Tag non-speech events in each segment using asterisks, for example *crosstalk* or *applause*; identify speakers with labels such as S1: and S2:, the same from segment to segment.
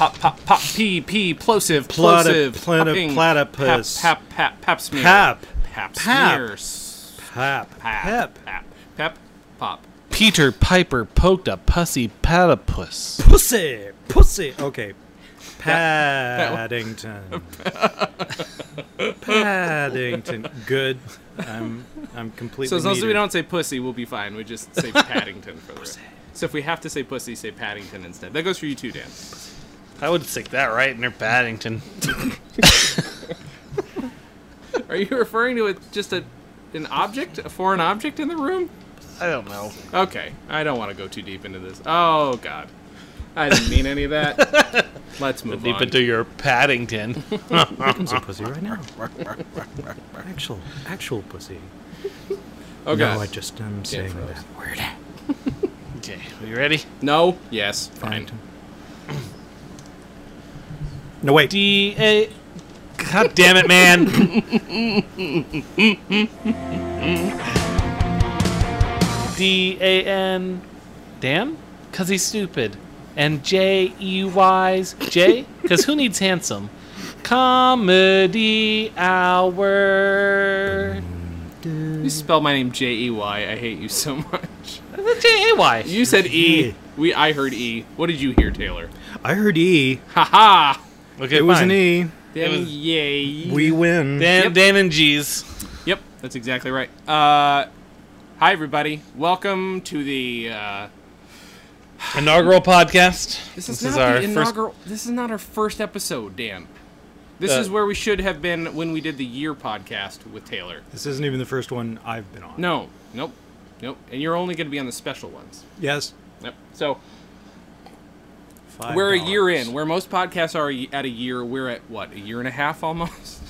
S1: Pop, pop, pop, pee, pee, plosive,
S2: Plata-
S1: plosive,
S2: plata-
S1: popping,
S2: platypus.
S1: Pap, pap, pap, pap smear.
S2: Pap.
S1: Pap,
S2: Pap.
S1: smear.
S2: Pap.
S1: Pap.
S2: Pep.
S1: Pap. Pep. Pop.
S3: Peter Piper poked a pussy platypus.
S2: Pussy. Pussy. Okay.
S1: that one. *laughs*
S2: Paddington. Paddington. Good. I'm I'm completely.
S1: So as long as we
S2: metered.
S1: don't say pussy, we'll be fine. We just
S2: *laughs*
S1: say Paddington for the rest. So if we have to say pussy, say Paddington instead. That goes for you too, Dan.
S3: I would stick that right near Paddington.
S1: Are you referring to it just a an object, a foreign object in the room?
S3: I don't know.
S1: Okay, I don't want to go too deep into this. Oh God, I didn't mean any of that.
S2: *laughs*
S1: Let's move
S3: Deep
S1: on.
S3: into your Paddington.
S2: Comes a pussy right now. actual actual pussy.
S1: oh God,
S2: No, I just am saying
S1: froze.
S2: that.
S3: Okay, are you ready?
S1: no, yes, fine.
S2: No wait.
S3: D A. God damn it, man! D A N. Dan? Because he's stupid. And J E Y's. J? Because who needs handsome? Comedy Hour.
S1: You spell my name J E Y. I hate you so *laughs* much.
S3: J A Y.
S1: You said E. We I heard E. What did you hear, Taylor?
S2: *laughs* I heard E.
S1: Ha ha.
S3: Okay,
S2: It was an
S3: fine.
S2: E.
S1: Damn,
S3: was-
S1: yay.
S2: We win.
S3: Dan,
S1: Yep.
S3: Dan and G's.
S1: Yep, that's exactly right. Uh, hi everybody. Welcome to the. Uh,
S3: Inaugural podcast.
S1: This is not the inaugural. This is not our first episode, Dan. This
S3: Uh,
S1: is where we should have been when we did the year podcast with Taylor.
S2: This isn't even the first one I've been on.
S1: No, nope, nope. And you're only going to be on the special ones.
S2: Yes.
S1: Yep. So
S2: Five
S1: we're a year
S2: dollars.
S1: in. Where most podcasts are y- at a year, we're at what a year and a half
S3: *laughs*
S1: almost.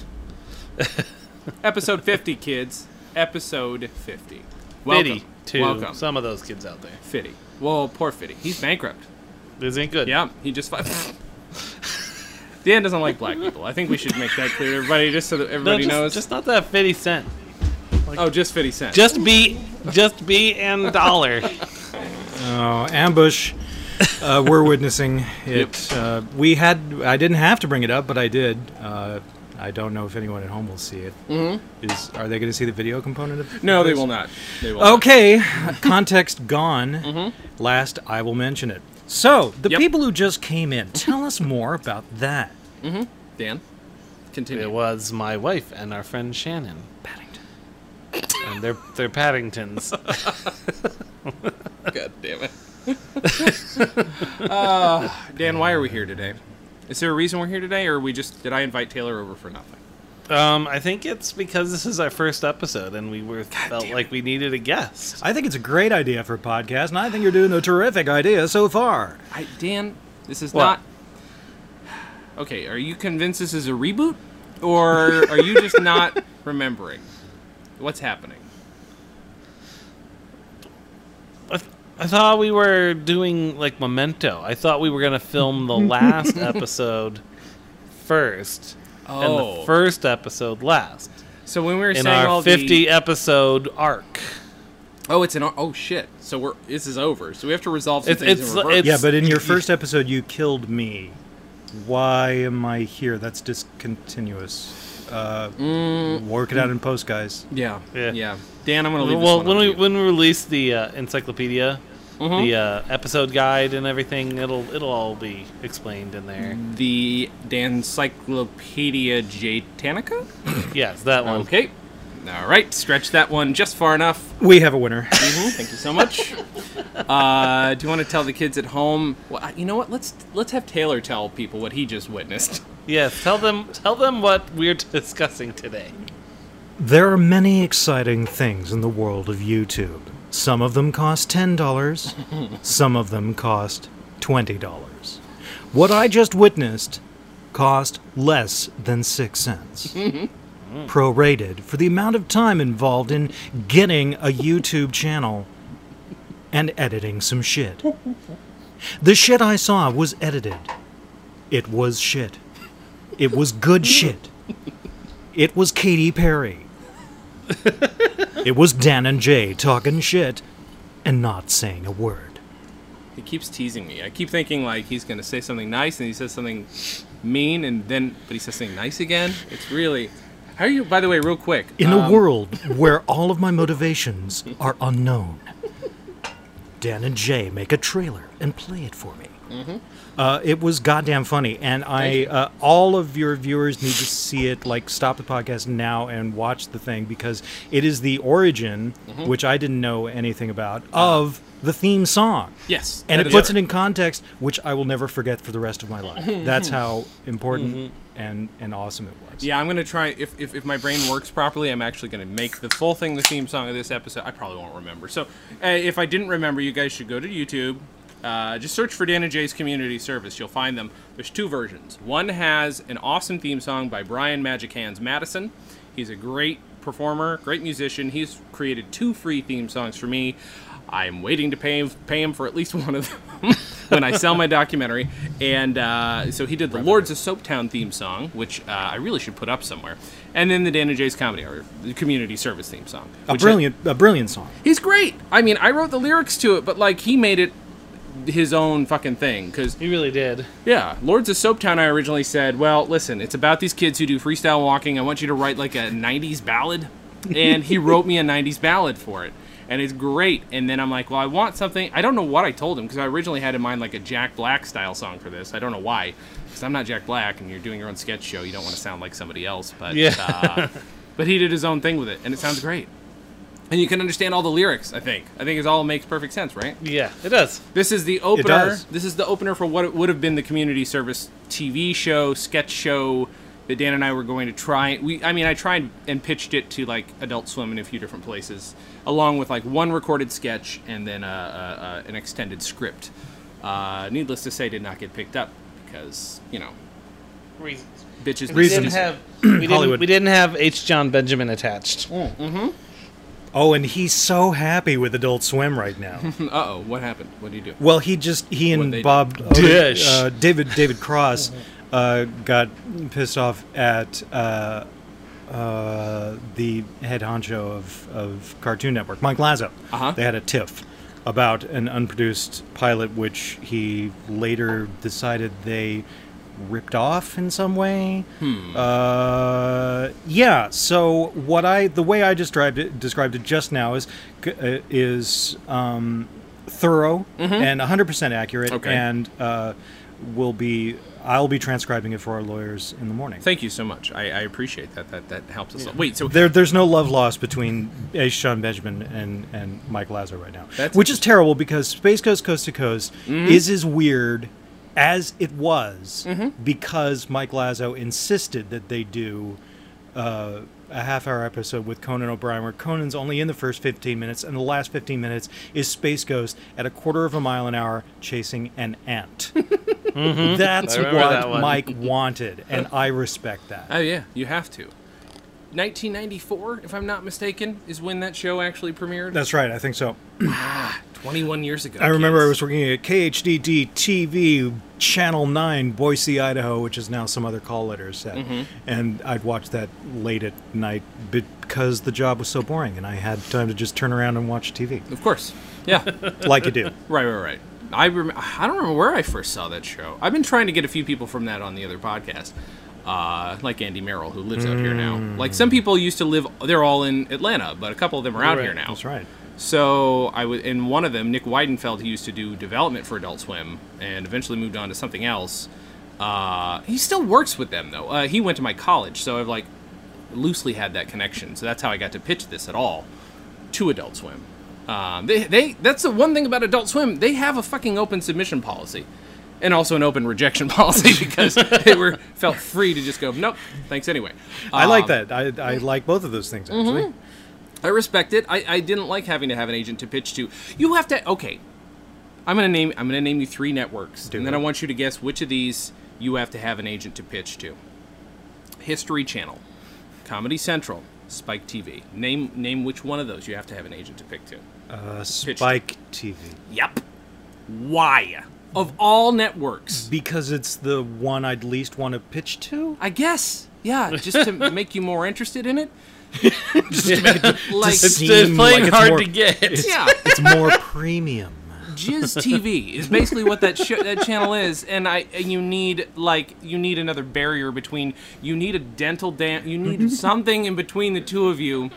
S1: Episode 50, kids. Episode 50. Welcome.
S3: Fitty to
S1: Welcome.
S3: some of those kids out there.
S1: Fitty. Well, poor Fitty. He's bankrupt.
S3: This ain't good.
S1: Yeah, he just
S3: *laughs*
S1: fi- Dan doesn't like black people. I think we should make that clear, to everybody, just so that
S3: No,
S1: everybody
S3: just,
S1: knows.
S3: just not that 50 cent.
S1: oh, just fifty cents.
S3: Just B, just B and dollar.
S2: Oh, ambush.
S1: *laughs*
S2: Uh, we're witnessing it. Uh, we had. I didn't have to bring it up, but I did. Uh, I don't know if anyone at home will see it. Mm-hmm. Is are they going to see the video component of?
S1: no, they
S2: this?
S1: will not. They will. Not.
S2: Okay, context gone.
S1: *laughs*
S2: Last, I will mention it. So the
S1: Mm-hmm. Yep.
S2: people who just
S1: *laughs*
S2: came in, tell us more about that.
S1: Dan, continue.
S3: *laughs* It was my wife and our friend Shannon. Paddington. And they're they're Paddingtons.
S1: God damn it. *laughs* uh, Dan, why are we here today? Is there a reason we're here today, or we just did I invite Taylor over for nothing?
S3: Um, I think it's because this is our first episode and we were felt
S1: damn
S3: like we needed a guest.
S2: I think it's a great idea for a podcast, and I think you're doing a terrific idea so far.
S1: I, Dan, this is
S3: What?
S1: not. Okay, are you convinced this is a reboot, or are you *laughs* just not remembering what's happening?
S3: I, th- I thought we were doing like Memento. I thought we were gonna film the *laughs* last episode first, and
S1: Oh.
S3: the first episode last
S1: So when we were
S3: in
S1: saying
S3: our
S1: all
S3: fifty
S1: the
S3: episode arc.
S1: oh, it's an oh shit. So we're this is over. So we have to resolve some
S3: It's-
S1: things
S3: it's-
S1: in reverse.
S3: it's-
S2: Yeah, but in your first episode, *laughs* you killed me. Why am I here? That's discontinuous. Uh, Work it out in post, guys.
S1: yeah, yeah,
S3: Yeah.
S1: Dan, I'm gonna leave.
S3: Well,
S1: this one up
S3: when
S1: to
S3: we
S1: you. Mm-hmm.
S3: when we release the uh, encyclopedia, the uh, episode guide and everything, it'll it'll all be explained in there.
S1: the Dancyclopedia Jatanica.
S3: Yes, that one.
S1: Mm. Okay, all right, stretch that one just far enough.
S2: We have a winner. *laughs*
S1: Mhm, Thank you so much. Uh, do you want to tell the kids at home? Well, I- you know what? Let's let's have Taylor tell people what he just witnessed.
S3: Yes, tell them tell them what we're *laughs* discussing today.
S2: there are many exciting things in the world of YouTube. Some of them cost $10, some of them cost $20. What I just witnessed cost less than six cents. Prorated for the amount of time involved in getting a YouTube channel and editing some shit. The shit I saw was edited. It was shit. It was good shit. It was Katy Perry. It was Dan and Jay talking shit and not saying a word.
S1: He keeps teasing me. I keep thinking like he's gonna say something nice, and he says something mean, and then but he says something nice again. It's really. How are you? By the way, real quick.
S2: In
S1: um,
S2: a world where all of my motivations are unknown, Dan and Jay make a trailer and play it for me.
S1: Mm-hmm.
S2: Uh, it was goddamn funny, and I uh, all of your viewers need to see it. Like, stop the podcast now and watch the thing because it is the origin,
S1: Mm-hmm.
S2: which I didn't know anything about, of the theme song.
S1: Yes.
S2: and
S1: that
S2: it
S1: is
S2: puts
S1: right.
S2: it in context, which I will never forget for the rest of my life.
S1: *laughs*
S2: That's how important and and awesome it was.
S1: Mm-hmm. Yeah, I'm gonna try. If, if if my brain works properly, I'm actually gonna make the full thing the theme song of this episode. I probably won't remember. So, uh, if I didn't remember, you guys should go to YouTube. Uh, just search for Dan and Jay's Community Service. You'll find them. There's two versions. One has an awesome theme song by Brian Magic Hands Madison. He's a great performer, great musician. He's created two free theme songs for me. I'm waiting to pay him, pay him for at least *laughs* one of them when I sell my documentary. And uh, so he did the Lords of Soaptown theme song, which uh, I really should put up somewhere. And then the Dan and Jay's Comedy Hour, the community service theme song.
S2: a
S1: which-
S2: brilliant, a brilliant song.
S1: He's great. I mean, I wrote the lyrics to it, but like he made it his own fucking thing because
S3: He really did.
S1: yeah, Lords of Soaptown, I originally said, well, listen, it's about these kids who do freestyle walking. I want you to write like a 90s ballad. And he wrote me a 90s ballad for it. And it's great. And then I'm like, well, I want something. I don't know what I told him because I originally had in mind like a Jack Black style song for this. I don't know why. Because I'm not Jack Black and you're doing your own sketch show. You don't want to sound like somebody else. But,
S3: Yeah.
S1: uh, but he did his own thing with it. And it sounds great. And you can understand all the lyrics, I think. I think it all makes perfect sense, right?
S3: Yeah, it does.
S1: This is the opener.
S2: does.
S1: This is the opener for what it would have been the community service TV show, sketch show that Dan and I were going to try. We, I mean, I tried and pitched it to like Adult Swim in a few different places, along with like one recorded sketch and then uh, uh, uh, an extended script. Uh, needless to say, did not get picked up because you know
S3: Reasons.
S1: bitches.
S3: We
S1: be
S3: didn't
S1: citizens.
S3: *clears throat* have we didn't,
S2: Hollywood.
S3: we didn't have H. John Benjamin attached.
S1: Mm.
S2: Oh, and he's so happy with Adult Swim right now.
S1: Uh oh, what happened? What did you do?
S2: well, he just he
S1: What'd they do?
S2: and Bob
S3: Dish.
S2: Uh, David David Cross uh, got pissed off at uh, uh, the head honcho of, of Cartoon Network, Mike Lazo.
S1: Uh-huh.
S2: They had a tiff about an unproduced pilot, which he later decided they ripped off in some way. Uh, yeah. So what I the way I described it described it just now is c- uh, is um, thorough and 100 percent accurate,
S1: Okay.
S2: and uh, will be I'll be transcribing it for our lawyers in the morning.
S1: Thank you so much. I, I appreciate that. That that helps us. a lot. Wait, so
S2: There, there's no love lost between H. Sean Benjamin and, and Mike Lazar right now,
S1: That's
S2: which is terrible because Space Coast Coast to Coast
S3: Mm-hmm.
S2: is as weird as it was
S3: Mm-hmm.
S2: because Mike Lazo insisted that they do uh, a half hour episode with Conan O'Brien where Conan's only in the first 15 minutes and the last 15 minutes is Space Ghost at a quarter of a mile an hour chasing an
S3: *laughs*
S2: ant. That's
S3: I
S2: what
S3: remember that one.
S2: Mike wanted, and I respect that.
S1: Oh yeah, you have to. 1994, if I'm not mistaken, is when that show actually premiered.
S2: That's right, I think so.
S1: 21 years ago.
S2: I remember
S1: kids.
S2: I was working at KHDD TV Channel 9, Boise, Idaho, which is now some other call letter set.
S1: Mm-hmm.
S2: And I'd watch that late at night because the job was so boring and I had time to just turn around and
S1: *laughs*
S2: watch TV,
S1: Of course.
S2: *laughs*
S1: Yeah.
S2: like you do.
S1: right, right, right. I rem- I don't remember where I first saw that show. I've been trying to get a few people from that on the other podcast. Uh, like Andy Merrill, who lives out here now. Like
S2: Mm.
S1: some people used to live, they're all in Atlanta, but a couple of them are out
S3: Right.
S1: here now.
S2: That's right.
S1: So I was in one of them. Nick Weidenfeld, who used to do development for Adult Swim, and eventually moved on to something else. Uh, he still works with them though. Uh, he went to my college, so I've like loosely had that connection. So that's how I got to pitch this at all to Adult Swim. Um, they, they that's the one thing about Adult Swim. They have a fucking open submission policy, and also an open *laughs* rejection policy because they were felt free to just go nope, thanks anyway.
S2: I like
S1: Um, Mm-hmm.
S2: that. I, I like both of those things, actually.
S1: I respect it. I, I didn't like having to have an agent to pitch to. You have to okay. I'm gonna name I'm gonna name you three networks.
S2: Do
S1: and then
S2: it.
S1: I want you to guess which of these you have to have an agent to pitch to. History Channel, Comedy Central, Spike TV. Name name which one of those you have to have an agent to pick to.
S2: Uh, Spike TV.
S1: Yep. Why? Of all networks.
S2: Because it's the one I'd least want to pitch
S1: *laughs*
S2: to?
S1: I guess. Yeah, just
S2: *laughs*
S1: to make you more interested in it. like
S2: *laughs* Just-
S3: It's, it's
S2: Seem
S3: playing
S2: like it's
S3: hard
S2: more-
S3: to get.
S1: yeah.
S2: It's more premium.
S1: Jizz TV is basically what that sh- that channel is, and I and you need like you need another barrier between you need a dental dam you need something in between the two of you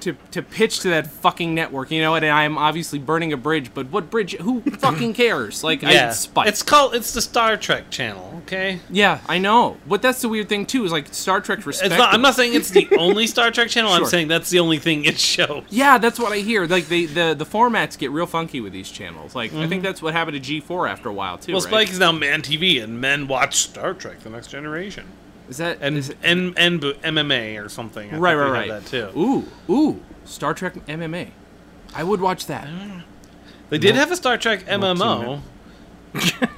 S1: to to pitch to that fucking network. You know what? And I am obviously burning a bridge, but what bridge? Who fucking cares? Like I
S3: Yeah,
S1: it's Spike.
S3: it's called it's the Star Trek channel. Okay,
S1: yeah, I know. But that's the weird thing too is like Star Trek respect.
S3: it's not. I'm not saying it's the only Star Trek channel. I'm
S1: Sure.
S3: saying that's the only thing it *laughs* shows.
S1: Yeah, that's what I hear. Like they, the the formats get real funky with these channels. Like I think that's what happened to G4 after a while too.
S3: Mm-hmm. Well,
S1: right?
S3: Spike is now Man TV, and men watch Star Trek: The Next Generation
S1: is that
S3: and
S1: is-
S3: and, and bu- MMA or something. I think
S1: right,
S3: they
S1: right,
S3: have
S1: right.
S3: That too.
S1: Ooh, ooh, Star Trek MMA. I would watch that.
S3: They did have a Star Trek MMO.
S2: Multi-man.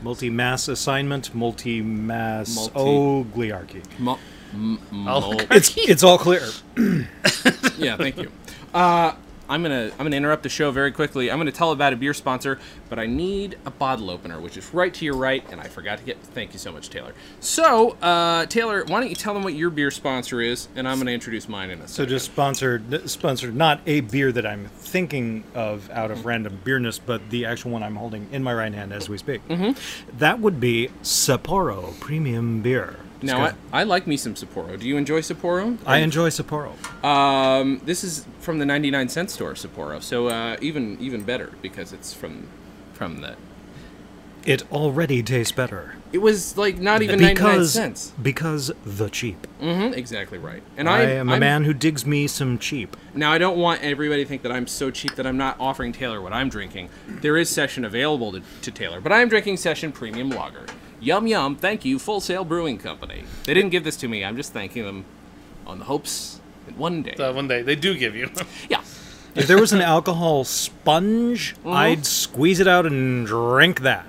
S2: Multi mass assignment, multi mass
S1: Multi- *laughs*
S2: oligarchy.
S1: Mo- m-
S3: Oh,
S1: mul-
S2: It's, it's all clear.
S1: yeah, thank you. Uh, I'm gonna I'm gonna interrupt the show very quickly. I'm gonna tell about a beer sponsor, but I need a bottle opener, which is right to your right, and I forgot to get. Thank you so much, Taylor. So, uh, Taylor, why don't you tell them what your beer sponsor is, and I'm gonna introduce mine in a
S2: So
S1: second.
S2: just sponsored, sponsored not a beer that I'm thinking of out
S1: Mm-hmm.
S2: of random beerness, but the actual one I'm holding in my right hand as we speak.
S1: Mm-hmm.
S2: That would be Sapporo Premium Beer. Just
S1: now
S2: 'cause
S1: I, I like me some Sapporo. Do you enjoy Sapporo?
S2: I enjoy Sapporo.
S1: Um, this is from the 99 cent store Sapporo, so uh, even even better because it's from from the.
S2: It already tastes better
S1: It was like not even 99
S2: because
S1: cents.
S2: because the cheap.
S1: hmm exactly right. And
S2: I
S1: I,
S2: am a
S1: I'm-
S2: man who digs me some cheap.
S1: Now I don't want everybody to think that I'm so cheap that I'm not offering Taylor what I'm drinking. There is session available to, to Taylor, but I'm drinking session premium lager. Yum yum. Thank you, Full Sail Brewing Company. They didn't give this to me. I'm just thanking them on the hopes that one day.
S3: Uh, one day they do give you. *laughs*
S1: yeah.
S2: If there was an *laughs* alcohol sponge,
S1: Mm-hmm.
S2: I'd squeeze it out and drink that.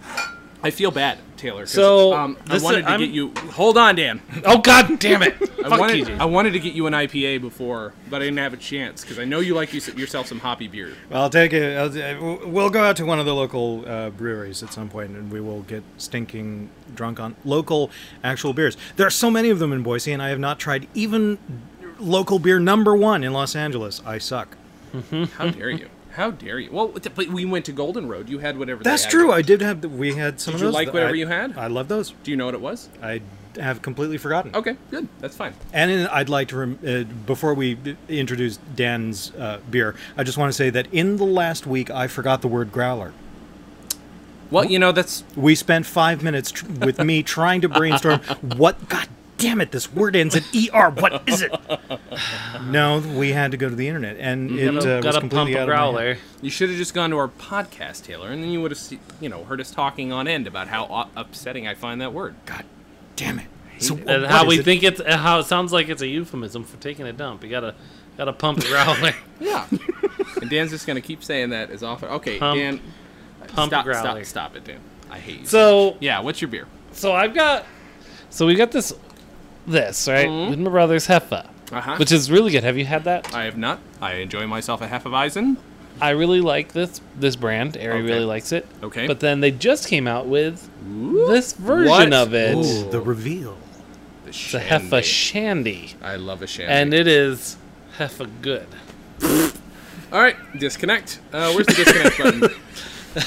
S1: I feel bad, Taylor. 'cause,
S3: So,
S1: um, I
S3: this-
S1: wanted to
S3: I'm-
S1: get you. Hold on, Dan.
S3: oh God damn it!
S1: *laughs* I
S3: Fuck
S1: wanted,
S3: you, dude.
S1: I wanted to get you an IPA before, but I didn't have a chance because I know you like you, yourself some hoppy beer.
S2: Well, I'll take it. I'll, we'll go out to one of the local uh, breweries at some point, and we will get stinking drunk on local actual beers. There are so many of them in Boise, and I have not tried even local beer number one in Los Angeles. I suck.
S1: How dare you? How dare you? Well, but we went to Golden Road. You had whatever. they
S2: That's
S1: had.
S2: true. I did have. The, we had some.
S1: Did
S2: of
S1: you
S2: those.
S1: like whatever
S2: I-
S1: you had?
S2: I love those.
S1: Do you know what it was?
S2: I have completely forgotten.
S1: Okay, good. That's fine.
S2: And in, I'd like to, rem- uh, before we d- introduce Dan's uh, beer, I just want to say that in the last week, I forgot the word growler.
S1: Well, you know that's
S2: We spent five minutes tr- with me trying to brainstorm what, god damn it, this word ends in ER. What is it? No, we had to go to the internet, and it
S3: Gotta-
S2: uh, was
S3: gotta pump
S2: completely
S3: a
S2: out of my hand.
S3: growler.
S1: you should have just gone to our podcast, Taylor, and then you would have se- you know heard us talking on end about how o- upsetting I find that word.
S2: God damn it. So wh-
S3: And
S2: what
S3: how
S2: is
S3: we
S2: it?
S3: think it's and how it sounds like it's a euphemism for taking a dump. You gotta
S1: *laughs*
S3: gotta pump a growler.
S1: Yeah. and Dan's just gonna keep saying that as often. Okay,
S3: Pump-
S1: Dan,
S3: pump
S1: stop,
S3: growler.
S1: stop, stop it, Dan. I hate you.
S3: So
S1: yeah, what's your beer?
S3: so I've got so we got this this right with my brother's heffa,
S1: Uh-huh.
S3: which is really good. Have you had that?
S1: Mm-hmm. I have not. I enjoy myself a half of Eisen.
S3: I really like this this brand. Ari
S1: Okay.
S3: really likes it.
S1: Okay.
S3: but then they just came out with this
S1: What?
S3: version of it,
S2: Ooh, the
S3: *laughs*
S2: reveal.
S1: The
S3: the heffa shandy,
S1: I love a shandy.
S3: and it is heffa good.
S1: All right, disconnect. Uh, where's the disconnect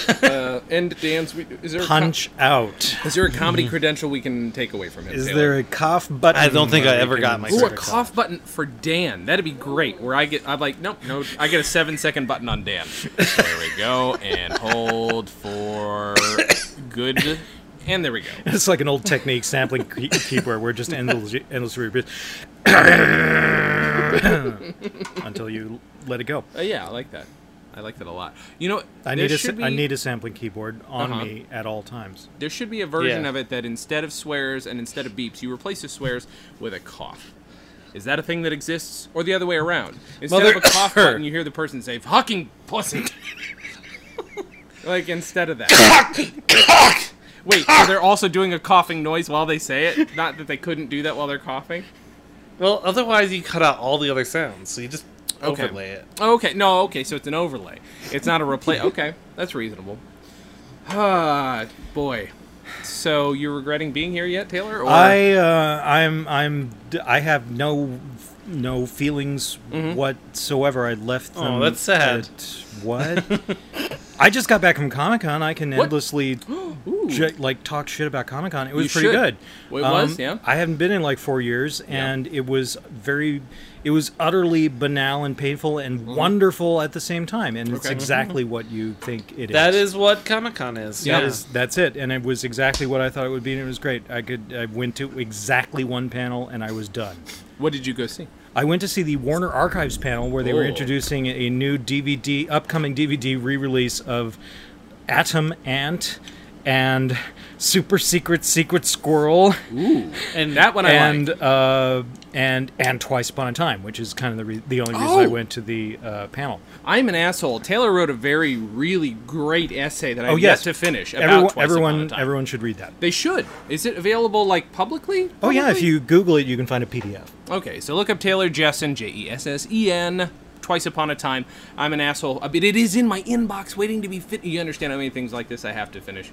S1: button? Uh, end Dan's. We, is there a com-
S2: Punch out.
S1: is there a comedy credential we can take away from him?
S2: Is
S1: Taylor?
S2: there a cough button?
S3: I don't think
S2: where
S3: I
S2: we
S3: ever
S2: can
S3: got my
S1: Ooh, a
S2: insert
S1: cough button for Dan. That'd be great. Where I get, I'm like, nope, no, I get a seven second button on Dan. There we go, and hold for good, and there we go.
S2: It's like an old technique sampling key- keyboard where just endless, endless *laughs* repeats until you let it go.
S1: Uh, yeah, I like that. I like that a lot. You know,
S2: I
S1: there
S2: need a,
S1: should
S2: sa- I
S1: be-
S2: need a sampling keyboard on
S1: Uh-huh.
S2: me at all times.
S1: There should be a version
S3: Yeah.
S1: of it that instead of swears and instead of beeps, you replace the swears with a cough. Is that a thing that exists, or the other way around? Instead of a
S3: Mother- *laughs*
S1: cough button, you hear the person say "fucking pussy." *laughs* like instead of that. Wait, so they're also doing a coughing noise while they say it? Not that they couldn't do that while they're coughing.
S3: Well, otherwise you cut out all the other sounds, so you just
S1: Okay.
S3: overlay it.
S1: Okay, no, okay, so it's an overlay. It's not a
S3: *laughs*
S1: replay. Okay, that's reasonable. Ah, boy. So you're regretting being here yet, Taylor? Or
S2: I uh, I'm I'm d- I have no no feelings
S1: Mm-hmm.
S2: whatsoever. I left them.
S3: Oh, that's sad.
S2: at- what? I just got back from Comic Con. I can
S1: What?
S2: endlessly
S1: *gasps* Ooh.
S2: ju- like talk shit about Comic Con. It was
S1: You
S2: pretty
S1: should.
S2: good. Um,
S1: Well, it was, yeah.
S2: I haven't been in like four years, and it was very, it was utterly banal and painful and wonderful at the same time, and it's
S1: Mm-hmm. Okay. Mm-hmm.
S2: exactly what you think it is.
S3: That is what Comic Con is.
S1: Yeah.
S2: That is that's it, and it was exactly what I thought it would be, and it was great. I could I went to exactly one panel, and I was done.
S1: what did you go see?
S2: I went to see the Warner Archives panel where they were
S1: Oh.
S2: introducing a new DVD, upcoming DVD re-release of Atom Ant and Super Secret Secret Squirrel
S1: Ooh,
S3: And
S1: that one I
S2: and
S1: liked.
S2: uh, and and Twice Upon a Time, which is kind of the re- the only reason I
S1: Oh.
S2: went to the uh, panel.
S1: I'm an asshole. Taylor wrote a very, really great essay that I
S2: Oh
S1: have
S2: yes,
S1: yet to finish about
S2: everyone
S1: Twice
S2: everyone
S1: Upon a Time.
S2: everyone should read that.
S1: They should. Is it available like publicly?
S2: Oh yeah, if
S1: Probably?
S2: you Google it, you can find a PDF.
S1: Okay, so look up Taylor Jessen, J E S S E N. Twice upon a time, I'm an asshole. I mean, it is in my inbox, waiting to be fit. You understand how many things like this I have to finish.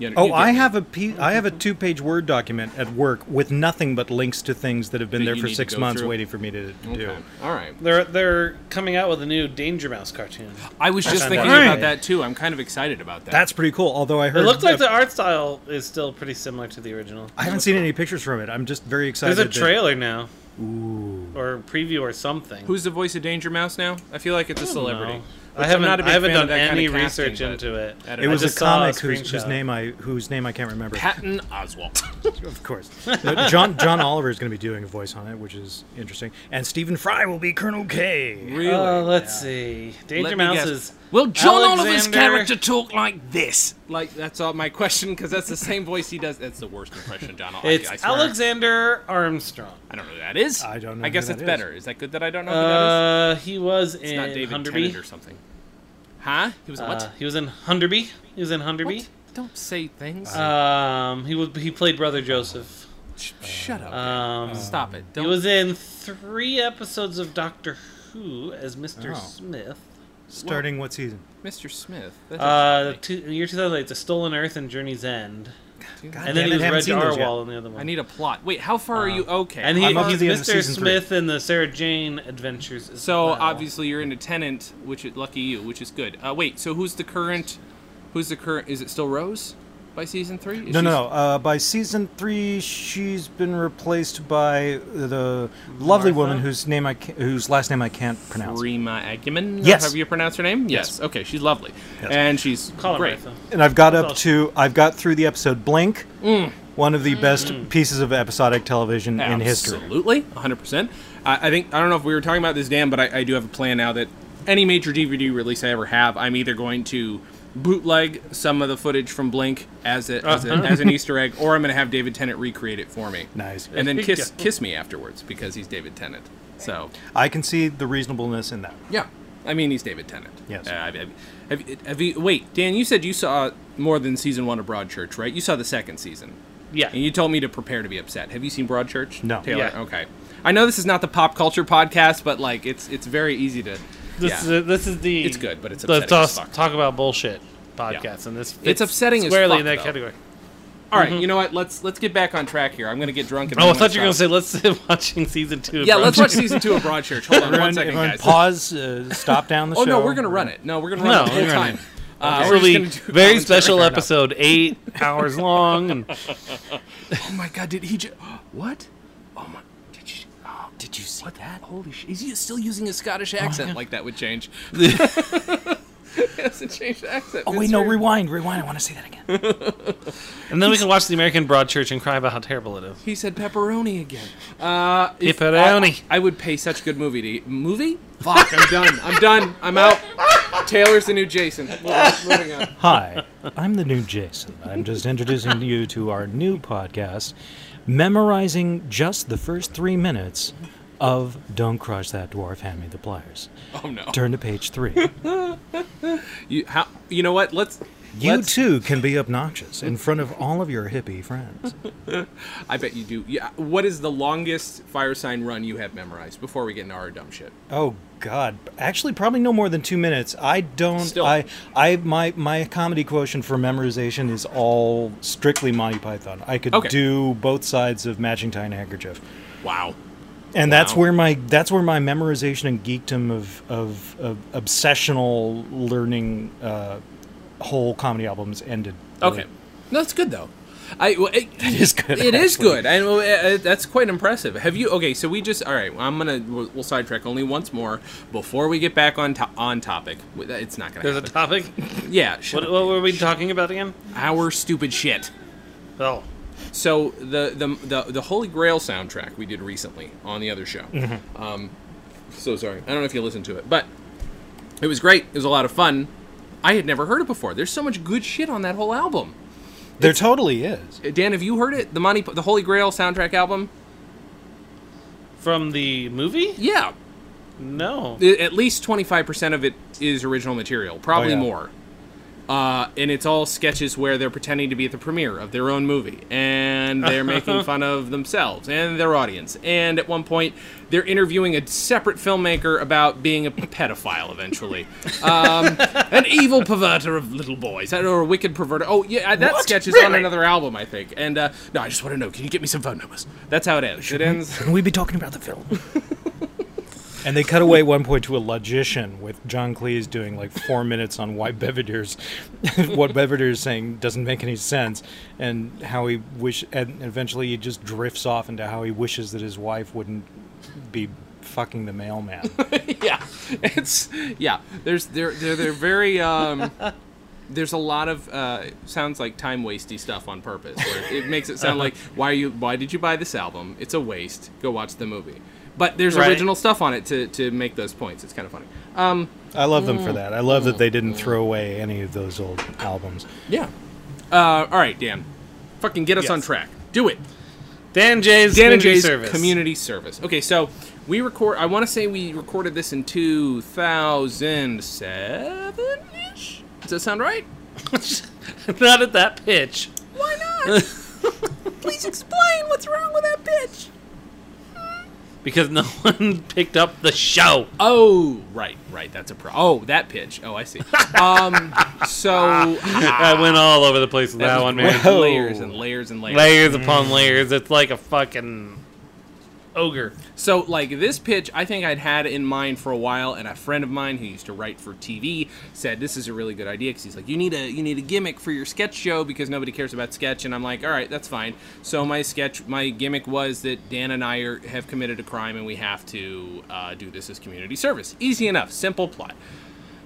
S1: You under-
S2: Oh,
S1: you get
S2: I
S1: me.
S2: have a pe- I have a two-page Word document at work with nothing but links to things that have been
S1: That
S2: there
S1: you
S2: for
S1: need to
S2: six
S1: go
S2: months,
S1: through.
S2: waiting for me to to do.
S1: Okay, All right.
S3: they're they're coming out with a new Danger Mouse cartoon.
S1: I was just
S3: sounds
S1: thinking
S2: awesome.
S1: about that too. I'm kind of excited about that.
S2: That's pretty cool. Although I
S3: It
S2: heard
S3: looks
S2: uh,
S3: like the art style is still pretty similar to the original.
S2: I haven't seen any pictures from it. I'm just very excited.
S3: There's a
S2: that-
S3: trailer now, or preview or something.
S1: who's the voice of Danger Mouse now? I feel like it's a
S3: I don't know.
S1: celebrity. Which
S3: I
S1: I'm
S3: haven't,
S1: not a big
S3: I haven't
S1: fan
S3: done
S1: of that kind of
S3: any
S1: casting,
S3: research
S1: but
S3: into it.
S1: I don't
S2: It
S1: know.
S2: was
S1: I
S2: a
S1: just
S3: saw
S2: comic
S3: a
S2: whose, whose
S3: screenshot.
S2: name I whose name I can't remember.
S1: Patton Oswalt.
S2: *laughs* of course, Uh, John John Oliver is going to be doing a voice on it, which is interesting. And Stephen Fry will be Colonel K.
S1: really?
S3: Uh, let's see. Danger
S1: Let me
S3: Mouse
S1: guess.
S3: is.
S1: Will John Oliver's
S3: Alexander-
S1: character talk like this? Like that's all my question because that's the same voice he does. That's the worst impression, John. Oliver.
S3: It's
S1: I, I swear.
S3: Alexander Armstrong.
S1: I don't know who that is.
S2: I don't know
S1: I
S2: who
S1: guess
S2: that
S1: it's
S2: is.
S1: better. Is that good that I don't know who that is?
S3: Uh, he was in
S1: It's not David
S3: Hunderby.
S1: Tennant or something. Huh? He was
S3: Uh,
S1: what?
S3: he was in Hunderby. He was in Hunderby.
S1: What? Don't say things.
S3: Um, he was he played Brother Joseph.
S1: Sh- Shut up.
S3: Um,
S1: Stop it. Don't.
S3: he was in three episodes of Doctor Who as Mr.
S2: Oh.
S3: Smith.
S2: Starting what season?
S1: Mr. Smith.
S3: Uh, two, in the year 2008, The Stolen Earth and Journey's End,
S2: God
S3: and
S2: damn
S3: then
S2: it,
S3: he was
S2: haven't
S3: Red
S2: seen those yet.
S3: Darwall in the other one.
S1: I need a plot. Wait, how far are you? Okay.
S3: and he,
S2: I'm up to
S3: he's
S2: the end of
S3: Mr.
S2: season three.
S3: Smith in the Sarah Jane Adventures. as
S1: so
S3: well.
S1: obviously you're in a tenant, which is lucky you, which is good. Uh, wait, so who's the current? Who's the current? Is it still Rose by season three? Is
S2: No,
S1: she-
S2: no, no. Uh, by season three, she's been replaced by the lovely woman
S3: Martha?
S2: whose name I can, whose last name I can't pronounce.
S1: Rima Acumen.
S2: Yes.
S1: However you pronounce her name. Yes. Okay, she's lovely, and she's
S3: call him
S1: great.
S3: Martha.
S2: And I've got
S3: Oh.
S2: up to I've got through the episode Blink,
S1: Mm.
S2: one of the best pieces of episodic television in history.
S1: Mm-hmm. Absolutely, 100%. I, I think, I don't know if we were talking about this, Dan, but I, I do have a plan now that any major DVD release I ever have, I'm either going to bootleg some of the footage from Blink as, a, as, a,
S2: Uh-huh.
S1: as an Easter egg, or I'm going to have David Tennant recreate it for me.
S2: Nice.
S1: And then kiss
S3: Yeah.
S1: kiss me afterwards because he's David Tennant. So,
S2: I can see the reasonableness in that.
S1: yeah. I mean, he's David Tennant.
S2: Yes.
S1: Uh, have, have- have you- have you- wait, Dan, you said you saw more than season one of Broadchurch, right? You saw the second season.
S3: Yeah.
S1: And you told me to prepare to be upset. Have you seen Broadchurch?
S2: No.
S1: Taylor,
S3: Yeah.
S1: okay. I know this is not the pop culture podcast, but like it's it's very easy to
S3: This
S1: yeah.
S3: is the- this is the
S1: It's good, but it's
S3: the
S1: upsetting as
S3: Talk-
S1: fuck.
S3: talk about bullshit podcast, and this fits
S1: upsetting as
S3: squarely
S1: fuck,
S3: in that
S1: though.
S3: category.
S1: All right, you know what? Let's let's get back on track here. I'm gonna get drunk and
S3: Oh, I
S1: then I'm
S3: thought you were gonna
S1: stop.
S3: say let's *laughs* watching season two. of
S1: Yeah, let's
S3: Broadchurch.
S1: watch season two of Broadchurch. Hold on one
S2: Everyone,
S1: second,
S2: everyone
S1: guys.
S2: pause, uh, stop down
S1: *laughs*
S2: the
S1: Oh
S2: show.
S1: no, we're gonna run it. No, we're gonna run
S3: No,
S1: it the whole
S3: we're gonna-
S1: time. Uh, we're just
S3: really
S1: gonna do
S3: very
S1: commentary.
S3: special
S1: Fair enough.
S3: episode,
S1: *laughs*
S3: eight hours long, and
S1: Oh my god, did he just *gasps* what? Oh my, did you? Oh, did you see that? Oh Holy shit! Is he still using a Scottish accent? like that would *laughs* change. it hasn't changed the accent.
S2: Oh wait,
S1: It's
S2: no,
S1: weird.
S2: rewind, rewind. I want to say that again.
S3: and then we can watch the American Broadchurch and cry about how terrible it is.
S1: He said pepperoni again. Uh, if-
S3: Pepperoni.
S1: I, I would pay such good movie to eat. Movie? Fuck! I'm done. I'm done. I'm out. Taylor's the new Jason. Moving on, Moving on.
S2: Hi, I'm the new Jason. I'm just introducing you to our new podcast, memorizing just the first three minutes of "Don't Crush That Dwarf, Hand Me the Pliers."
S1: Oh no.
S2: Turn to page three.
S1: You how? You know what? Let's.
S2: You
S3: Let's-
S2: too can be obnoxious in front of all of your hippie friends.
S1: I bet you do. Yeah. What is the longest fire sign run you have memorized before we get into our dumb shit?
S2: Oh God! Actually, probably no more than two minutes. I don't.
S1: Still.
S2: I. I. My. My comedy quotient for memorization is all strictly Monty Python. I could
S1: Okay.
S2: do both sides of Matching Tie and Handkerchief,
S1: Wow.
S2: and that's
S1: Wow.
S2: where my. That's where my memorization and geekdom of of, of obsessional learning uh, whole comedy albums ended.
S1: Okay. No, that's good though. I well, it,
S3: *laughs*
S1: it
S2: is good,
S1: It is
S2: actually.
S1: good, and well, uh, uh, that's quite impressive. Have you? Okay, so we just all right. well, I'm gonna we'll, we'll sidetrack only once more before we get back on to, on topic. W- It's not gonna. *laughs*
S3: There's a
S1: happen.
S3: topic.
S1: yeah. Shut
S3: What,
S1: up.
S3: what were we talking about again?
S1: Our stupid shit.
S3: Oh,
S1: So the the the, the Holy Grail soundtrack we did recently on the other show. Um,
S3: Mm-hmm.
S1: so sorry, I don't know if you listened to it, but it was great. It was a lot of fun. I had never heard it before. There's so much good shit on that whole album.
S2: There totally is.
S1: Dan, have you heard it? The Monty, the Holy Grail soundtrack album.
S3: from the movie?
S1: Yeah,
S3: No.
S1: i- at least twenty five percent of it is original material, probably
S2: Oh, yeah.
S1: more. Uh, and it's all sketches where they're pretending to be at the premiere of their own movie, and they're
S2: *laughs*
S1: making fun of themselves and their audience. And at one point, they're interviewing a separate filmmaker about being a pedophile.
S2: *laughs*
S1: Eventually, um, an evil perverter of little boys, or a wicked perverter. Oh yeah, that
S2: What?
S1: sketch is on
S2: Really?
S1: another album, I think. And uh, no, I just want to know. Can you get me some phone numbers? That's how it ends. It ends.
S2: Can we be talking about the film? *laughs* and they cut away at one point to a logician with John Cleese doing like four minutes on why Beveders, *laughs* what Beveders saying doesn't make any sense, and how he wish, and eventually he just drifts off into how he wishes that his wife wouldn't be fucking the mailman.
S1: *laughs* yeah it's yeah there's they're they're, they're very um there's a lot of uh sounds like time wasty stuff on purpose where it makes it
S3: Uh-huh.
S1: sound like why are you why did you buy this album it's a waste go watch the movie but there's
S3: Right.
S1: original stuff on it to to make those points it's kind of funny
S2: I love them for that. I love that they didn't throw away any of those old albums.
S1: yeah uh all right dan fucking get us on track do it
S3: Dan Jay's
S1: Dan and
S3: community
S1: Jay's
S3: service.
S1: community service. Okay, so we record. I want to say we recorded this in 2007 ish. Does that sound right?
S3: *laughs* Not at that pitch.
S1: Why *laughs* not? Please explain what's wrong with that bitch.
S3: Because no *laughs* one picked up the show.
S1: Oh, right, right. That's a pro. Oh, that pitch. Oh, I *laughs* see. Um, so
S2: Ah.
S3: I went all over the place with that,
S1: That was
S2: *laughs*
S3: one, man.
S1: *laughs*
S2: Whoa.
S1: layers and layers and layers.
S3: Layers
S2: Mm.
S3: upon layers. It's like a fucking ogre.
S1: So, like this pitch, I think I'd had in mind for a while, and a friend of mine who used to write for TV said this is a really good idea because he's like, you need a you need a gimmick for your sketch show because nobody cares about sketch, and I'm like, all right, that's fine. So my sketch, my gimmick was that Dan and I are, have committed a crime and we have to uh, do this as community service. Easy enough, simple plot.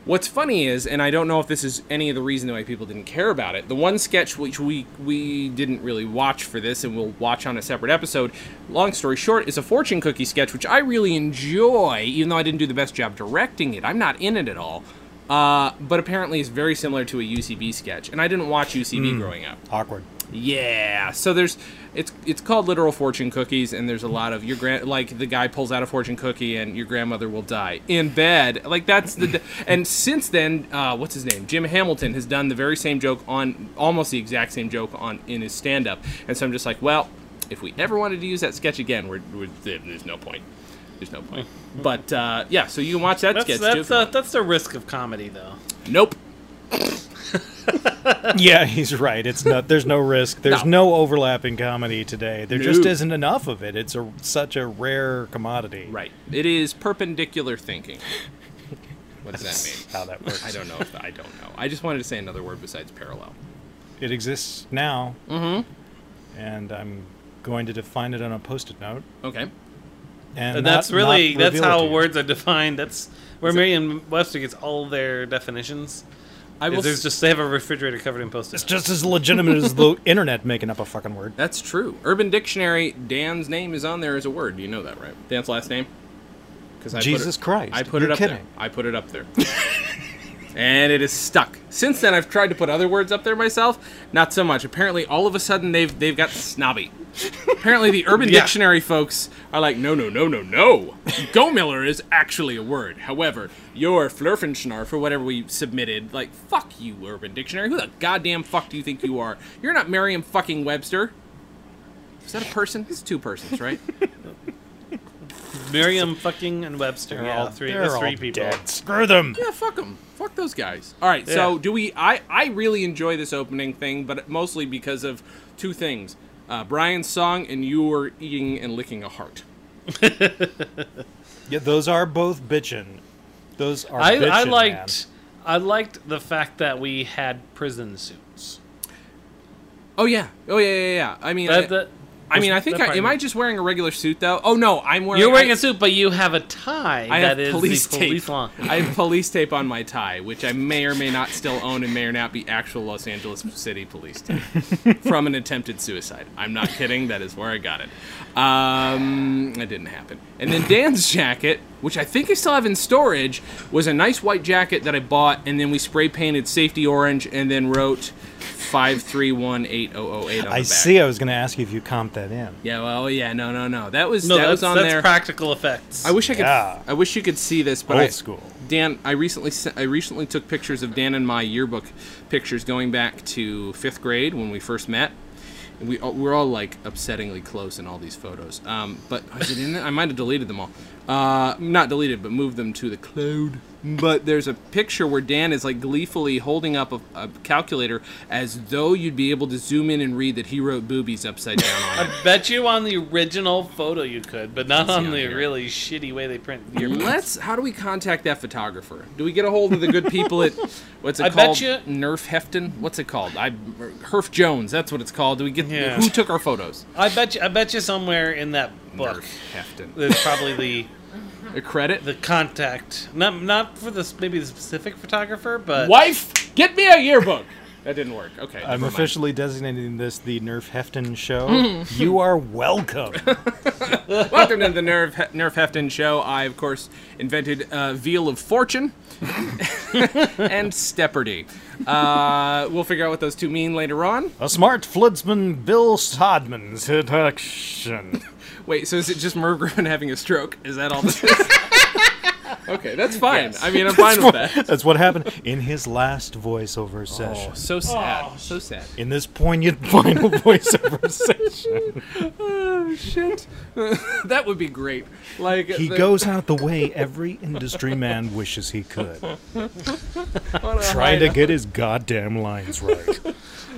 S1: What's funny is, and I don't know if this is any of the reason why people didn't care about it. The one sketch which we we didn't really watch for this, and we'll watch on a separate episode. Long story short, is a fortune cookie sketch which I really enjoy, even though I didn't do the best job directing it. I'm not in it at all, uh, but apparently it's very similar to a UCB sketch, and I didn't watch UCB growing up.
S2: Awkward.
S1: Yeah. So there's it's it's called literal fortune cookies, and there's a lot of your grand like the guy pulls out a fortune cookie and your grandmother will die in bed. Like that's the *laughs* and since then, uh, what's his name? Jim Hamilton has done the very same joke on almost the exact same joke on in his stand up, and so I'm just like, well, if we ever wanted to use that sketch again, we're, we're there's no point. There's no
S3: *laughs*
S1: point. But uh, yeah, so you can watch that
S3: That's
S1: sketch too.
S3: that's
S1: if you
S3: the,
S1: want.
S3: that's the risk of comedy, though.
S1: nope.
S2: *laughs* Yeah, he's right. It's not. There's no risk. There's
S1: No.
S2: no, overlap in comedy today. There just
S1: No.
S2: isn't enough of it. It's a such a rare commodity.
S1: Right. It is perpendicular thinking. What does
S3: *laughs*
S1: that mean?
S2: How that
S1: I
S2: works.
S1: don't know. If, I don't know. I just wanted to say another word besides parallel.
S2: It exists now. Mm-hmm. And I'm going to define it on a post-it note.
S1: Okay.
S2: And,
S3: And
S2: not-
S3: that's really
S2: not
S3: that's
S2: reveal it to
S3: how
S2: you.
S3: words are defined. That's where Merriam-Webster gets all their definitions.
S1: I
S3: Is
S1: will.
S3: there's just they have a refrigerator covered in post-it.
S2: It's just as legitimate as
S3: *laughs*
S2: the internet making up a fucking word.
S1: that's true. Urban Dictionary. Dan's name is on there as a word. You know that, right? Dan's last name. Because
S2: Jesus Christ,
S1: I put
S2: you're
S1: it up there. *laughs*
S2: kidding.
S1: I put it up there. and it is stuck. Since then, I've tried to put other words up there myself. Not so much. Apparently, all of a sudden they've they've got snobby. Apparently, the *laughs* Urban
S3: Yeah.
S1: Dictionary folks are like, no, no, no, no, no. Go-miller is actually a word. However, your flurfenschnarf or whatever we submitted, like, fuck you, Urban Dictionary. Who the goddamn fuck do you think you are? You're not Merriam fucking Webster. Is that a person? It's two persons, *laughs* right?
S3: Miriam fucking and Webster are all three.
S2: They're
S3: That's
S2: all
S3: three people.
S2: dead. Screw them.
S1: Yeah, fuck them. Fuck those guys. All right, so
S3: Yeah.
S1: do we? I I really enjoy this opening thing, but mostly because of two things: uh, Brian's song and you were eating and licking a heart.
S2: Yeah, those are both bitchin'. Those are.
S3: I,
S2: bitchin',
S3: I
S2: man.
S3: liked I liked the fact that we had prison suits.
S1: Oh yeah. Oh yeah. Yeah. yeah. I mean, I,
S3: That, that,
S1: I mean, I think
S3: that
S1: I,
S3: part-
S1: am I just wearing a regular suit though? Oh no, I'm wearing.
S3: you're wearing
S1: I-
S3: a suit, but you have a tie
S1: I
S3: that
S1: have
S3: is
S1: police
S3: the
S1: tape.
S3: police law.
S1: I
S3: *laughs*
S1: have police tape on my tie, which I may or may not still own, and may or not be actual Los Angeles City police
S3: *laughs*
S1: tape from an attempted suicide. I'm not kidding. That is where I got it. Um, it didn't happen. And then Dan's jacket, which I think I still have in storage, was a nice white jacket that I bought, and then we spray painted safety orange, and then wrote five three one eight zero zero eight on the
S2: I
S1: back.
S2: see. I was going to ask you if you comped that in.
S1: Yeah. Well. oh, Yeah. No. No. No. That was
S3: No,
S1: that
S3: that's,
S1: was on
S3: that's
S1: there.
S3: practical effects.
S1: I wish I could.
S2: Yeah.
S1: I wish you could see this, but
S2: Old
S1: I,
S2: school.
S1: Dan, I recently se- I recently took pictures of Dan and my yearbook pictures going back to fifth grade when we first met. And we all, we're all like upsettingly close in all these photos. Um, but is it in there? I might have deleted them all. Uh, not deleted, but moved them to the cloud. But there's a picture where Dan is like gleefully holding up a, a calculator as though you'd be able to zoom in and read that he wrote boobies upside down
S2: *laughs*
S1: on it.
S3: I bet you on the original photo you could, but not on
S1: on
S3: the
S1: here.
S3: really shitty way they print your
S1: Let's. How do we contact that photographer? Do we get a hold of the good people
S3: *laughs*
S1: at what's it
S3: I bet
S1: called?
S3: you-
S1: Nerf Hefton. What's it called? I Herf Jones. That's what it's called. Do we get
S3: Yeah.
S1: who took our photos?
S3: I bet you I bet you somewhere in that book
S1: Hefton.
S3: there's probably the
S1: A credit.
S3: the contact. Not not for the maybe the specific photographer, but
S1: Wife, get me a yearbook. That didn't work. Okay.
S2: I'm
S1: never mind.
S2: officially designating this the Nerf Hefton show. you are *laughs* welcome.
S1: Welcome to the Nerf He- Nerf Hefton show. I of course invented uh, Veal of
S3: *laughs*
S1: Fortune *laughs* and Stepperdy. Uh, we'll figure out what those two mean later on.
S2: A smart floodsman, Bill Stodman, hit action.
S1: Wait, so is it just Merv Griffin *laughs* having a stroke? Is that all this is? okay, that's fine. I mean, I'm fine with that.
S2: That's Oh, what happened in his last voiceover session.
S1: So sad. Oh, so sad.
S2: In this poignant *laughs* final voiceover *laughs* session,
S1: Oh, shit. *laughs* that would be great. Like
S2: he
S1: the-
S2: goes out the way every industry man wishes he *laughs* could,
S1: on a high
S2: trying to
S1: note.
S2: get his goddamn lines *laughs* right.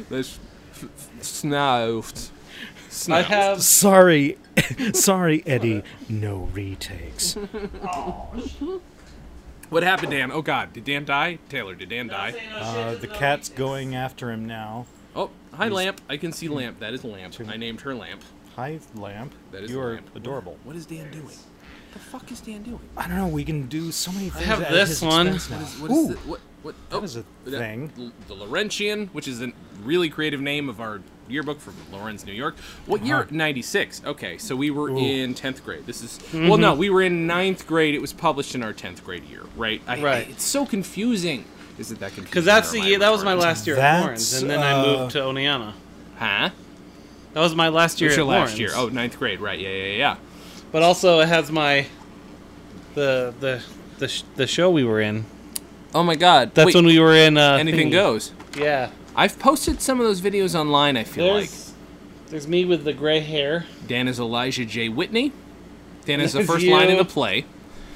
S1: This f- f- snout.
S3: I
S1: Snout.
S3: have
S2: Sorry, *laughs* sorry, Eddie. No retakes.
S1: What happened, Dan? Oh God, did Dan die? Taylor, did Dan die?
S2: Uh, the cat's going after him now.
S1: Oh, hi, Lamp. I can see Lamp. That is Lamp. I named her Lamp.
S2: Hi, lamp.
S1: That is
S2: you are
S1: Lamp.
S2: adorable.
S1: What is Dan doing? The fuck is Dan doing?
S2: I don't know. We can do so many things.
S3: have
S2: at
S3: this
S2: his
S3: one.
S2: expense now.
S1: What is
S2: Ooh,
S1: the, what, what, oh,
S2: is a
S1: that-
S2: thing.
S1: L- The Laurentian, which is a really creative name of our yearbook from Lawrence, New York. What
S3: Uh-huh.
S1: year? 96. Okay, so we were in 10th grade. This is, well,
S3: Mm-hmm.
S1: no, we were in 9th grade. It was published in our 10th grade year, right? I,
S3: Right.
S1: it's so confusing. Is it that confusing?
S3: because that's the
S1: Or am I
S3: year that was my
S1: retarded?
S3: last year at
S2: That's,
S3: Lawrence, and then I
S2: uh,
S3: moved to Oneana.
S1: Huh?
S3: That was my last year
S1: It's
S3: at
S1: your last
S3: Lawrence.
S1: year. Oh, ninth grade, right. Yeah, yeah, yeah.
S3: but also it has my the the the, sh- the show we were in.
S1: Oh my god.
S3: That's
S1: Wait,
S3: when we were in uh,
S1: Anything
S3: *laughs* thingy.
S1: goes.
S3: Yeah,
S1: I've posted some of those videos online, I feel like.
S3: there's there's me with the gray hair.
S1: Dan is Elijah J. Whitney. Dan is the
S3: There's
S1: first line in the
S3: you.
S1: play.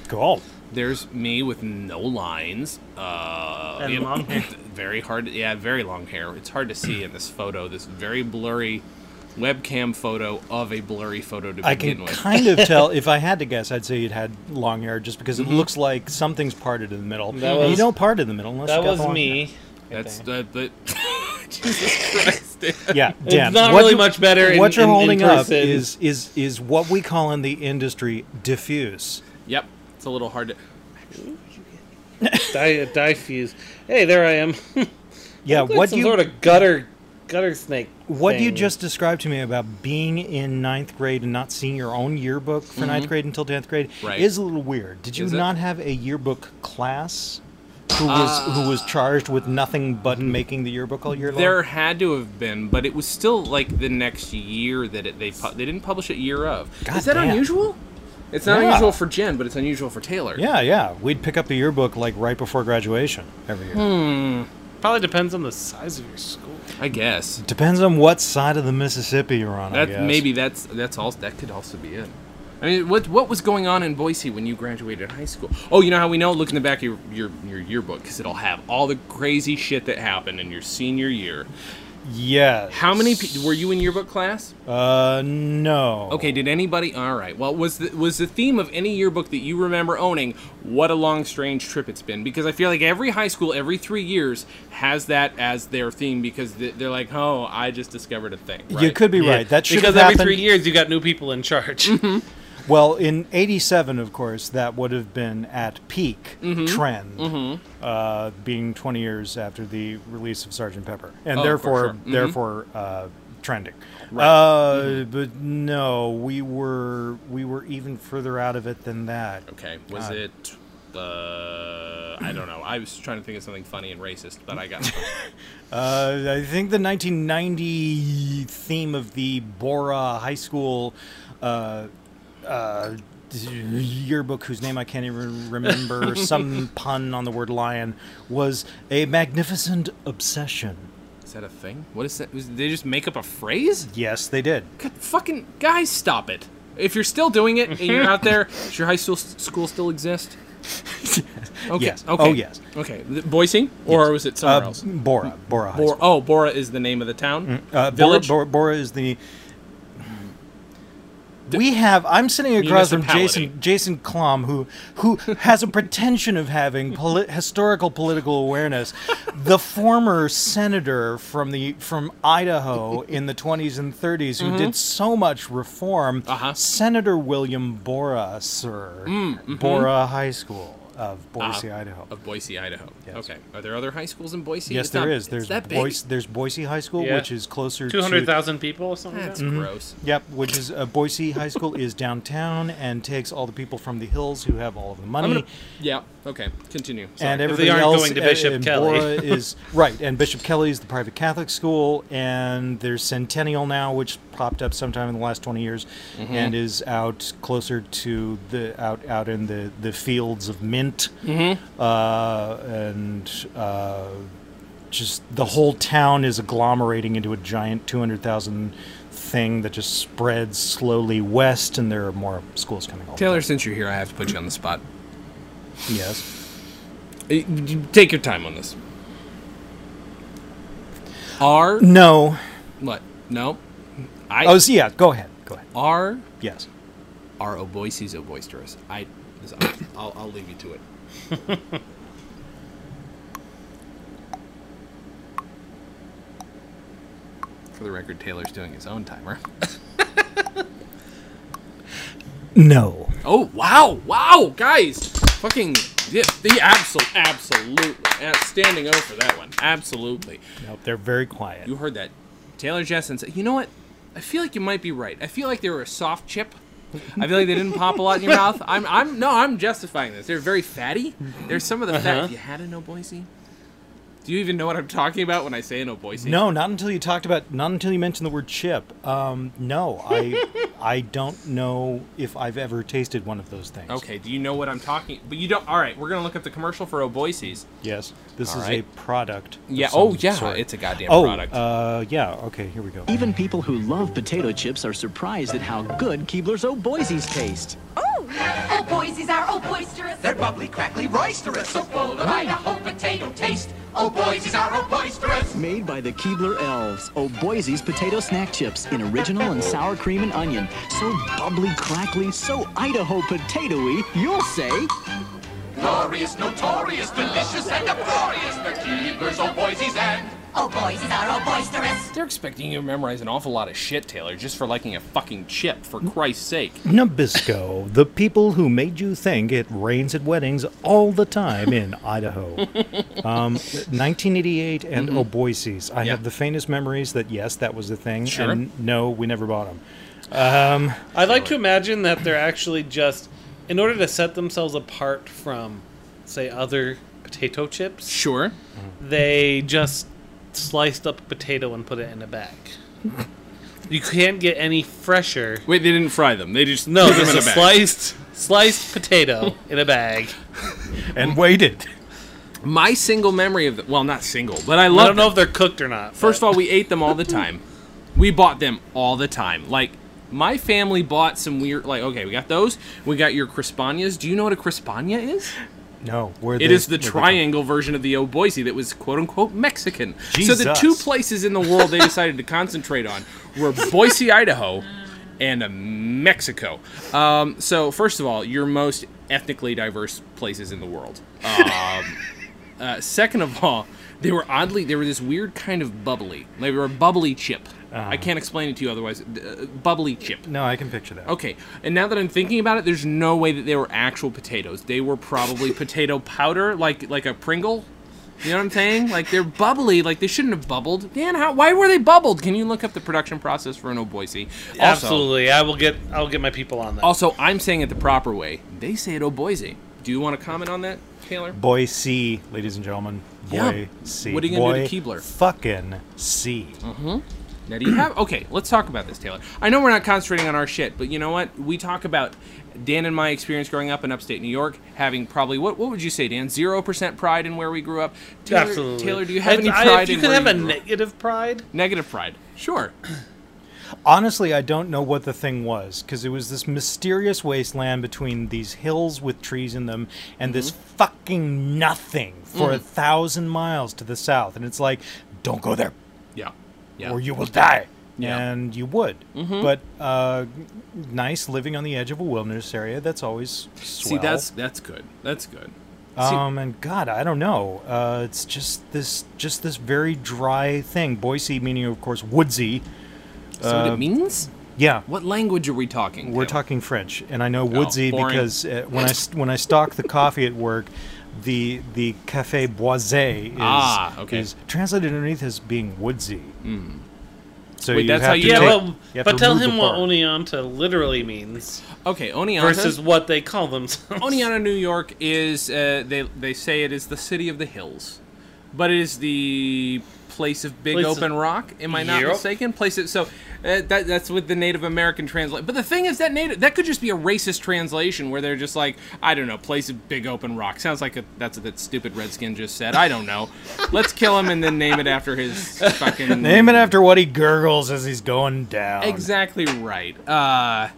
S2: Cool.
S1: There's me with no lines. Uh,
S3: And
S1: you know,
S3: long hair.
S1: *laughs* Very hard. Yeah, very long hair. It's hard to see in this photo. This very blurry webcam photo of a blurry photo to
S2: I
S1: begin *laughs*
S2: can
S1: with.
S2: kind of tell. If I had to guess, I'd say it had long hair, just because it looks like something's parted in the middle.
S3: Mm-hmm. That
S2: And you
S3: was-
S2: don't part in the middle unless
S3: That
S2: you got
S3: was
S2: long
S3: *laughs* me.
S1: That's uh, the. *laughs* Jesus Christ.
S2: hair. Yeah, Dan.
S3: it's not
S2: what
S3: really
S2: you-
S3: much better. in-
S2: What you're
S3: in- in
S2: holding up
S3: person.
S2: is is is what we call in the industry diffuse.
S1: Yep. It's a little hard to.
S3: Di- diffuse. Hey, there I am. *laughs*
S2: Yeah,
S3: Look like
S2: what
S3: some
S2: you
S3: sort of gutter gutter snake?
S2: what you
S3: thing.
S2: just described to me about being in ninth grade and not seeing your own yearbook for ninth grade until tenth grade
S1: Mm-hmm. Right.
S2: is a little weird. Did you
S1: Is it?
S2: not have a yearbook class?
S1: Uh,
S2: who was who was charged with nothing but making the yearbook all year long?
S1: There had to have been, but it was still like the next year that it, they pu- they didn't publish it year of.
S2: God
S1: Is that
S2: damn.
S1: unusual? It's not
S2: Yeah.
S1: unusual for Jen, but it's unusual for Taylor.
S2: yeah, yeah. We'd pick up a yearbook like right before graduation every year.
S1: Hmm.
S3: Probably depends on the size of your school.
S1: I guess.
S2: Depends on what side of the Mississippi you're on. I
S1: That
S2: guess.
S1: maybe that's that's all that could also be it. I mean, what what was going on in Boise when you graduated high school? Oh, you know how we know? Look in the back of your your, your yearbook because it'll have all the crazy shit that happened in your senior year.
S2: Yeah.
S1: How many pe- were you in yearbook class?
S2: Uh, no.
S1: Okay, did anybody? All right. Well, was the, was the theme of any yearbook that you remember owning what a long, strange trip it's been? Because I feel like every high school, every three years, has that as their theme because th- they're like, oh, I just discovered a thing. Right?
S2: You could be right. That should
S3: because
S2: have
S3: every
S2: happened.
S3: three years you got new people
S2: *laughs*
S3: in charge.
S2: Well, in '87, of course, that would have been at peak
S1: Mm-hmm.
S2: trend, uh, being 20 years after the release of Sergeant Pepper, and
S1: Oh, for
S2: therefore,
S1: sure. Mhm.
S2: therefore, uh, trending. Uh,
S1: Mm-hmm.
S2: But no, we were we were even further out of it than that.
S1: Okay. Was it? Uh, I don't know. I was trying to think of something funny and racist, but *laughs* I got. nothing.
S2: Uh, I think the 1990 theme of the Bora High School uh, uh, yearbook, whose name I can't even
S1: *laughs*
S2: remember, some pun on the word lion, was a magnificent obsession.
S1: is that a thing? What is that? Was, did they just make up a phrase?
S2: Yes, they did.
S1: God, fucking guys, stop it! If you're still doing it and you're out there, *laughs* does your high school school still exist? Okay.
S2: Yes.
S1: Okay.
S2: Oh, yes.
S1: Okay. Th- Boise, or was it somewhere
S2: Uh,
S1: else?
S2: Bora. Bora High
S1: Bor-
S2: School.
S1: oh, Bora is the name of the town.
S2: Uh, Bora,
S1: Village?
S2: Bora, Bora is the. We have. I'm sitting across from
S1: Municipality.
S2: Jason Jason Klom, who who has a pretension of having poli- historical political awareness. The former senator from the from Idaho in the 20s and 30s, who did so much reform.
S1: Uh-huh.
S2: Senator William Bora, sir, Bora High School of Boise,
S1: Ah,
S2: Idaho.
S1: Of Boise, Idaho.
S2: Yes.
S1: Okay. Are there other high schools in Boise?
S2: Yes,
S1: It's
S2: there
S1: not-
S2: is.
S1: it's
S2: There's
S1: that big?
S2: Boise, there's Boise High School,
S3: Yeah.
S2: which is closer
S3: Two
S2: to
S3: hundred thousand people or something.
S1: That's
S3: like
S1: gross.
S2: Yep, which is uh, Boise High School is downtown and takes all the people from the hills who have all of the money,
S1: I'm gonna, yeah. Okay. Continue. Sorry.
S2: and
S3: If they
S2: everybody
S3: aren't
S2: else
S3: going to
S2: uh,
S3: Bishop
S2: in
S3: Kelly. *laughs*
S2: Bora is right. And Bishop Kelly is the private Catholic school, and there's Centennial now, which popped up sometime in the last twenty years,
S3: Mm-hmm.
S2: and is out closer to the out out in the the fields of mint,
S3: Mm-hmm.
S2: uh, and. Uh, just the whole town is agglomerating into a giant 200,000 thing that just spreads slowly west, and there are more schools coming on.
S1: Taylor, since you're here, I have to put you on the spot.
S2: Yes.
S1: Uh, you- Take your time on this. Are
S2: No.
S1: what? No. I
S2: Oh, so yeah, go ahead. Go ahead.
S1: are
S2: Yes.
S1: are Oboise's Oboisterous. I. this- I'll, I'll, I'll leave you to it. *laughs* For the record, Taylor's doing his own timer.
S2: No.
S1: *laughs* Oh wow, wow, guys! Fucking yeah, the absolute, absolutely, Uh, standing over for that one. Absolutely,
S2: No, they're very quiet.
S1: you heard that. Taylor Jessen said, "You know what? I feel like you might be right. I feel like they were a soft chip. I feel like they didn't pop a lot in your mouth. I'm, I'm, no, I'm justifying this. They're very fatty. There's some of the fat. If you had an Oboise, do you even know what I'm talking about when I say an Oboise?
S2: No, not until you talked about, not until you mentioned the word chip. Um, no,
S1: *laughs*
S2: I, I don't know if I've ever tasted one of those things.
S1: Okay, do you know what I'm talking? But you don't. All right, we're gonna look up the commercial for Oboise's.
S2: Yes. This
S1: All
S2: is
S1: right.
S2: a product. of
S1: Yeah.
S2: some
S1: Oh yeah.
S2: sort.
S1: It's a goddamn
S2: oh,
S1: product.
S2: uh, yeah. Okay, here we go.
S4: Even people who love potato chips are surprised at how good Keebler's O'Boise's taste.
S5: Oh, oh, Boise's are oh boisterous.
S6: They're bubbly, crackly, roisterous.
S5: so full of Idaho potato taste. Oh, Boise's are oh boisterous.
S4: Made by the Keebler Elves, O'Boise's potato snack chips in original and sour cream and onion. So bubbly, crackly, so Idaho potatoy, you'll say.
S6: Glorious, notorious, delicious, and uproarious. The Keebler's, old Boise's, and
S5: Oh, Boise's are oh boisterous.
S1: They're expecting you to memorize an awful lot of shit, Taylor, just for liking a fucking chip, for Christ's sake.
S2: Nabisco, the people who made you think it rains at weddings all the time
S1: *laughs*
S2: in Idaho. Um, 1988 and oh Oboise's. I
S1: Mm-hmm. Yeah.
S2: have the faintest memories that, yes, that was the thing.
S1: Sure.
S2: And no, we never bought them.
S3: I like to imagine that they're actually just, in order to set themselves apart from, say, other potato chips.
S1: Sure.
S3: They just sliced up a potato and put it in a bag. you can't get any fresher.
S1: Wait, they didn't fry them. They just
S3: No,
S1: threw them
S3: just
S1: in
S3: a
S1: a bag.
S3: sliced sliced potato in a bag.
S1: Mm-hmm.
S2: and waited.
S1: My single memory of the well, not single, but I
S3: I
S1: love.
S3: don't know if they're cooked or not.
S1: First of
S3: but-
S1: all, we ate them all the time. We bought them all the time. Like my family bought some weird. Like okay, we got those. We got your crispañas. Do you know what a crispaña is?
S2: No, where
S1: It is the
S2: triangle.
S1: triangle version of the old Boise that was quote unquote Mexican. So the
S2: Jesus.
S1: two places in the world they
S2: *laughs*
S1: decided to concentrate on were Boise, Idaho, and uh, Mexico. Um, so first of all, your most ethnically diverse places in the world. Um,
S2: *laughs*
S1: uh, second of all, they were oddly they were this weird kind of bubbly. They were a bubbly chip.
S2: Uh-huh.
S1: I can't explain it to you otherwise. Uh, bubbly chip.
S2: No, I can picture that.
S1: Okay, and now that I'm thinking about it, there's no way that they were actual potatoes. They were probably potato powder, like like a Pringle. You know what I'm saying? Like they're bubbly. Like they shouldn't have bubbled. Dan, how, why were they bubbled? Can you look up the production process for an old Boise? Also,
S3: absolutely, I will get I'll get my people on that.
S1: Also, I'm saying it the proper way. They say it old Boise. Do you want to comment on that, Taylor?
S2: Boy C, ladies and gentlemen. Boy
S1: Yeah.
S2: C.
S1: What are you gonna do to
S2: Boy
S1: Keebler? Mm.
S2: Fucking C.
S1: Now, do you have? Okay, let's talk about this, Taylor. I know we're not concentrating on our shit, but you know what? We talk about Dan and my experience growing up in upstate New York, having probably what? What would you say, Dan? Zero percent pride in where we grew up. Taylor,
S3: absolutely.
S1: Taylor, do you have
S3: And
S1: any
S3: I-
S1: pride
S3: if you
S1: in
S3: could
S1: where
S3: have a
S1: you grew up?
S3: negative pride,
S1: negative pride? Sure. *clears throat*
S2: Honestly, I don't know what the thing was because it was this mysterious wasteland between these hills with trees in them and this
S1: Mm-hmm.
S2: fucking nothing
S1: Mm.
S2: for a thousand miles to the south. And it's like, don't go there
S1: Yeah. Yeah.
S2: or you will die.
S1: Yeah. Mm-hmm.
S2: And you would. But uh, nice living on the edge of a wilderness area, that's always
S1: See,
S2: swell.
S1: that's that's good. That's good. See,
S2: Um, and God, I don't know. Uh, it's just this, just this very dry thing. Boise, meaning of course woodsy.
S1: so what
S3: Uh,
S1: it means?
S2: Yeah,
S1: What language are we talking?
S2: we're
S1: Taylor?
S2: talking French, and I know woodsy
S1: boring.
S2: because uh, when I st- when I stock the coffee at work, the the Café Boisé is,
S1: Ah, okay. Hmm.
S2: is translated underneath as being woodsy. So
S1: Wait,
S2: you
S1: that's
S2: have
S1: how
S2: to
S1: you-
S3: yeah.
S2: take-
S3: well,
S2: you have
S3: but
S2: to
S3: tell
S2: remove
S3: him
S2: the
S3: what
S2: bar.
S3: oneonta literally means
S1: Okay, Oneonta
S3: versus what they call themselves.
S1: Oneonta, New York is uh, they they say it is the city of the hills, but it is the place of big
S3: Place of-
S1: open rock. Am I not
S3: Yep.
S1: mistaken? Place it so uh, that that's with the Native American translate. But the thing is that native that could just be a racist translation where they're just like I don't know, place of big open rock. Sounds like a, that's what that stupid redskin just said. I don't know. Let's kill him and then name it after
S3: *laughs*
S1: his fucking
S2: Name it after what he gurgles as he's going down.
S1: Exactly right. Uh,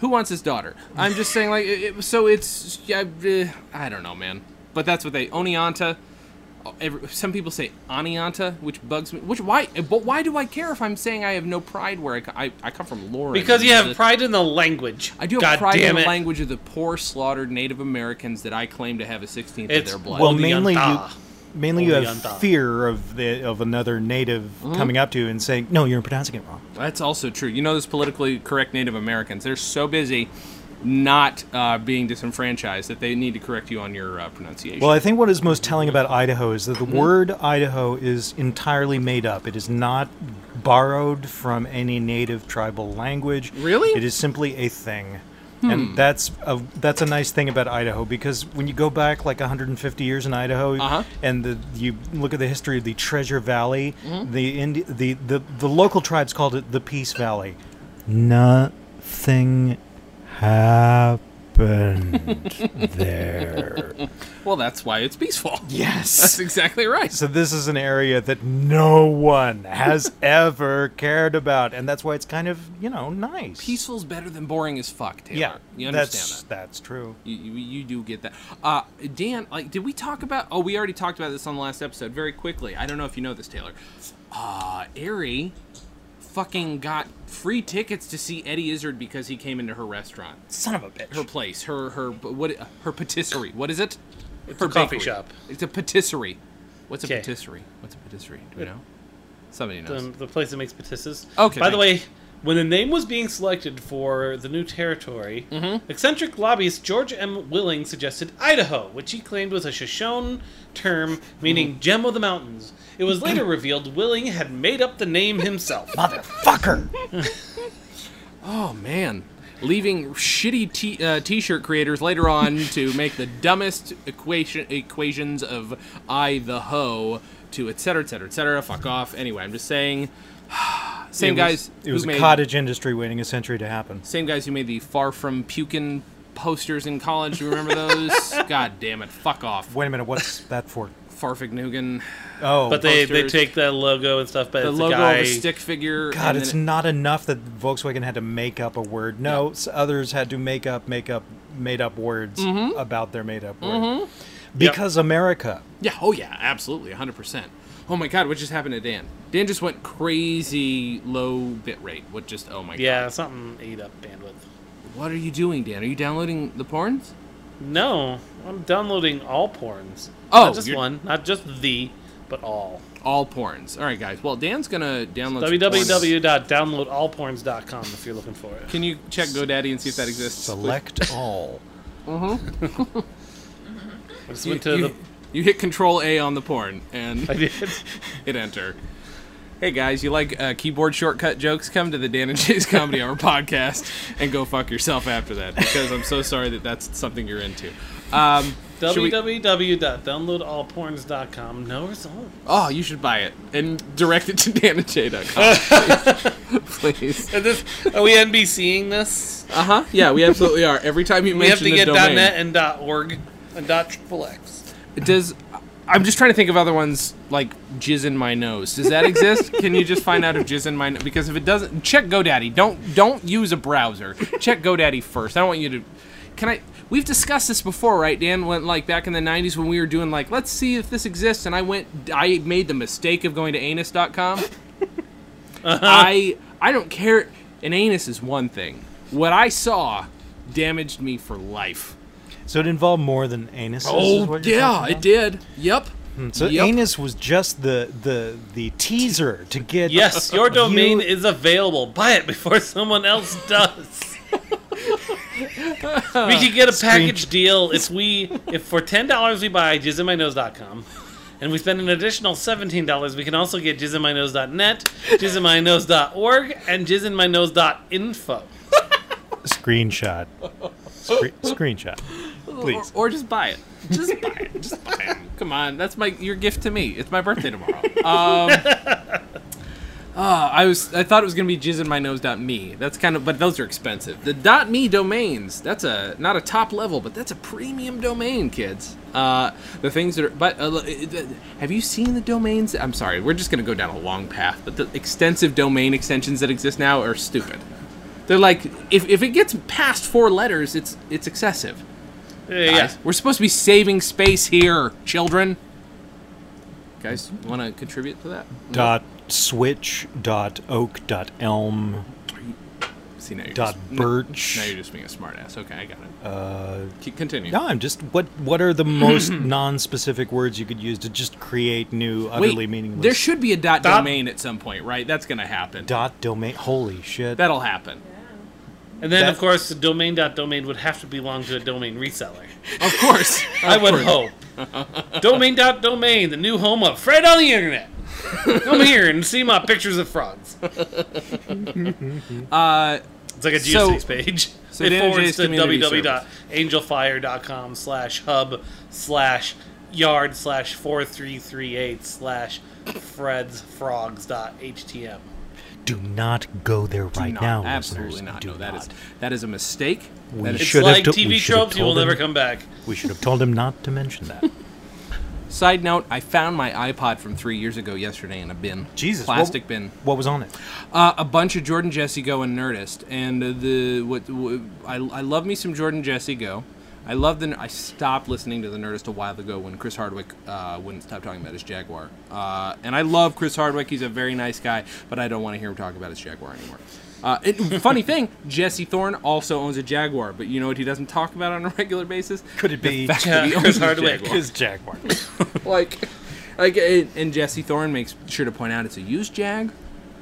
S1: who wants his daughter? I'm just saying, like, it, it- so it's yeah, uh, I don't know, man. But that's what they Oneonta. uh, Every, some people say Oneonta, which bugs me. Which why? eh, But why do I care if I'm saying I have no pride where I, co- I, I come from? Lauren
S3: *laughs* because you
S1: The-
S3: have pride in the language.
S1: I do have
S3: God
S1: pride in
S3: damn
S1: the
S3: it.
S1: language of the poor slaughtered Native Americans that I claim to have a sixteenth of
S3: It's-
S1: their blood.
S2: well,
S3: Only
S2: mainly you,
S3: Yanta.
S2: mainly you
S3: Only Mm-hmm.
S2: have
S3: Yanta.
S2: fear of the of another native coming up to you and saying, "No, you're pronouncing it wrong."
S1: That's also true. You know, those politically correct Native Americans, they're so busy not uh, being disenfranchised that they need to correct you on your uh, pronunciation.
S2: Well, I think what is most telling about Idaho is
S1: Mm-hmm.
S2: that the word Idaho is entirely made up. It is not borrowed from any native tribal language.
S1: Really? Hmm.
S2: It is simply a thing. And that's a that's a nice thing about Idaho because when you go back like 150 years in Idaho
S1: Uh-huh.
S2: and the, you look at the history of the Treasure Valley,
S1: Mm-hmm.
S2: the, Indi- the the the local tribes called it the Peace Valley. Nothing
S1: *laughs*
S2: happened there.
S1: Well, that's why it's peaceful.
S2: Yes.
S1: *laughs* That's exactly right.
S2: So this is an area that no
S1: *laughs*
S2: one has ever cared about, and that's why it's kind of you know nice.
S1: Peaceful's better than boring as fuck, Taylor.
S2: Yeah,
S1: You
S2: that's,
S1: understand that.
S2: That's true.
S1: You, you, you do get that. Uh, Dan, like, did we talk about? Oh, we already talked about this on the last episode. Very quickly, I don't know if you know this, Taylor. Uh, Ari fucking got free tickets to see Eddie Izzard because he came into her restaurant.
S2: Son of a bitch.
S1: her place, her her what her patisserie. What is it? It's her
S3: a coffee shop.
S1: It's a patisserie. What's a
S3: 'Kay.
S1: patisserie? What's a patisserie? Do we know? Somebody knows.
S3: Um, the, the place that makes patisses.
S1: Okay,
S3: By the way,
S1: thanks.
S3: when the name was being selected for the new territory,
S1: Mm-hmm.
S3: eccentric lobbyist George M. Willing suggested Idaho, which he claimed was a Shoshone term meaning
S1: Mm-hmm.
S3: gem of the mountains. It was later revealed Willing had made up the name himself.
S2: Motherfucker.
S1: oh man. leaving shitty t- uh, t-shirt creators later on to make the dumbest equation equations of I the hoe to et cetera, et cetera, et cetera. Fuck off. Anyway, I'm just saying. *sighs* Same
S2: It was-
S1: guys.
S2: It was
S1: who
S2: a
S1: made,
S2: cottage industry waiting a century to happen.
S1: Same guys who made the far from pukin posters in college. You remember
S2: *laughs*
S1: those? God damn it! Fuck off.
S2: Wait a
S1: *laughs*
S2: minute, what's that for?
S1: Farfignugan.
S2: Oh,
S3: But they, they
S1: Posters.
S3: take that logo and stuff, but
S1: The
S3: it's
S1: logo
S3: a guy.
S1: of a stick figure.
S2: God,
S1: and
S2: it's
S1: then
S2: not enough that Volkswagen had to make up a word. No, s others had to make up, make up, made up words
S1: Mm-hmm.
S2: about their made up word. Because America.
S1: it- yeah. Oh yeah. Absolutely. 100. percent Oh my god. What just happened to Dan? Dan just went crazy low bit rate. What just? Oh my
S3: Yeah, something ate up bandwidth.
S1: god. What are you doing, Dan? Are you downloading the porns?
S3: No, I'm downloading all porns.
S1: Oh,
S3: not just
S1: you're-
S3: one, not just the, but all.
S1: All porns. All right, guys. Well, Dan's gonna download. some porns.
S3: www.downloadallporns.com if you're looking for it.
S1: Can you check GoDaddy and see if that exists? *laughs*
S2: Select all.
S3: I just
S1: You,
S3: went to
S1: you-
S3: the.
S1: you hit Control A on the porn and
S3: I *laughs* did.
S1: hit enter. Hey guys, you like uh, keyboard shortcut jokes? Come to the Dan and Jay's Comedy Hour *laughs* podcast and go fuck yourself after that because I'm so sorry that that's something you're into. Um, should we-
S3: www.downloadallporns.com. No result.
S1: oh, you should buy it and direct it to *laughs*
S3: *laughs*
S1: danandjay.com. Please.
S3: Are, this, are we NBCing this?
S1: Uh huh. Yeah, we absolutely are. Every time you
S3: We have
S1: mention
S3: to
S1: a
S3: get
S1: domain,
S3: .net and .org and .xxx.
S1: does I'm just trying to think of other ones like jizz in my nose. Does that exist? Can you just find out if jizz in my nose? Because if it doesn't, check GoDaddy. Don't don't use a browser. Check GoDaddy first. I don't want you to. Can I? We've discussed this before, right, Dan? When like back in the '90s when we were doing like, let's see if this exists, and I went, I made the mistake of going to anus.com. I I don't care. An anus is one thing. What I saw damaged me for life.
S2: So it involved more than anus.
S1: Oh yeah, it did. Yep.
S2: So
S1: Yep.
S2: anus was just the the the teaser to get.
S3: Yes,
S2: *laughs*
S3: your
S2: you-
S3: domain is available. Buy it before someone else does. we could get a package deal if we if for ten dollars we buy jizzinmynose.com and we spend an additional seventeen dollars we can also get jizzinmynose.net, jizzinmynose.org, and jizzinmynose.info.
S2: screenshot. Scre- screenshot. Please.
S1: Or, or just buy it. Just buy it. Just buy it. Come on, that's my your gift to me. It's my birthday tomorrow. Um, ah, I was I thought it was gonna be jizz in my nose dot me. That's kind of but those are expensive. The dot me domains. That's a not a top level, but that's a premium domain, kids. Uh, the things that are but uh, it- it- have you seen the domains? I'm sorry, we're just gonna go down a long path. But the extensive domain extensions that exist now are stupid. They're like if, if it gets past four letters, it's it's excessive.
S3: Yeah,
S1: Guys, We're supposed to be saving space here, children. Guys, want to contribute to that?
S2: Dot switch. Dot oak. Dot elm.
S1: See, now you're
S2: Dot
S1: just,
S2: birch.
S1: Now you're just being a smartass. Okay, I got it. Uh, Keep, continue.
S2: No, I'm just what what are the most *clears throat* non-specific words you could use to just create new
S1: Wait,
S2: utterly meaningless
S1: there should be a dot,
S3: Dot-
S1: domain at some point, right? That's gonna happen.
S2: dot domain holy shit.
S1: That'll happen.
S3: and then of
S2: that-
S3: course the domain.domain would have to belong to a domain reseller.
S1: Of
S2: *laughs*
S1: course.
S3: I would hope. Domain.domain, the new home of Fred on the internet. Come here and see my pictures of frogs. uh,
S1: Uh,
S3: it's like a
S1: so-
S3: GeoCities page.
S1: so
S3: it
S1: Dan and Jay's
S3: forwards to
S1: community
S3: www.angelfire.com slash hub slash yard slash 4338 slash Fred's frogs.htm.
S2: Do not go there right
S1: No,
S2: now,
S1: absolutely
S2: listeners.
S1: not.
S2: Do
S1: No, that
S2: not.
S1: is that is a mistake.
S2: We
S1: That is-
S2: should-
S3: It's
S2: have
S3: like
S2: to- we
S3: TV
S2: should have
S3: tropes, you will
S2: told
S3: never
S2: him.
S3: come back.
S2: We should have told him not to mention
S1: *laughs*
S2: that.
S1: Side note: I found my iPod from three years ago yesterday in a bin.
S2: Jesus, what-
S1: plastic bin.
S2: What was on it?
S1: Uh, a bunch of Jordan Jesse Go and Nerdist, and uh, the what, wh- I, I love me some Jordan Jesse Go. I love the. I stopped listening to the Nerdist a while ago when Chris Hardwick uh, wouldn't stop talking about his Jaguar. Uh, and I love Chris Hardwick; he's a very nice guy, but I don't want to hear him talk about his Jaguar anymore. Uh, and *laughs* funny thing, Jesse Thorne also owns a Jaguar, but you know what he doesn't talk about on a *laughs* regular basis?
S2: Could it be
S1: the fact that he
S3: Chris
S1: owns a
S3: Hardwick?
S1: Jaguar
S2: His Jaguar.
S1: *laughs* like, like, and and Jesse Thorne makes sure to point out it's a used Jag.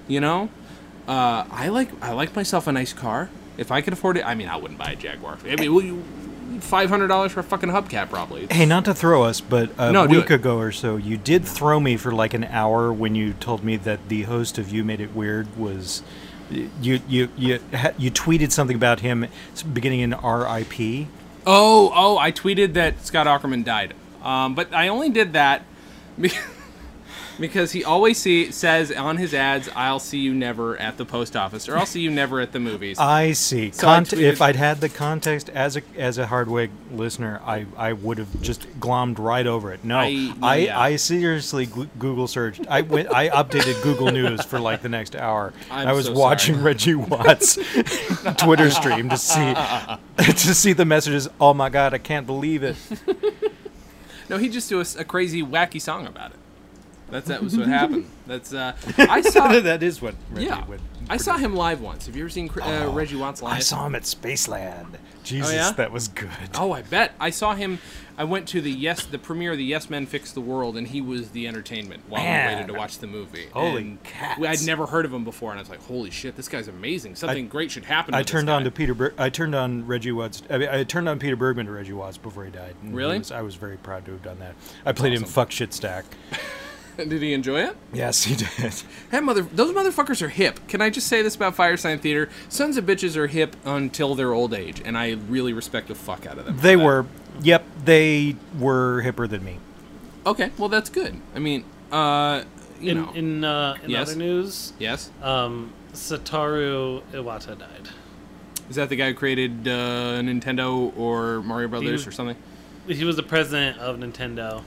S1: You know, uh, I like I like myself a nice car. If I could afford it, I mean, I wouldn't buy a Jaguar. I mean, five hundred dollars for a fucking hubcap, probably.
S2: *coughs* hey, not to throw us, but a
S1: No, do
S2: week
S1: it.
S2: ago or so, you did throw me for like an hour when you told me that the host of You Made It Weird was you you you ha- you tweeted something about him beginning in R.I.P.
S1: Oh, oh, I tweeted that Scott Ackerman died. Um, but I only did that *laughs* be- because he always see, says on his ads, I'll see you never at the post office or I'll see you never at the movies.
S2: I see.
S1: So I
S2: Cont- if
S1: tweeted-
S2: I'd had the context as a as a Hardwig listener, I, I would have just glommed right over it. No,
S1: I-
S2: I
S1: yeah.
S2: I, seriously gl- Google searched. I went. I updated Google News for like the next hour.
S1: I'm
S2: I was
S1: so sorry.
S2: watching
S1: *laughs*
S2: Reggie Watts' Twitter stream to see to see the messages. Oh my God! I can't
S1: *laughs*
S2: believe it.
S1: No, he just do a, s- a crazy, wacky song about it. That's that
S2: *laughs*
S1: was what happened. That's uh, I saw.
S2: that is what Reggie
S1: yeah,
S2: would. Oh,
S1: I saw him live once. Have you ever seen Cr- uh, Reggie Watts live?
S2: I saw him at Spaceland. Jesus,
S1: Oh, yeah?
S2: that was good.
S1: Oh, I bet. I saw him. I went to the yes, the premiere of the Yes Men Fix the World, and he was the entertainment while we
S2: Man.
S1: waited to watch the movie.
S2: Holy
S1: And
S2: cats.
S1: we- I'd never heard of him before, and I was like, "Holy shit, this guy's amazing! Something great should happen."
S2: I
S1: with this
S2: turned on
S1: guy."
S2: to Peter. Ber- I turned on Reggie Watts. I, mean, I turned on Peter Bergman to Reggie Watts before he died. and he
S1: Really?
S2: was- I was very proud to have done that. I played him fuck shit stack.
S1: *laughs* Did he enjoy it?
S2: Yes, he did.
S1: That mother, those motherfuckers are hip. Can I just say this about Firesign Theater? Sons of bitches are hip until their old age, and I really respect the fuck out of them. for
S2: They
S1: that.
S2: were. Yep, they were hipper than me.
S1: Okay, well that's good. I mean, uh, you
S3: In
S1: know,
S3: in, uh, in
S1: Yes.
S3: other news,
S1: yes.
S3: um, Satoru Iwata died.
S1: Is that the guy who created uh, Nintendo or Mario Brothers
S3: was-
S1: or something?
S3: He was the president of Nintendo.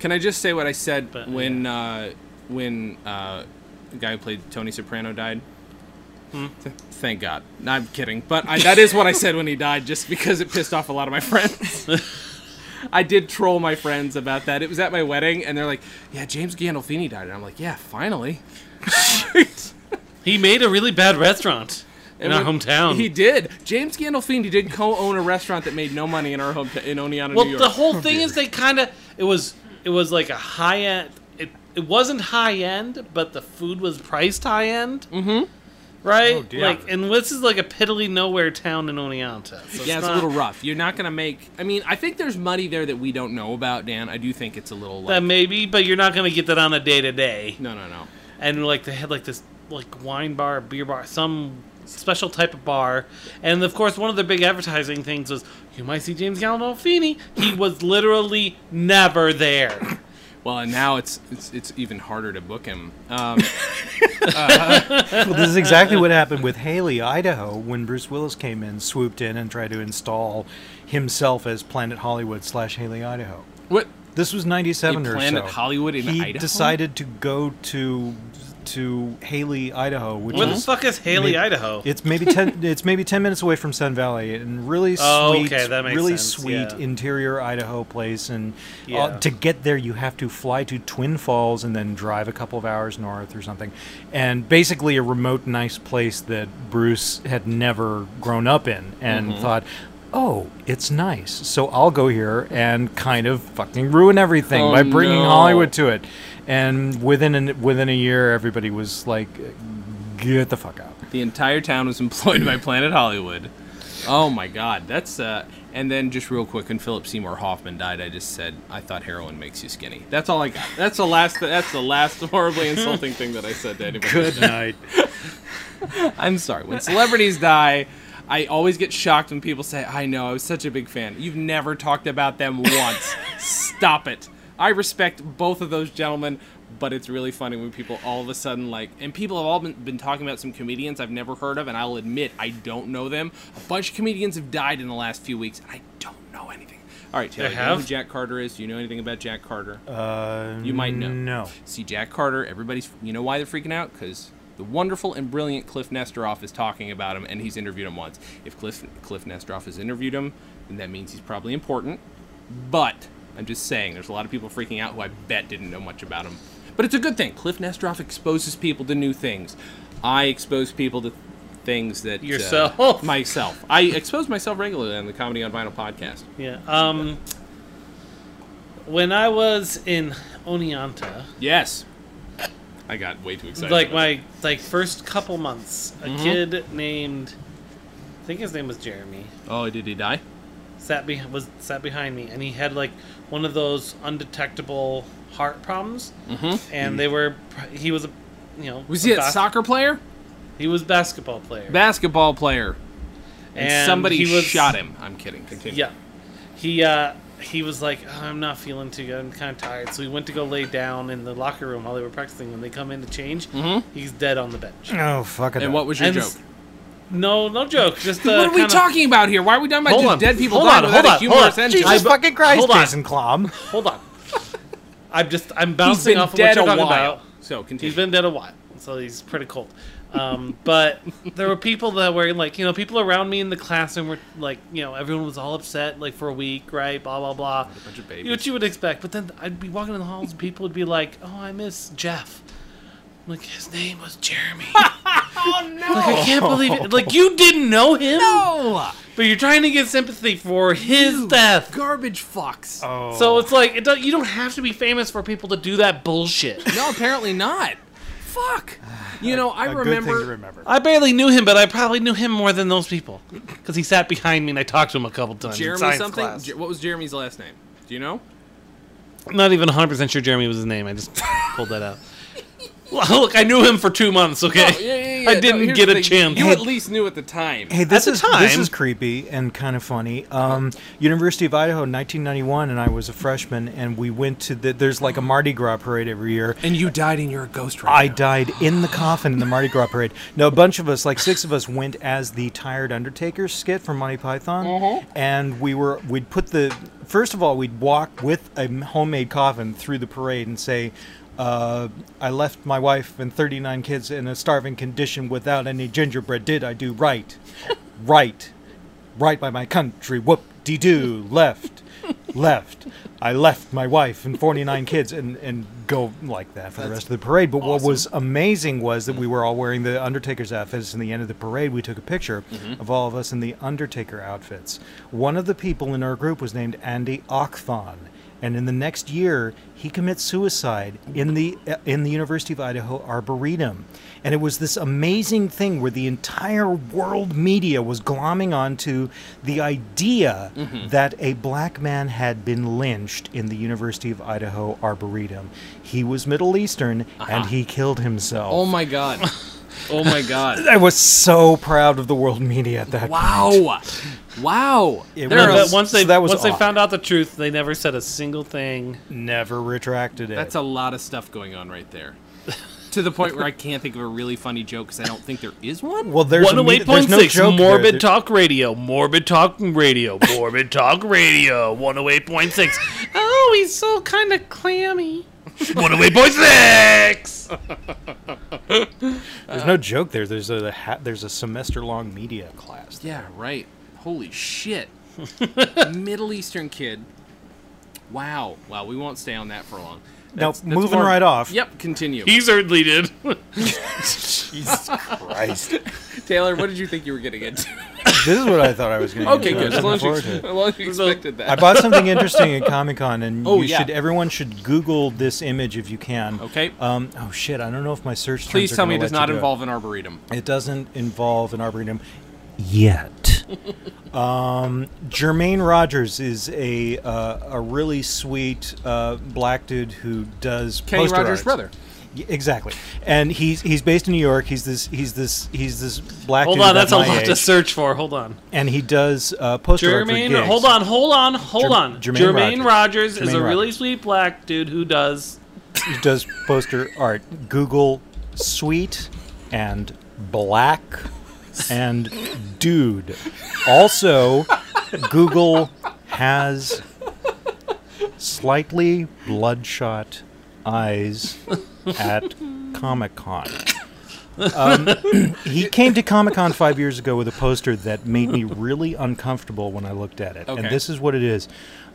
S1: Can I just say what I said
S3: But,
S1: when uh, when uh, the guy who played Tony Soprano died?
S3: Hmm?
S1: Th- Thank God. No, I'm kidding, but I, that is what I said when he died, just because it pissed off a lot of my
S3: *laughs*
S1: friends. I did troll my friends about that. It was at my wedding, and they're like, "Yeah, James Gandolfini died," and I'm like, "Yeah, finally."
S3: He made a really bad restaurant in our
S1: when-
S3: hometown.
S1: He did. James Gandolfini did co-own a restaurant that made no money in our hometown in Oneonta,
S3: well,
S1: New York.
S3: the whole thing is they kind of it was it was like a high end. It it wasn't high end, but the food was priced high end. Mm-hmm.
S1: Oh,
S3: Right,
S2: dear.
S3: like, and this is like a piddly nowhere town in Oneonta. So
S1: yeah, it's a
S3: not-
S1: little rough. You're not gonna make. I mean, I think there's money there that we don't know about, Dan. I do think it's a little. Like,
S3: That maybe, but you're not gonna get that on a day to day.
S1: no, no, no.
S3: and like they had like this like wine bar, beer bar, some special type of bar, and of course one of their big advertising things was you might see James Gandolfini. He was literally never there.
S1: Well, and now it's it's it's even harder to book him. Um,
S2: Well, this is exactly what happened with Haley, Idaho, when Bruce Willis came in, swooped in, and tried to install himself as Planet Hollywood slash Haley, Idaho.
S1: what?
S2: This was '97
S1: In
S2: or
S1: Planet
S2: so.
S1: Hollywood in
S2: he
S1: Idaho?
S2: decided to go to to Haley, Idaho, which
S3: Where the
S2: is
S3: fuck is Haley,
S2: Maybe-
S3: Idaho?
S2: It's maybe ten. it's maybe ten minutes away from Sun Valley, and really sweet,
S3: Oh, okay, that makes
S2: really
S3: sense,
S2: sweet
S3: yeah.
S2: interior Idaho place. And uh,
S3: Yeah.
S2: to get there, you have to fly to Twin Falls and then drive a couple of hours north or something. And basically, a remote, nice place that Bruce had never grown up in, and
S3: Mm-hmm.
S2: thought. Oh, it's nice. So I'll go here and kind of fucking ruin everything
S1: Oh,
S2: by bringing
S1: no.
S2: Hollywood to it. And within an, within a year, everybody was like, "Get the fuck out."
S1: The entire town was *laughs* employed by Planet Hollywood. Oh my God, that's uh. And then just real quick, when Philip Seymour Hoffman died, I just said I thought heroin makes you skinny. That's all I got. That's the last. That's the last *laughs* horribly insulting thing that I said to anybody.
S2: Good night.
S1: *laughs* I'm sorry. When celebrities die, I always get shocked when people say, I know, I was such a big fan. You've never talked about them
S3: *laughs*
S1: once. Stop it. I respect both of those gentlemen, but it's really funny when people all of a sudden, like, and people have all been, been talking about some comedians I've never heard of, and I'll admit I don't know them. A bunch of comedians have died in the last few weeks, and I don't know anything. All right, Taylor,
S3: They
S1: do you know
S3: have?
S1: who Jack Carter is? Do you know anything about Jack Carter?
S2: Uh,
S1: You might know.
S2: No.
S1: See Jack Carter. Everybody's. You know why they're freaking out? Because the wonderful and brilliant Cliff Nesteroff is talking about him, and he's interviewed him once. If Cliff Cliff Nesteroff has interviewed him, then that means he's probably important. But I'm just saying, there's a lot of people freaking out who I bet didn't know much about him. But it's a good thing. Cliff Nesteroff exposes people to new things. I expose people to things that uh, *laughs*
S3: Yourself.
S1: myself. I expose myself regularly on the Comedy on Vinyl podcast.
S3: yeah. Um. When I was in Oneonta,
S1: Yes. I got way too excited.
S3: like
S1: about
S3: my like first couple months, a kid named, I think his name was Jeremy.
S1: that. Oh, did he die?
S3: sat be- was sat behind me, and he had like one of those undetectable heart problems, mm-hmm. and they were pr- he was a you know
S1: Was he a
S3: bas-
S1: soccer player?
S3: He was basketball player.
S1: Basketball player. And,
S3: And
S1: somebody
S3: he was-
S1: shot him. I'm kidding. Continue.
S3: Yeah. He uh he was like, "Oh, I'm not feeling too good. I'm kind of tired. So he went to go lay down in the locker room while they were practicing. When they come in to change, he's dead on the bench.
S2: Oh, fuck it.
S1: And
S2: up.
S1: what was Mm-hmm. your
S3: And
S1: joke?
S3: s- No, no joke. Just uh,
S1: *laughs* what are we
S3: kinda-
S1: talking about here? Why are we talking about
S3: Hold
S1: just
S3: on.
S1: dead people
S3: Hold
S1: dying
S3: on,
S1: without
S3: hold
S1: a
S3: on,
S1: humorous
S3: hold on.
S1: ending?
S2: Jesus
S3: I-
S2: fucking Christ,
S3: hold on.
S2: Jason Klom.
S3: Hold on. I'm just I'm
S1: He's
S3: bouncing
S1: been
S3: off of what
S1: dead
S3: you're
S1: a
S3: talking
S1: while.
S3: about.
S1: So continue.
S3: He's been dead a while, so he's pretty cold. Um, but there were people that were like, you know, people around me in the classroom were like, you know, everyone was all upset like for a week, right? Blah blah blah. A
S1: bunch of
S3: You know, what
S1: babies.
S3: you would expect, but then I'd be walking in the halls and people would be like, "Oh, I miss Jeff." I'm like his name was Jeremy. *laughs* oh no! Like I can't believe it. Like you didn't know him.
S2: No!
S3: But you're trying to get sympathy for his death.
S1: garbage fox.
S2: Oh.
S3: So it's like it don't, you don't have to be famous for people to do that bullshit.
S1: No, apparently not. *sighs* Fuck. You know, I
S2: a
S1: remember.
S2: good thing to remember.
S3: I barely knew him, but I probably knew him more than those people because he sat behind me and I talked to him a couple times. in
S1: Jeremy
S3: science
S1: something.
S3: class.
S1: Je- what was Jeremy's last name? Do you *laughs* know?
S3: I'm not even 100 percent sure Jeremy was his name. I just *laughs* pulled that out. Well, Look, I knew him for two months. Okay,
S1: Oh, *laughs*
S2: Oh,
S3: I didn't get a chance.
S1: You at least knew at the time.
S2: Hey, this
S3: the
S2: is this
S3: time-
S2: is creepy and kind of funny. Um, University of Idaho, 1991, and I was a freshman, and we went to the. There's like a Mardi Gras parade every year,
S1: And you died and you're a ghost
S2: I
S1: right
S2: died in the coffin in the Mardi Gras parade. No, a bunch of us, like six of us, went as the tired Undertaker skit from Monty Python, and we were we'd put the first of all we'd walk with a homemade coffin through the parade and say. Uh, I left my wife and 39 kids in a starving condition without any gingerbread. Did I do right? right, right by my country. Whoop de doo. Left, left. I left my wife and 49 kids and, and go like that for the rest of the parade. But what was amazing was that we were all wearing the Undertaker's outfits. In the end of the parade, we took a picture of all of us in the Undertaker outfits. One of the people in our group was named Andy Ochthon. And in the next year, he commits suicide in the uh, in the University of Idaho Arboretum. And it was this amazing thing where the entire world media was glomming onto the idea
S1: Mm-hmm.
S2: that a black man had been lynched in the University of Idaho Arboretum. He was Middle Eastern and he killed himself.
S1: *laughs* Uh-huh. Oh my god. Oh my god.
S2: I was so proud of the world media at that
S1: *laughs*
S2: point.
S1: Wow. Wow.
S2: It
S1: There
S2: was-
S1: are-
S3: But once they
S2: so that was
S3: once they
S2: odd.
S3: found out the truth, they never said a single thing.
S2: Never retracted it.
S1: That's a lot of stuff going on right *laughs* there. to the point where I can't think of a really funny joke because I don't think there is one. oh
S2: well, there's a media-
S3: 108.6
S2: there's no joke there.
S3: Morbid
S2: There-
S3: Talk Radio. Morbid Talk Radio. Morbid Talk Radio.
S2: *laughs*
S3: 108.6. oh, he's so kind of clammy. 108.6!
S1: Uh,
S2: There's no joke there. There's a ha- there's a semester long media class.
S1: Yeah, right. Holy *laughs* shit. Middle Eastern kid. Wow. Wow, we won't stay on that for long.
S2: Now
S1: That's
S2: moving
S1: more-
S2: right off.
S1: Yep, continue.
S3: He certainly did.
S1: *laughs*
S2: Jesus Christ.
S1: Taylor, what did you think you were getting into?
S2: this is what I thought I was going
S1: *laughs*
S2: to.
S1: okay, good. As long as, you, as *laughs*
S2: to.
S1: long as you expected
S2: I
S1: that.
S2: bought something interesting at Comic Con, and
S1: Oh,
S2: you
S1: yeah.
S2: should everyone should Google this image if you can.
S1: Okay.
S2: Um. Oh shit! I don't know if my search. terms
S1: Please
S2: are
S1: tell
S2: gonna
S1: me it does
S2: let you
S1: not
S2: do
S1: involve an arboretum.
S2: It doesn't involve an arboretum yet. um, Jermaine Rogers is a uh, a really sweet uh, black dude who does
S1: Kenny
S2: poster
S1: Rogers'
S2: arts.
S1: brother.
S2: Y- Exactly, and he's he's based in New York. He's this he's this he's this black.
S3: Hold
S2: dude
S3: on,
S2: about
S3: that's a
S2: my
S3: lot to
S2: age,
S3: search for. Hold on.
S2: And he does uh, poster art for
S3: Jermaine,
S2: gigs.
S3: hold on, hold on, hold
S2: Jerm-
S3: on.
S2: Jermaine Rogers.
S3: Jermaine, Rogers, is
S2: Jermaine
S3: a really
S2: Rogers.
S3: sweet black dude who does.
S2: He does poster art. Google sweet and black and dude. Also, Google has slightly bloodshot eyes at Comic Con. Um, *clears throat* he came to Comic Con five years ago with a poster that made me really uncomfortable when I looked at it.
S1: Okay.
S2: And this is what it is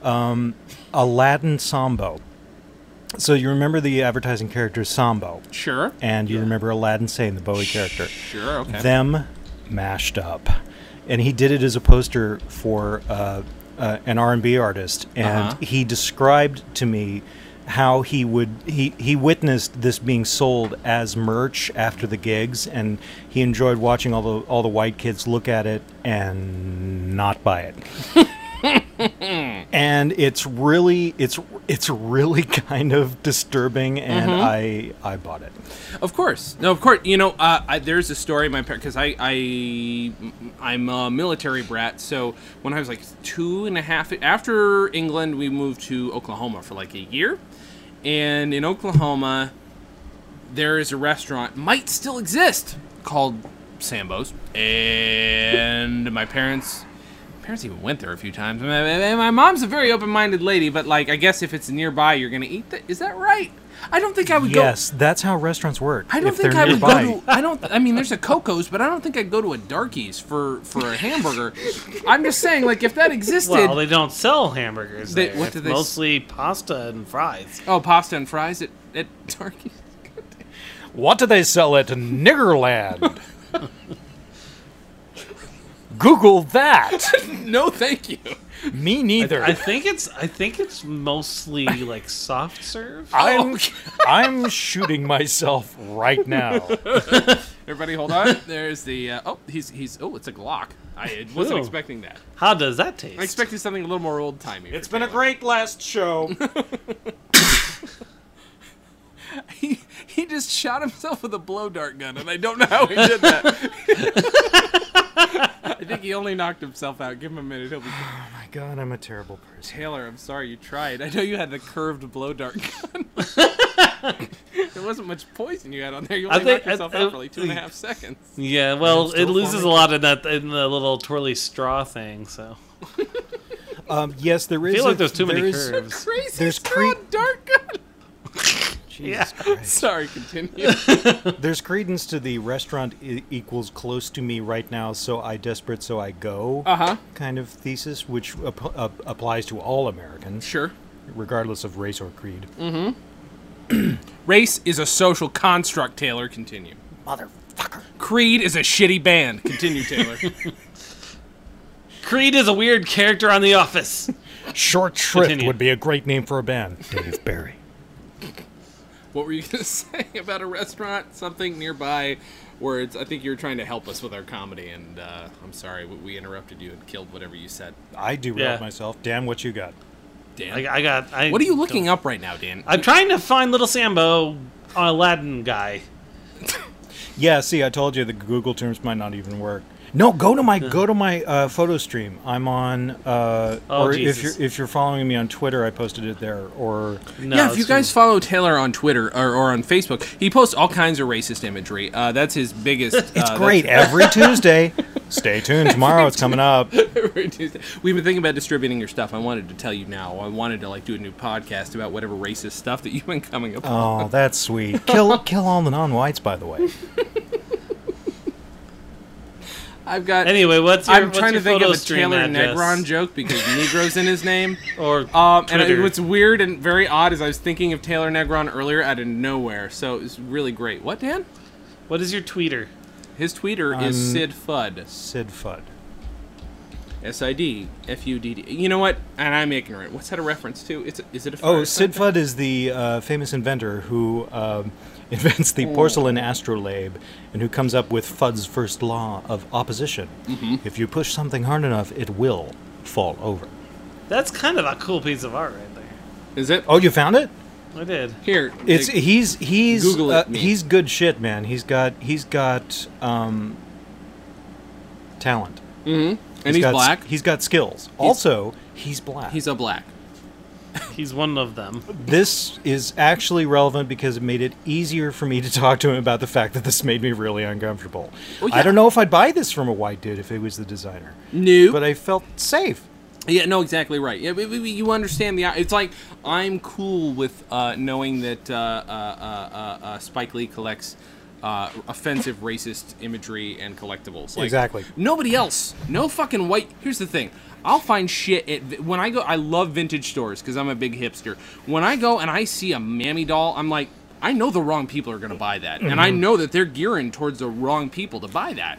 S2: um, Aladdin Sambo. So you remember the advertising character Sambo,
S1: Sure.
S2: and you remember Aladdin saying the Bowie character
S1: Sure, okay.
S2: them mashed up and he did it as a poster for uh, uh, an r&b artist and
S1: Uh-huh.
S2: he described to me how he would he he witnessed this being sold as merch after the gigs and he
S1: *laughs*
S2: enjoyed watching all the all the white kids look at it and not buy it and it's really it's it's really *laughs* kind of disturbing, and
S1: Mm-hmm.
S2: I I bought it.
S1: Of course, no, of course. You know, uh, I, there's a story my because I I I'm a military brat. So when I was like two and a half, after England, we moved to Oklahoma for like a year, and in Oklahoma, there is a restaurant might still exist called Sambo's, and my parents. my Parents even went there a few times. My, my- my mom's a very open-minded lady, but like, I guess if it's nearby, you're gonna eat that. Is that right? I don't think I would go.
S2: Yes, that's how restaurants work.
S1: I don't
S2: if
S1: think
S2: they're
S1: I would
S2: nearby.
S1: go to. I don't. I mean, there's a Coco's, but I don't think I'd go to a Darkies for for a hamburger. I'm just saying, like, if that existed,
S3: Well, they don't sell hamburgers.
S1: They-
S3: there.
S1: what
S3: It's
S1: do they s-
S3: mostly pasta and fries.
S1: oh, pasta and fries at at Darkies. *laughs*
S2: What do they sell
S1: *laughs*
S2: at Niggerland? Google
S1: *laughs*
S2: that.
S1: No, thank you.
S2: Me neither.
S3: I think it's I think it's mostly like soft serve.
S2: I'm
S1: oh.
S2: *laughs* I'm shooting myself right
S1: *laughs*
S2: now.
S1: Everybody, hold on. There's the. Uh, oh, he's he's. Oh, it's a Glock. I wasn't
S3: Ooh.
S1: expecting that.
S3: How does that taste?
S1: I expected something a little more old timey.
S7: It's been a great last
S1: *laughs*
S7: show.
S1: He, he just shot himself with a blow dart gun, and I don't know how he did that. I think he only knocked himself out. Give him a minute. He'll be.
S2: My God, I'm a terrible person.
S1: Taylor, I'm sorry you tried. I know you had the curved blow dart gun. there wasn't much poison you had on there. You
S3: I
S1: only
S3: think-
S1: knocked yourself
S3: I-
S1: out
S3: I-
S1: for like two and a half seconds. *laughs*
S3: yeah, well,
S1: still
S3: it loses
S1: forming?
S3: a lot in that in the little twirly straw thing. So
S2: Um, yes, there is.
S3: I feel
S2: a-
S3: like there's too many
S2: there is-
S3: curves.
S1: Crazy
S2: There's
S1: straw
S2: cre-
S1: dart *laughs* gun.
S2: Jesus
S3: Yeah.
S2: Christ.
S1: Sorry, continue.
S2: There's credence to the restaurant I- equals close to me right now, so I desperate, so I go
S1: Uh-huh.
S2: kind of thesis, which ap- ap- applies to all Americans,
S1: Sure.
S2: regardless of race or creed.
S1: Race is a social construct, Taylor. Continue.
S2: Motherfucker.
S1: Creed is a shitty band. Continue, Taylor. *laughs*
S3: Creed is a weird character on The Office. *laughs*
S2: Short shrift
S3: Continue.
S2: would be a great name for a band. Dave Barry.
S1: what were you going to *laughs* say about a restaurant? Something nearby where it's, I think you were trying to help us with our comedy, and uh, I'm sorry, we, we interrupted you and killed whatever you said.
S2: I do
S3: Yeah.
S2: myself. Damn, what you got?
S1: Dan.
S3: I, I got. I
S1: what are you looking up right now, Dan?
S3: I'm trying to find Little Sambo, Aladdin guy.
S2: Yeah, see, I told you the Google terms might not even work. No, go to my go to my uh, photo stream. I'm on, uh,
S3: Oh,
S2: or if
S3: Jesus.
S2: you're if you're following me on Twitter, I posted it there. Or
S3: No,
S1: yeah, if you
S3: it's-
S1: guys follow Taylor on Twitter or, or on Facebook, he posts all kinds of racist imagery. Uh, that's his biggest. uh, It's
S2: *laughs* it's great
S3: *laughs*
S2: every Tuesday. Stay tuned. Tomorrow it's coming
S1: *laughs*
S2: up.
S1: We've been thinking about distributing your stuff. I wanted to tell you now. I wanted to like do a new podcast about whatever racist stuff that you've been coming up. with.
S2: Oh, that's sweet. Kill kill all the non-whites, by the way.
S1: I've got.
S3: Anyway, what's your,
S1: I'm
S3: what's
S1: trying
S3: your
S1: to think
S3: photo
S1: of a
S3: stream
S1: Taylor
S3: address?
S1: Negron joke because Negro's in his name.
S3: or
S1: Um, and
S3: Twitter.
S1: I, what's weird and very odd is I was thinking of Taylor Negron earlier out of nowhere. So it's really great. What Dan?
S3: what is your tweeter?
S1: His tweeter is
S2: Um,
S1: Sid Fudd.
S2: Sid Fudd.
S1: S I D F U D D. You know what? And I'm ignorant. What's that a reference to? It's is it a
S2: Oh,
S1: fire
S2: Sid
S1: something?
S2: Fudd is the uh, famous inventor who um, *laughs* invents the porcelain astrolabe and who comes up with Fudd's first law of opposition.
S1: Mm-hmm.
S2: If you push something hard enough, it will fall over.
S3: That's kind of a cool piece of art right there.
S1: Is it?
S2: Oh, you found it?
S3: I did.
S1: Here.
S2: It's
S1: Dig-
S2: he's he's
S1: Google it,
S2: uh,
S1: me.
S2: he's good shit, man. He's got he's got um, talent.
S1: and he's
S2: got s-
S1: black.
S2: He's got skills. also, he's black.
S1: He's a black.
S3: He's one of them.
S2: This is actually relevant because it made it easier for me to talk to him about the fact that this made me really uncomfortable.
S1: Well, yeah.
S2: I don't know if I'd buy this from a white dude if it was the designer,
S1: New.
S2: but I felt safe.
S1: yeah, no, exactly right. Yeah, but- but you understand the. It's like I'm cool with uh, knowing that uh, uh, uh, uh, uh, Spike Lee collects uh, offensive racist imagery and collectibles. Like,
S2: Exactly.
S1: Nobody else. No fucking white. Here's the thing. I'll find shit at, when I go. I love vintage stores because I'm a big hipster. When I go and I see a mammy doll, I'm like, I know the wrong people are gonna buy that, and I know that they're gearing towards the wrong people to buy that.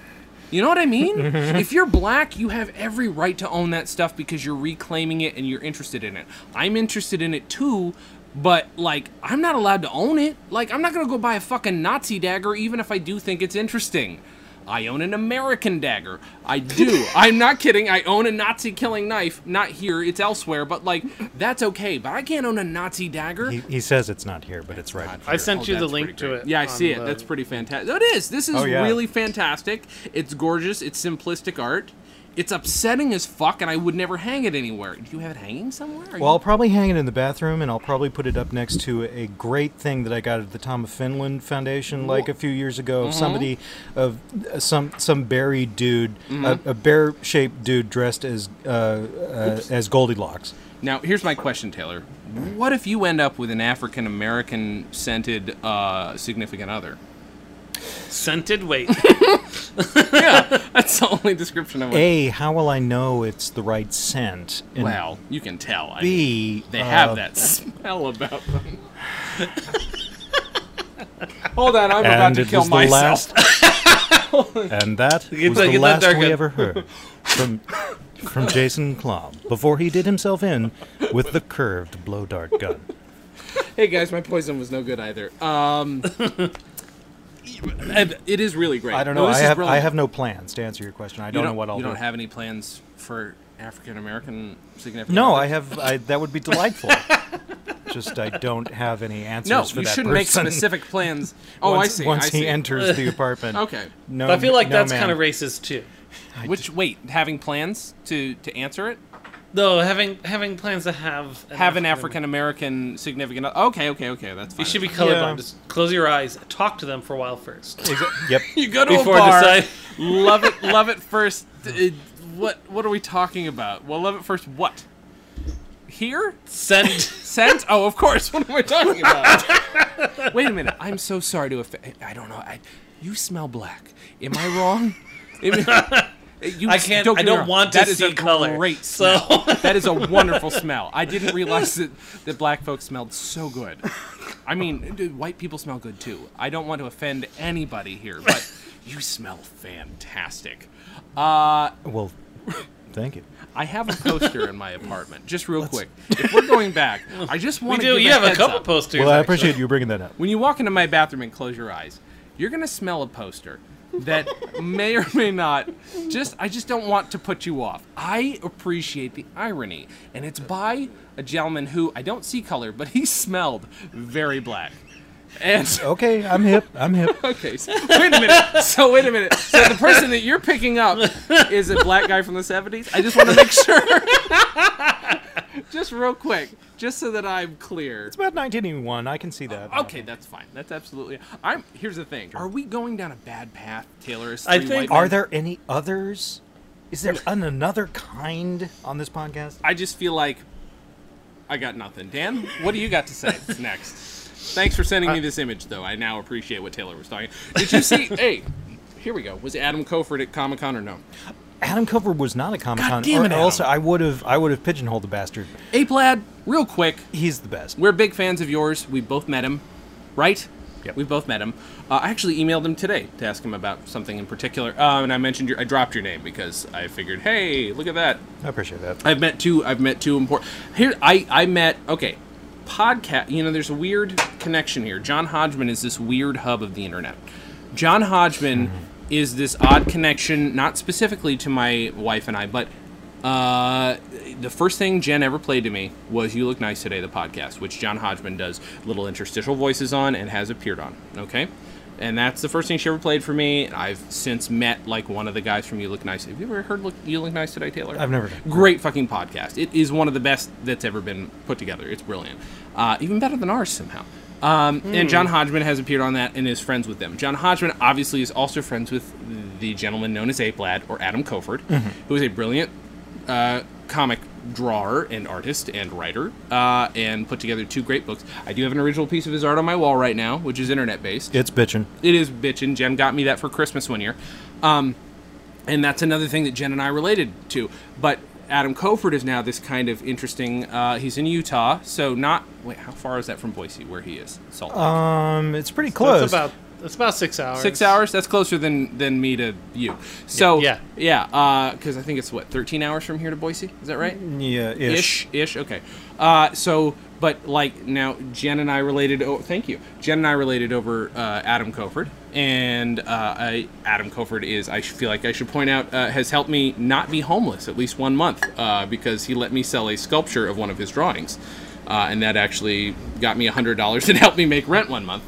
S1: You know what I mean? If you're black, you have every right to own that stuff because you're reclaiming it and you're interested in it. I'm interested in it too, but like I'm not allowed to own it. Like I'm not gonna go buy a fucking Nazi dagger even if I do think it's interesting. I own an American dagger. I do. I'm not kidding. I own a Nazi killing knife. Not here, it's elsewhere, but like, that's okay. But I can't own a Nazi dagger.
S2: He, he says it's not here, but it's right. in
S3: I
S2: front.
S3: sent
S1: Oh,
S3: you the
S1: that's
S3: link
S1: pretty
S3: to
S1: great.
S3: it.
S1: Yeah, I
S3: on
S1: see it.
S3: the-
S1: That's pretty fantastic. It is. This is
S2: Oh, yeah.
S1: really fantastic. It's gorgeous. It's simplistic art. It's upsetting as fuck, and I would never hang it anywhere. Do you have it hanging somewhere? Are you-
S2: Well, I'll probably hang it in the bathroom, and I'll probably put it up next to a great thing that I got at the Tom of Finland Foundation, like a few years ago, of somebody, of uh, some some buried dude, a, a bear-shaped dude dressed as uh, uh, as Goldilocks.
S1: Now, here's my question, Taylor. What if you end up with an African American scented uh, significant other? *laughs*
S3: Scented wait.
S1: That's the only description of it.
S2: A, how will I know it's the right scent? And
S1: Well, you can tell. I mean,
S2: B,
S1: they
S2: uh,
S1: have that *laughs* smell about them.
S7: Hold on, I'm about
S2: And
S7: to
S2: it
S7: kill
S2: was the
S7: myself.
S2: last. *laughs* and that was
S3: that-
S2: the
S3: get that
S2: last
S3: dark
S2: we
S3: up.
S2: ever heard from from Jason Klom before he did himself in with the curved blow dart gun.
S1: Hey guys, my poison was no good either. *laughs* Um, and it is really great.
S2: I don't know.
S1: this
S2: I
S1: is
S2: have
S1: brilliant.
S2: I have no plans to answer your question. I
S1: You
S2: don't, know what I'll
S1: You
S2: do.
S1: don't have any plans for African American significant?
S2: no,
S1: other?
S2: I have. I, that would be
S1: *laughs*
S2: delightful. Just I don't have any answers
S1: No,
S2: for
S1: you
S2: that
S1: shouldn't make
S2: person.
S1: specific
S2: *laughs*
S1: plans. Oh,
S2: once,
S1: I see.
S2: Once
S1: I
S2: he
S1: see. *laughs*
S2: enters the apartment.
S1: Okay.
S2: No,
S3: I feel like
S2: no,
S3: that's
S2: ma'am.
S3: kind of racist too.
S1: Which wait, having plans to to answer it?
S3: Though having having plans to have
S1: Have an African American significant? o- Okay, okay, okay. That's fine.
S3: You should be colorblind.
S2: Yeah.
S3: Just close your eyes. Talk to them for a while first.
S2: Exa- yep.
S1: You go to
S3: Before
S1: a bar.
S3: decide-
S1: *laughs* love it. Love it first. uh, what What are we talking about? Well, love it first. What? Here? *laughs*
S3: Send
S1: Scent? Oh, of
S3: *laughs*
S1: course. What am I talking about? Wait a minute. I'm so sorry to offend. I don't know. I, you smell black. Am I wrong? *laughs* I mean, you
S3: I
S1: s-
S3: can't.
S1: get
S3: I
S1: me
S3: don't
S1: wrong.
S3: want to
S1: That is
S3: see
S1: a
S3: color.
S1: Great
S3: so
S1: smell.
S3: *laughs*
S1: That is a wonderful smell. I didn't realize that, that black folks smelled so good. I mean, dude, white people smell good too. I don't want to offend anybody here, but you smell fantastic. Uh,
S2: Well, thank you.
S1: I have a poster in my apartment. Just real quick, if we're going
S3: *laughs*
S1: back, I just
S3: we
S1: want to.
S3: do.
S1: give
S3: You have a
S1: heads
S3: couple
S1: up.
S3: posters.
S2: Well, I
S3: actually.
S2: appreciate you bringing that up.
S1: When you walk into my bathroom and close your eyes, you're gonna smell a poster that may or may not. Just I just don't want to put you off. I appreciate the irony, and it's by a gentleman who I don't see color, but he smelled very black. And *laughs*
S2: Okay, I'm hip. I'm hip. *laughs*
S1: okay, so wait a minute. So wait a minute. So the person that you're picking up is a black guy from the '70s. I just want to make sure. *laughs* just real quick, just so that I'm clear.
S2: About 1981, I can see that.
S1: Okay, that's fine. That's absolutely. I'm. Here's the thing. Are we going down a bad path, Taylor? As
S3: I
S1: three
S3: think-
S1: white
S2: Are
S1: men?
S2: there any others? Is there an another kind on this podcast?
S1: I just feel like I got nothing. Dan, what do you got to say next? Thanks for sending me this image, though. I now appreciate what Taylor was talking. Did you see? hey, here we go. Was Adam Coford at Comic Con or no?
S2: Adam Cover was not a Comic Con.
S1: damn it,
S2: Also,
S1: Adam.
S2: I would have I would have pigeonholed the bastard.
S1: Ape Lad, real quick.
S2: He's the best.
S1: We're big fans of yours. We both met him, right?
S2: Yep.
S1: We both met him. Uh, I actually emailed him today to ask him about something in particular, uh, and I mentioned your. I dropped your name because I figured, hey, look at that.
S2: I appreciate that.
S1: I've met two. I've met two important. Here, I I met okay, podcast. You know, there's a weird connection here. John Hodgman is this weird hub of the internet. John Hodgman is this odd connection, not specifically to my wife and I, but uh, the first thing Jen ever played to me was "You Look Nice Today," the podcast, which John Hodgman does little interstitial voices on and has appeared on. Okay. And that's the first thing she ever played for me. I've since met like one of the guys from You Look Nice. Have you ever heard look, You Look Nice Today, Taylor?
S2: I've never.
S1: great fucking podcast. It is one of the best that's ever been put together. It's brilliant, uh, even better than ours somehow. Um, And John Hodgman has appeared on that and is friends with them. John Hodgman obviously is also friends with the gentleman known as Ape Lad or Adam Coford, who is a brilliant uh, comic drawer and artist and writer, uh, and put together two great books. I do have an original piece of his art on my wall right now, which is internet based
S2: It's bitchin'.
S1: it is bitchin'. Jen got me that for Christmas one year, um, and that's another thing that Jen and I related to. But Adam Coford is now this kind of interesting. Uh, he's in Utah, so not wait. How far is that from Boise, where he is? Salt Lake.
S2: Um, it's pretty
S3: That's
S2: close.
S3: about that's about six hours.
S1: Six hours. That's closer than than me to you. So
S3: Yeah.
S1: yeah. uh, Because I think it's what 13 hours from here to Boise. Is that right?
S2: yeah, ish.
S1: ish ish okay uh, so But like now, Jen and I related. Oh, thank you. Jen and I related over uh, Adam Coford, and uh, I, Adam Coford is. I feel like I should point out uh, has helped me not be homeless at least one month uh, because he let me sell a sculpture of one of his drawings, uh, and that actually got me hundred dollars *laughs* and helped me make rent one month.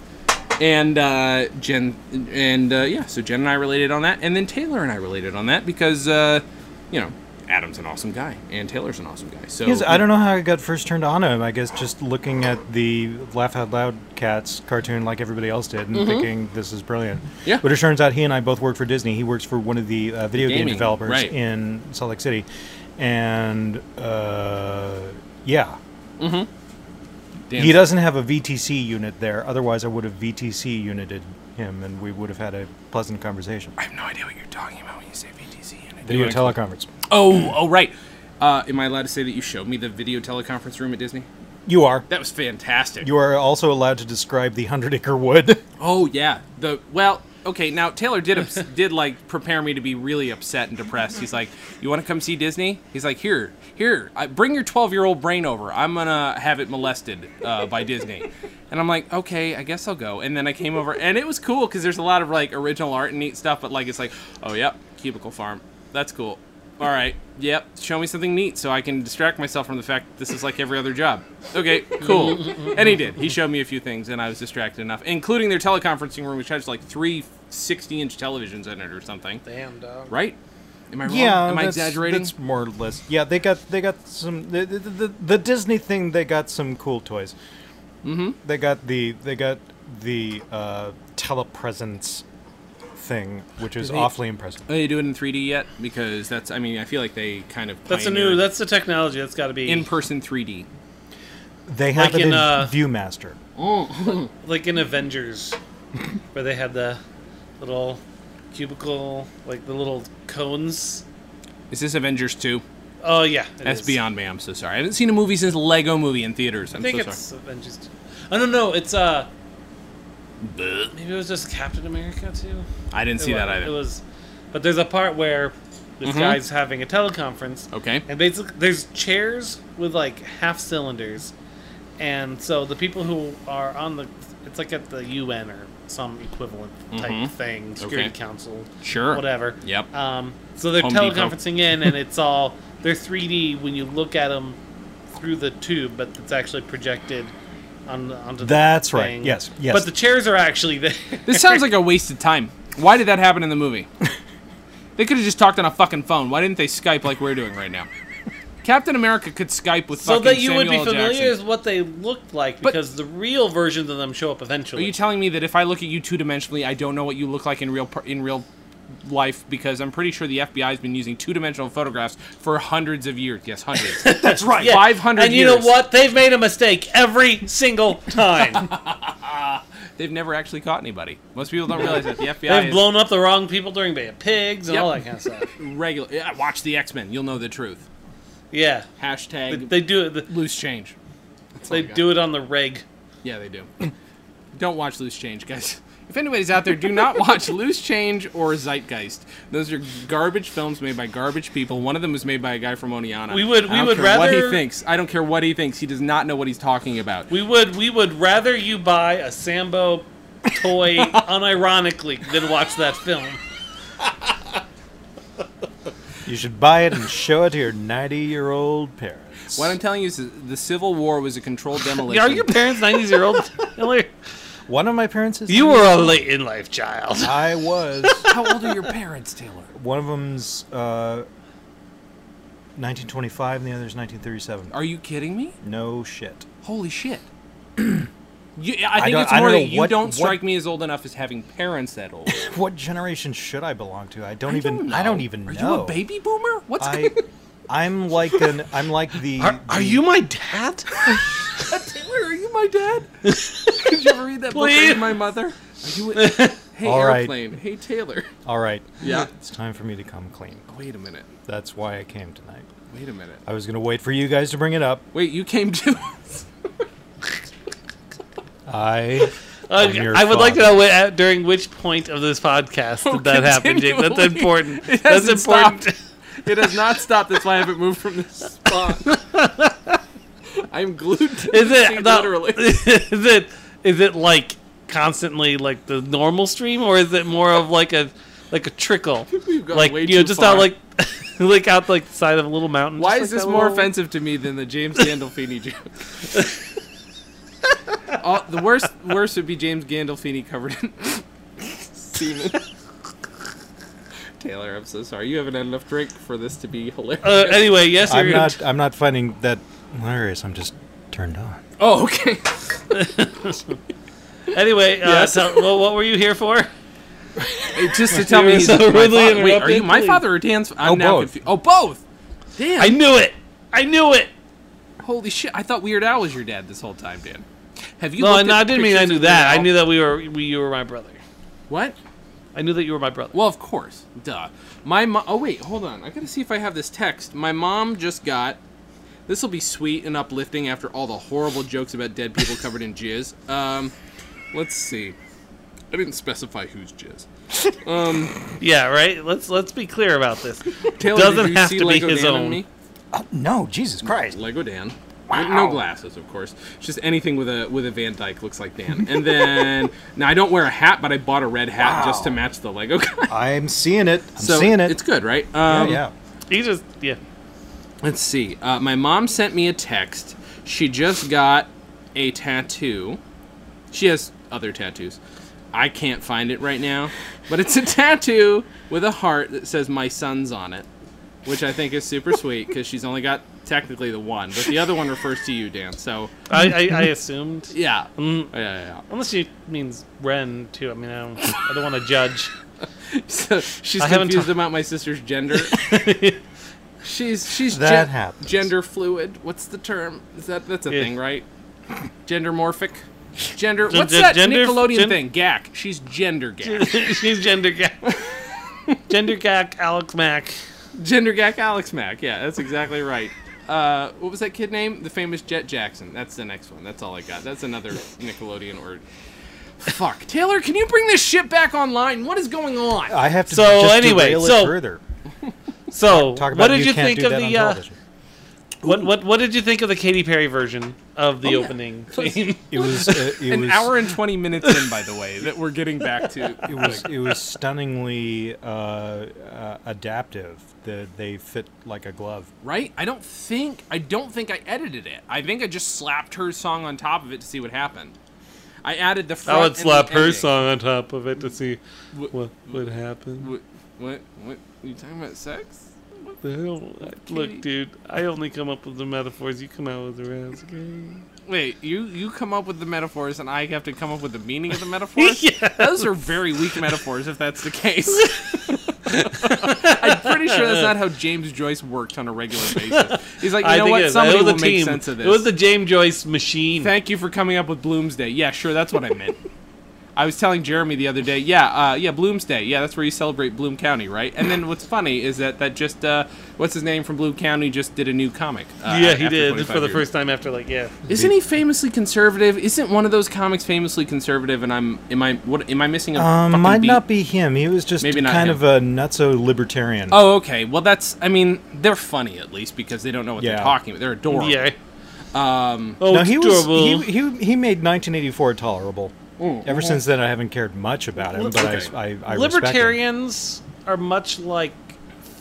S1: And uh, Jen and uh, yeah, so Jen and I related on that, and then Taylor and I related on that because uh, you know Adam's an awesome guy and Taylor's an awesome guy. So
S2: Yes, I don't know how I got first turned on to him. I guess just looking at the Laugh Out Loud Cats cartoon like everybody else did and thinking this is brilliant.
S1: Mm-hmm. Yeah.
S2: But it turns out he and I both work for Disney. He works for one of the uh, video game
S1: Gaming,
S2: developers
S1: right.
S2: in Salt Lake City. And uh, yeah,
S1: Dan-
S2: he doesn't have a VTC unit there. Otherwise, I would have VTC united him and we would have had a pleasant conversation.
S1: I have no idea what you're talking about when you say VTC. unit.
S2: Video
S1: Anyway.
S2: teleconference.
S1: Oh, oh, right. Uh, am I allowed to say that you showed me the video teleconference room at Disney?
S2: You are.
S1: That was fantastic.
S2: You are also allowed to describe the Hundred Acre Wood.
S1: oh yeah. The well, okay. Now Taylor did ups- did like prepare me to be really upset and depressed. He's like, "You want to come see Disney?" He's like, "Here, here. I, bring your 12 year old brain over. I'm gonna have it molested uh, by Disney." And I'm like, okay, I guess I'll go. And then I came over, and it was cool because there's a lot of like original art and neat stuff. But like, it's like, oh yep, cubicle farm. That's cool. All right. Yep. Show me something neat so I can distract myself from the fact that this is like every other job. Okay.
S3: *laughs*
S1: Cool. and he did. He showed me a few things, and I was distracted enough, including their teleconferencing room, which has like three 60-inch televisions in it or something.
S3: Damn, dog.
S1: Right? Am I wrong?
S2: Yeah,
S1: Am I
S2: that's-
S1: exaggerating?
S2: That's more or less. Yeah, they got they got some the the, the, the Disney thing. They got some cool toys. Mm-hmm. They got the they got the uh, telepresence thing, which is
S1: they-
S2: awfully impressive.
S1: Are Oh, they doing it in 3D yet? Because that's. I mean, I feel like they kind of.
S3: That's a new.
S1: pioneered
S3: That's the technology. That's got to be
S1: in-person 3D.
S2: They have
S3: Like
S2: it
S3: in,
S2: in
S3: uh,
S2: ViewMaster.
S3: like in Avengers, *laughs* where they had the little cubicle, like the little cones.
S1: Is this Avengers 2?
S3: Oh yeah, it
S1: That's
S3: is.
S1: beyond me. I'm so sorry. I haven't seen a movie since Lego Movie in theaters. I'm
S3: I think
S1: so
S3: it's Avengers. I don't know. It's uh, maybe it was just Captain America too.
S1: sorry. I didn't see
S3: it
S1: that
S3: wa-
S1: either. Mm-hmm.
S3: It was, but there's a part where this guy's having a teleconference.
S1: Okay.
S3: And basically, there's chairs with like half cylinders, and so the people who are on the, it's like at the UN or some equivalent type thing, Security
S1: Mm-hmm. Okay.
S3: Council,
S1: Sure.
S3: whatever.
S1: Yep.
S3: Um, so they're
S1: Home Depot.
S3: teleconferencing in, and it's all they're 3D when you look at them through the tube, but it's actually projected on the- onto.
S2: That's
S3: the
S2: right.
S3: thing.
S2: Yes, yes.
S3: But the chairs are
S1: *laughs*
S3: actually there.
S1: This sounds
S3: *laughs*
S1: like a waste of time. Why did that happen in the movie? they could have just talked on a fucking phone. Why didn't they Skype like we're doing right now? Captain America could Skype with
S3: so
S1: fucking
S3: that you
S1: Samuel
S3: would be
S1: L.
S3: familiar
S1: Jackson.
S3: with what they looked like because the real versions of them show up
S1: Are
S3: eventually.
S1: you telling me that if I look at you two dimensionally, I don't know what you look like in real per- in real life because I'm pretty sure the FBI has been using two dimensional photographs for hundreds of years. Yes,
S3: *laughs*
S1: hundreds. That's right.
S3: Yeah,
S1: Five hundred.
S3: And you know what? They've made a mistake every single time.
S1: They've never actually caught anybody. Most people don't realize
S3: *laughs*
S1: that the FBI.
S3: They've
S1: is-
S3: blown up the wrong people during Bay of Pigs and all
S1: Yep.
S3: that kind of stuff.
S1: regular. Yeah, watch the X Men. You'll know the truth.
S3: Yeah, they,
S1: Hashtag
S3: they do it.
S1: loose change.
S3: They do it on the reg.
S1: Yeah, they do. *coughs* Don't watch Loose Change, guys. *laughs* If anybody's out there, do not watch *laughs* Loose Change or Zeitgeist. Those are garbage films made by garbage people. One of them was made by a guy from Oneana.
S3: We would-
S1: I
S3: we
S1: don't
S3: would
S1: care what he
S3: rather-
S1: thinks. I don't care what he thinks. He does not know what he's talking about.
S3: We would we would rather you buy a Sambo toy unironically than watch that film.
S2: You should buy it and show it to your ninety-year-old parents.
S1: What I'm telling you is that the Civil War was a
S3: *laughs*
S1: controlled demolition.
S3: Are your parents 90s year *laughs* old? Taylor?
S2: One of my parents is.
S3: you were a late in life child.
S2: I was. *laughs*
S1: How old are your parents, Taylor?
S2: One of them's uh, 1925, and the other's 1937.
S1: Are you kidding me?
S2: No shit.
S1: Holy shit. *clears throat* You, I think
S2: don't-
S1: it's
S2: I don't
S1: more
S2: know
S1: that you
S2: what-
S1: don't
S2: what-
S1: strike me as old enough as having parents that *clears throat* old.
S2: What generation should I belong to? I don't
S1: I
S2: even.
S1: don't know.
S2: I don't even
S1: Are
S2: know.
S1: you a baby boomer? What's
S3: *laughs*
S2: I, I'm like an. I'm like the.
S3: Are, are
S2: the-
S3: you my dad?
S1: Taylor, are you my dad? *laughs* Did you ever read that book? Are
S3: Please.
S1: you my mother? Are you *laughs* a- hey
S2: All right.
S1: airplane? Hey Taylor.
S2: All right.
S1: Yeah.
S2: It's time for me to come clean.
S1: Wait a minute.
S2: That's why I came tonight.
S1: Wait a minute.
S2: I was gonna wait for you guys to bring it up.
S1: Wait, you came to *laughs* us.
S2: I.
S3: *laughs* Uh,
S2: I'm your
S3: I would like to
S2: father.
S3: know wh- at, during which point of this podcast did that happen, Jake. That's
S1: Continually.
S3: important.
S1: It
S3: That's
S1: hasn't
S3: important.
S1: stopped. It has not stopped. That's why I haven't moved from this spot. I'm glued to
S3: *laughs* Is
S1: the
S3: it
S1: seat,
S3: the-
S1: literally.
S3: Is it is it like constantly like the normal stream, or is it more of like a like a trickle?
S1: We've gone
S3: like
S1: way
S3: you
S1: too
S3: know, just
S1: far.
S3: out like *laughs* like out like the side of a little mountain.
S1: Why is
S3: just like
S1: this
S3: that
S1: more
S3: little-
S1: offensive to me than the James Gandolfini
S3: *laughs*
S1: joke? Uh, the worst, worst would be James Gandolfini covered in semen. Taylor, I'm so sorry. You haven't had enough drink for this to be hilarious.
S3: Uh, anyway, yes,
S2: I'm
S3: you're
S2: not. I'm not finding that hilarious. I'm just turned on.
S3: Uh,
S1: oh, okay.
S3: Anyway, uh, so, well, what were you
S1: *laughs*
S3: here for?
S1: *laughs* Hey, Just
S3: *laughs*
S1: to tell me,
S3: were
S1: he's
S3: so
S1: my
S3: rudely
S1: father. Wait, are
S3: interrupted,
S1: you my
S3: please.
S1: father or Dan's? I'm
S2: Oh,
S1: now
S2: both.
S1: confused. Oh, both. Damn.
S3: I knew it. I knew it.
S1: Holy shit! I thought Weird Al was your dad this whole time, Dan. Have you?
S3: *laughs* No,
S1: looked
S3: no,
S1: at
S3: I didn't mean I
S1: pictures
S3: knew
S1: of Weird
S3: that. I
S1: Al?
S3: knew that we were we, you were my brother.
S1: What?
S3: I knew that you were my brother.
S1: Well, of course. Duh. My mom. Oh, wait. Hold on. I gotta see if I have this text. My mom just got. This will be sweet and uplifting after all the horrible jokes about dead people covered in jizz. Um, let's see. I didn't specify whose jizz.
S3: Yeah, right. Let's let's be clear about
S1: *laughs*
S3: this.
S1: Taylor,
S3: Doesn't
S1: did you
S3: have
S1: see
S3: to be
S1: Lego
S3: his
S1: Dan
S3: own.
S1: and me?
S2: Oh,
S8: No, Jesus Christ.
S1: Lego Dan. No- No glasses, of course. It's just anything with a with a Van Dyke looks like Dan. And then *laughs* now I don't wear a hat, but I bought a red hat just to match the Lego guy.
S2: I'm seeing it. I'm
S1: So
S2: seeing it.
S1: It's good, right? Um,
S2: yeah,
S3: He just yeah.
S1: Let's see. Uh, my mom sent me a text. She just got a tattoo. She has other tattoos. I can't find it right now, but it's a *laughs* tattoo with a heart that says "My son's" on it, which I think is super sweet because she's only got technically the one, but the other one refers to you, Dan. So
S3: I, I, I
S1: *laughs*
S3: assumed.
S1: yeah, yeah, yeah.
S3: Unless she means Ren too. I mean, I don't, I don't want to judge. *laughs*
S1: yeah. So she's
S3: I haven't
S1: confused
S3: ta-
S1: about my sister's
S3: *laughs*
S1: gender. she's she's
S2: That
S1: gen-
S2: happens.
S1: Gender fluid. What's the term? Is that that's a
S3: Yeah.
S1: thing, right? Gender morphic. Gender.
S3: Gen-
S1: What's
S3: gen-
S1: that
S3: gender-
S1: Nickelodeon
S3: gen-
S1: thing? Gack. She's gender gack.
S3: She's gender gack. gender gack, Alex Mack.
S1: gender gack. Alex Mack. Yeah, that's exactly right. Uh, what was that kid name? The famous Jet Jackson. That's the next one. That's all I got. That's another Nickelodeon or. Fuck, Taylor, can you bring this shit back online? What is going on?
S2: I have to.
S3: So
S2: just
S3: anyway,
S2: derail it
S3: so-
S2: further.
S3: So,
S2: Talk about
S3: what did you,
S2: can't
S3: think
S2: do
S3: of
S2: that
S3: the
S2: on
S3: uh,
S2: television.
S3: what what what did you think of the Katy Perry version of
S1: Oh,
S3: the opening? theme?
S2: It
S3: *laughs*
S2: was. Uh, it
S1: An
S2: was.
S1: hour and 20 minutes in, by the way, that we're getting back to.
S2: It was. It was stunningly uh, uh, adaptive. The, they fit like a glove.
S1: right? I don't think I don't think I edited it. I think I just slapped her song on top of it to see what happened. I added the front.
S3: I would
S1: and the
S3: slap her
S1: ending.
S3: song on top of it to see what would happen.
S1: What? What? what you talking about sex?
S3: What the hell? Look, dude, I only come up with the metaphors. You come out with the rest.
S1: *laughs*
S3: Okay?
S1: Wait, you you come up with the metaphors, and I have to come up with the meaning of
S3: *laughs*
S1: the metaphors. Those are very weak metaphors, if that's the case.
S3: *laughs*
S1: I'm pretty sure that's not how James Joyce worked on a regular basis. He's like, you
S3: I
S1: know
S3: think
S1: what?
S3: it is.
S1: Somebody
S3: it was
S1: will
S3: a
S1: make
S3: team.
S1: sense of this.
S3: It was the James Joyce machine.
S1: Thank you for coming up with Bloomsday. Yeah, sure, that's what I
S3: *laughs*
S1: meant. I was telling Jeremy the other day, yeah, uh, yeah, Bloomsday. Yeah, that's where you celebrate Bloom County, right? And
S3: *laughs*
S1: then what's funny is that that just uh, what's his name from Bloom County just did a new comic. Uh,
S3: yeah, he
S1: after
S3: did
S1: 25
S3: for the
S1: years.
S3: first time after like yeah.
S1: Isn't he famously conservative? Isn't one of those comics famously conservative? And I'm am I what am I missing? A
S2: Um,
S1: fucking
S2: might
S1: beat?
S2: not be him. He was just
S1: Maybe not
S2: kind
S1: him.
S2: of a nutso libertarian.
S1: Oh, okay. Well, that's I mean they're funny at least because they don't know what
S2: Yeah.
S1: they're talking about. They're adorable.
S3: Yeah. Um, oh,
S2: now he
S3: it's
S2: was
S3: adorable.
S2: he, he, he made 1984 tolerable. Ever since then, I haven't cared much about him, but
S1: Okay.
S2: I, I, I Respect him.
S3: libertarians are much like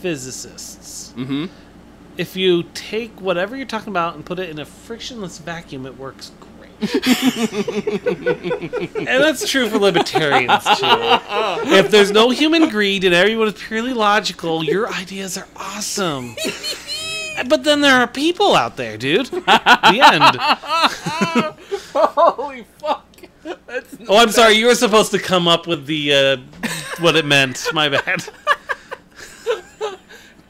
S3: physicists. Mm-hmm. If you take whatever you're talking about and put it in a frictionless vacuum, it works *laughs* great. and that's true for libertarians too. If there's no human greed and everyone is purely logical, your ideas are *laughs* awesome. But then there are people out there, dude. The end.
S1: Holy fuck! That's
S3: Oh, I'm sorry. You were supposed to come up with the uh, what it meant.
S1: *laughs*
S3: My bad.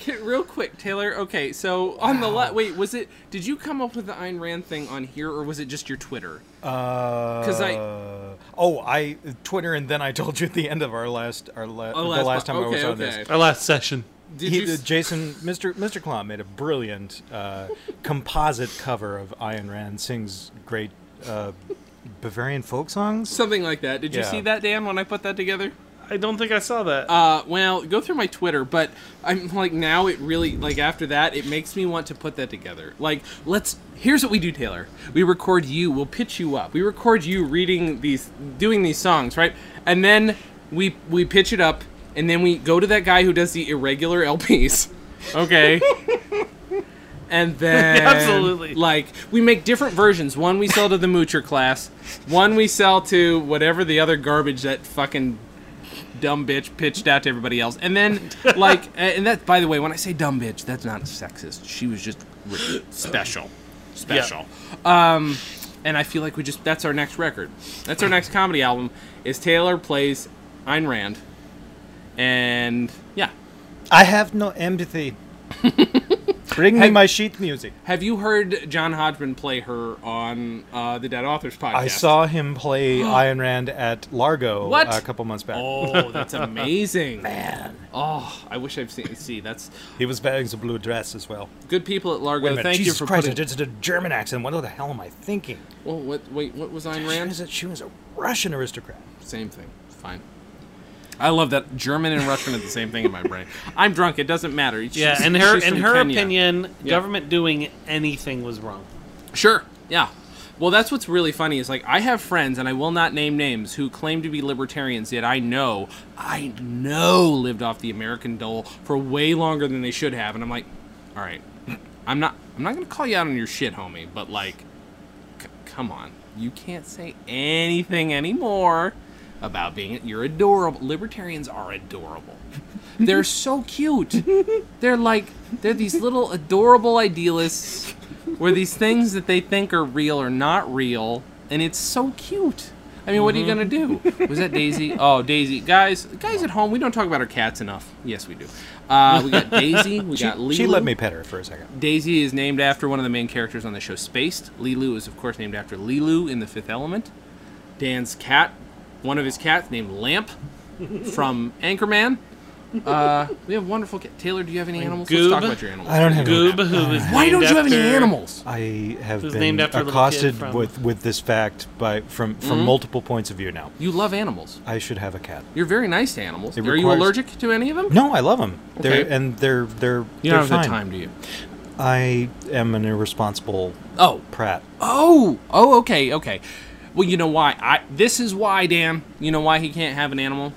S1: Okay, real quick, Taylor. Okay, so on the left. Wait, was it? Did you come up with the Ayn Rand thing on here, or was it just your Twitter? Because I.
S2: Uh, oh, I Twitter, and then I told you at the end of our last our la-
S1: Oh,
S2: the
S1: last
S2: last
S1: po-
S2: time I was
S1: okay,
S2: on this.
S1: okay.
S3: Our last session.
S1: Did
S2: He,
S1: you?
S2: uh, Jason, Mr. Mr. Klom made a brilliant uh, composite cover of Ayn Rand sings great uh, Bavarian folk songs.
S1: something like that. Did you
S2: Yeah.
S1: see that, Dan? When I put that together.
S3: I don't think I saw that.
S1: Uh, well, go through my Twitter, but I'm like now it really like after that it makes me want to put that together. Like, let's here's what we do, Taylor. We record you. We'll pitch you up. We record you reading these, doing these songs, right? And then we we pitch it up, and then we go to that guy who does the irregular LPs. Okay. And then,
S3: Absolutely.
S1: like, we make different versions. One we sell to the moocher class. One we sell to whatever the other garbage that fucking dumb bitch pitched out to everybody else. And then, like, and that, by the way, when I say dumb bitch, that's not sexist. She was just re- special. Special. Um, and I feel like we just, that's our next record. That's our next comedy album, is Taylor plays Ayn Rand. And, yeah.
S9: I have no *laughs* empathy. Bring me my sheet music.
S1: Have you heard John Hodgman play her on uh, the Dead Authors podcast?
S9: I saw him
S1: *gasps*
S9: play Iron Rand at Largo
S1: What?
S9: a couple months back.
S1: Oh,
S9: *laughs*
S1: that's amazing, man! Oh, I wish I've seen. See, that's
S9: He was wearing the blue dress as well.
S1: good people at Largo.
S9: Wait a minute.
S1: Thank
S9: Jesus
S1: you for
S9: Christ,
S1: putting.
S9: I did a German accent. What the hell am I thinking?
S1: Well, what, wait, what was Ayn
S9: She
S1: Rand?
S9: was a, she was a Russian aristocrat.
S1: Same thing. It's fine. I love that German and Russian are the same thing in my
S3: *laughs*
S1: brain. I'm drunk. It doesn't matter. She's-
S3: yeah, in her
S1: she's
S3: in
S1: from
S3: her
S1: Kenya.
S3: opinion,
S1: Yeah. Oh
S3: government doing anything was wrong.
S1: Sure. Yeah. Well, that's what's really funny is like I have friends, and I will not name names, who claim to be libertarians, yet I know, I know lived off the American dole for way longer than they should have, and I'm like, all right, *clears throat* I'm not, I'm not gonna call you out on your shit, homie, but like, c- come on, you can't say anything anymore about being, you're adorable. Libertarians
S9: *laughs*
S1: are adorable. They're so cute. They're like they're these little adorable idealists where these things that they think are real are not real and it's so cute. I mean, what are you gonna do?
S9: Mm-hmm.
S1: Was
S9: *laughs*
S1: that Daisy? Oh, Daisy, guys, guys at home, we don't talk about our cats enough. Yes, we do. Uh, we got Daisy. We got Lulu.
S9: She let me pet her for a second.
S1: Daisy is named after one of the main characters on the show Spaced. Lilu is, of course, named after Lilu in The Fifth Element. Dan's cat, one of his cats
S9: *laughs*
S1: named Lamp from Anchorman. Uh, we have wonderful cat. Taylor, do you have any animals? Let's talk
S3: Goob.
S1: about your animals.
S9: I don't have. no
S3: Goob, who is
S1: Why don't
S3: named
S1: you have any
S3: after-
S1: animals?
S9: I have
S3: was
S9: been
S3: named after a little kid
S9: accosted
S3: from-
S9: with, with this fact by from from
S1: Mm-hmm.
S9: multiple points of view now.
S1: You love animals.
S9: I should have a cat.
S1: You're very nice to animals.
S9: It
S1: Are you
S9: requires-
S1: allergic to any of them?
S9: No, I love them. They're
S1: Okay.
S9: and they're they're they're
S1: You don't have
S9: fine.
S1: the time, do you?
S9: I am an irresponsible
S1: Oh,
S9: prat.
S1: Oh, oh, okay, okay. Well, you know why? I this is why, Dan. You know why he can't have an animal?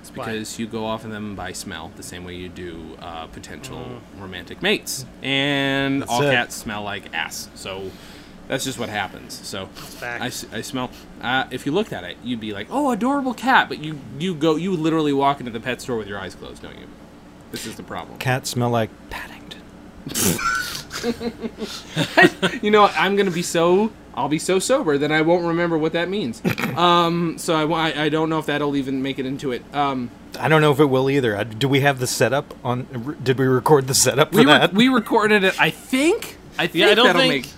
S1: It's because you go off of them by smell, the same way you do uh, potential romantic mates, and all
S9: it.
S1: cats smell like ass. So that's just what happens. So I, s- I smell. Uh, if you looked at it, you'd be like, "Oh, adorable cat," but you you go you literally walk into the pet store with your eyes closed, don't you? This is the problem.
S9: Cats smell like Paddington.
S1: You know, what? I'm gonna be so I'll be so sober that I won't remember what that means. um, so I, wa- I, I don't know if that'll even make it into it. Um,
S9: I don't know if it will either. I, do we have the setup on? re- Did we record the setup for
S1: we re-
S9: that?
S1: we recorded it. I think. I think
S3: Yeah, I don't
S1: that'll
S3: think.
S1: make.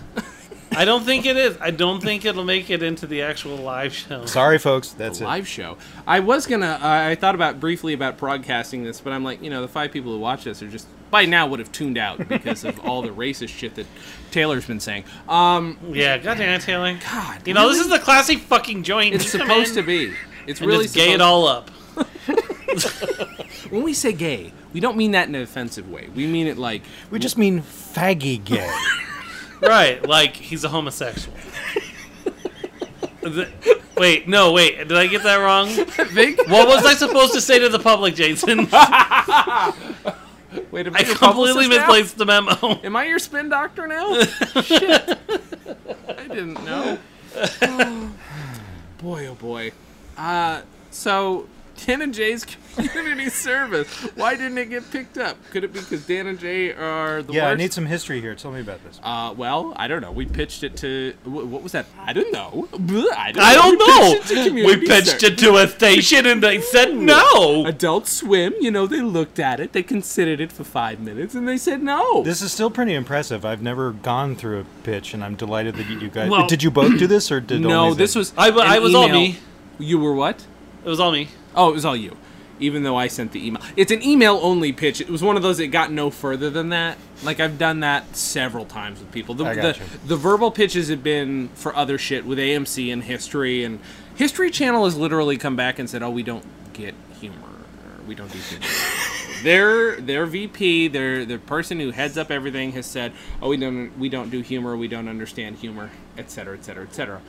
S3: I don't think it is. I don't think it'll make it into the actual live show.
S9: Sorry, folks. That's it.
S1: Live show. I was gonna. I I thought about briefly about broadcasting this, but I'm like, you know, the five people who watch this are just by now would have tuned out because of all the racist shit that Taylor's been saying. Um,
S3: Yeah, goddamn it, Taylor.
S1: God,
S3: You know, this is the classy fucking joint.
S1: it's
S3: You come
S1: supposed to
S3: in
S1: be. It's
S3: and
S1: really
S3: just gay it
S1: supposed-
S3: all up.
S1: When we say gay, we don't mean that in an offensive way. We mean it like
S9: We just mean
S1: *laughs*
S9: faggy gay.
S3: right, like he's a homosexual. The- wait, no, wait. Did I get that
S1: *laughs*
S3: wrong?
S1: big.
S3: What was I supposed to say to the
S1: *laughs*
S3: public, Jason?
S1: Wait a minute.
S3: I completely misplaced
S1: *laughs*
S3: the memo.
S1: Am I your spin doctor
S3: *laughs*
S1: now? Shit. I didn't know. *sighs* boy, oh boy. Uh, so, Dan and Jay's *laughs* community service. Why didn't it get picked up? Could it be because Dan and Jay are the
S9: yeah, I
S1: worst?
S9: need some history here. Tell me about this.
S1: uh, well, I don't know. We pitched it to. wh- What was that? I don't know. Bleh, I don't,
S3: I don't
S1: We pitched it to
S3: know. We
S1: community
S3: pitched
S1: ser-
S3: it to a station and they said no.
S1: Adult Swim, you know, they looked at it, they considered it for five minutes, and they said no.
S9: This is still pretty impressive. I've never gone through a pitch, and I'm delighted that you guys.
S3: Well-
S9: did you both do this, or did
S1: *clears throat* no,
S9: only
S1: this
S9: Zane?
S1: was.
S3: I wa-
S1: an
S3: I was all
S1: email-
S3: me.
S1: You were what?
S3: It was all me.
S1: Oh, it was all you. Even though I sent the email. It's an email only pitch. It was one of those that got no further than that. Like I've done that several times with people. The
S9: I got
S1: the,
S9: you.
S1: the verbal pitches have been for other shit with AMC and history and History Channel has literally come back and said, "Oh, we don't get humor. We don't do humor. their their VP, their the person who heads up everything, has said, "Oh, we don't we don't do humor. We don't understand humor, etc., etc., etc."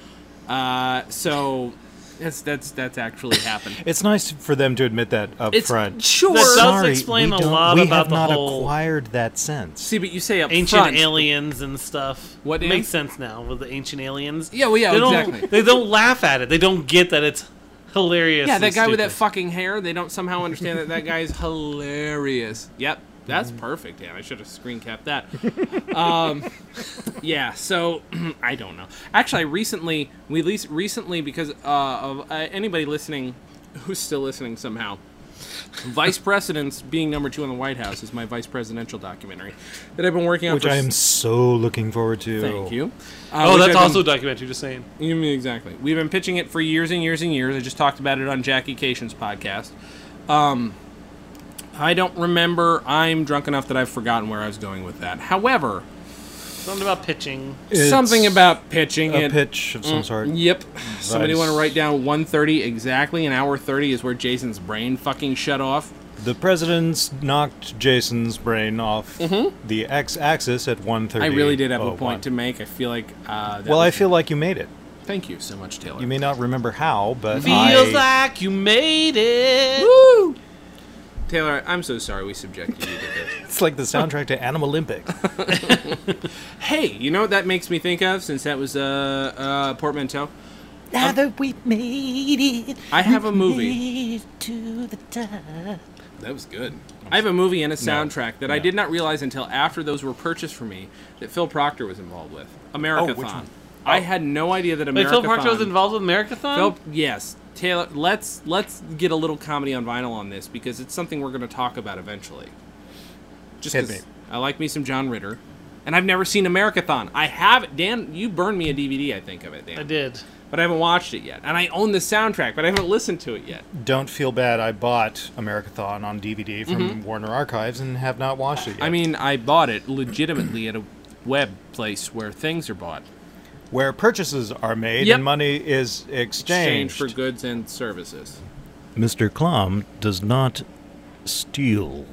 S1: Uh, So that's that's that's actually happened.
S2: It's nice for them to admit that up
S1: It's-
S2: front.
S1: sure. That
S3: does
S2: Sorry,
S3: explain
S2: we
S3: a
S2: don't-
S3: lot
S2: we
S3: about
S2: have
S3: the
S2: not
S3: whole-
S2: acquired that sense.
S1: See, but you say up
S3: ancient
S1: front,
S3: aliens and stuff.
S1: What is?
S3: makes sense now with the ancient aliens?
S1: Yeah, well, yeah,
S3: they don't,
S1: exactly.
S3: They don't laugh at it. They don't get that it's hilarious.
S1: Yeah,
S3: and
S1: that guy with that
S3: stupid.
S1: fucking hair. They don't somehow understand that that guy is hilarious. Yep, that's
S3: Mm.
S1: perfect. Dan. I should have screen capped that. um, *laughs* yeah, so *clears throat* I don't know. Actually, I recently we least recently because uh, of uh, anybody listening who's still listening somehow. Vice Presidents being number two in the White House is my vice presidential documentary that I've been working on.
S2: which
S1: for
S2: I am
S1: s-
S2: so looking forward to.
S1: Thank you. Uh,
S3: Oh,
S1: which
S3: that's
S1: I've been-
S3: also a documentary. Just saying.
S1: you mean exactly. We've been pitching it for years and years and years. I just talked about it on Jackie Cation's podcast. Um, I don't remember. I'm drunk enough that I've forgotten where I was going with that. However,
S3: Something about pitching.
S2: It's
S1: something about pitching
S2: a
S1: it. Mm,
S2: pitch of some sort.
S1: Yep. Somebody
S2: Vice.
S1: want to write down 1:30 exactly. An hour 30 is where Jason's brain fucking shut off.
S2: The president's knocked Jason's brain off the x-axis at 1:30.
S1: Mm-hmm. I really did have a
S2: oh,
S1: point
S2: one.
S1: to make. I feel like. Uh, that
S2: Well, I
S1: was-
S2: feel like you made it.
S1: Thank you so much, Taylor.
S2: You may not remember how, but
S3: Feels
S2: I,
S3: like you made it.
S1: Taylor, I'm so sorry we subjected you to this.
S2: it's like the soundtrack to
S1: *laughs*
S2: Animal Olympics.
S1: Hey, you know what that makes me think of since that was a uh, uh, portmanteau? Um,
S8: Now that we made it,
S1: I have a movie.
S8: made it to the top.
S1: That was good. I have a movie and a soundtrack that I did not realize until after those were purchased for me that Phil Proctor was involved with. Americathon.
S2: which one?
S1: I had no idea that
S3: Wait,
S1: Americathon.
S3: Phil Proctor was involved with Marathon.
S1: Phil, yes, Taylor. Let's let's get a little comedy on vinyl on this because it's something we're going to talk about eventually. Just
S2: Hit
S1: 'cause
S2: me.
S1: I like me some John Ritter, and I've never seen Americathon. I have it. Dan, you burned me a DVD. I think of it. Dan.
S3: I did.
S1: but I haven't watched it yet. And I own the soundtrack, but I haven't listened to it yet.
S2: Don't feel bad. I bought Americathon on DVD from Warner Archives and have not watched it yet.
S1: Mm-hmm. I mean, I bought it legitimately at a web place where things are bought,
S2: where purchases are made
S1: Yep.
S2: and money is
S1: exchange
S2: exchanged.
S1: for goods and services.
S2: Mr. Klom does not steal.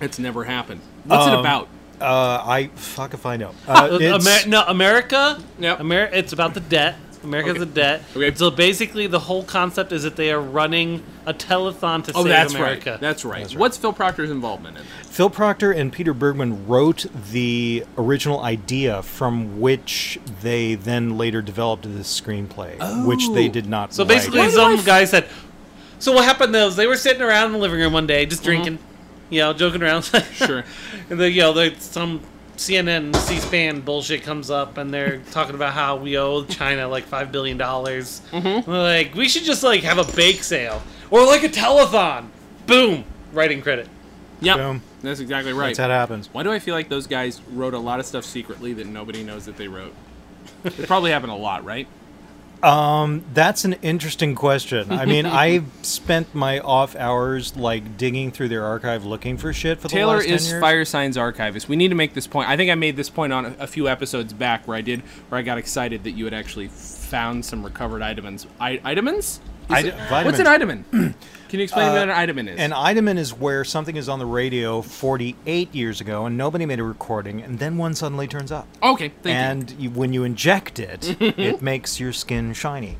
S1: It's never happened. What's it about?
S2: Uh, I fuck if
S1: *laughs*
S2: I know. Uh, it's,
S3: Amer- no, America.
S1: Yep.
S3: Amer- it's about the debt. America's
S1: Okay.
S3: a debt.
S1: Okay.
S3: So basically, the whole concept is that they are running a telethon to
S1: Oh,
S3: save
S1: that's
S3: America.
S1: right. That's right. What's Phil Proctor's involvement in that?
S2: Phil Proctor and Peter Bergman wrote the original idea from which they then later developed this screenplay, which they
S1: Oh.
S2: did not.
S3: So basically,
S2: write.
S3: some guy said. So what happened though is they were sitting around in the living room one day, just
S1: Mm-hmm.
S3: drinking, you know, joking around. *laughs*
S1: Sure.
S3: and then you know, they, some CNN, C-SPAN bullshit comes up, and they're *laughs* talking about how we owe China like five billion dollars. Mm-hmm. Like we should just like have a bake sale or like a telethon. Boom, writing credit.
S1: Yep.
S2: Boom.
S1: That's exactly right.
S2: that's how it happens.
S1: Why do I feel like those guys wrote a lot of stuff secretly that nobody knows that they wrote? It probably happened a lot, right?
S2: That's an interesting question. I
S1: *laughs*
S2: mean, I spent my off hours like digging through their archive looking for shit for
S1: Taylor
S2: *laughs* the last 10
S1: is
S2: years.
S1: Fire Signs Archivist. We need to make this point. I think I made this point on a, a few episodes back where I did, where I got excited that you had actually found some recovered vitamins. I, vitamins?
S2: Id-
S1: What's an
S2: vitamins. *clears throat*
S1: vitamin? Can you explain what an vitamin is?
S2: Uh, An idaman is where something is on the radio 48 years ago and nobody made a recording, and then one suddenly turns up.
S1: okay, thank
S2: and you. when you
S1: *laughs*
S2: inject it, it makes your skin shiny.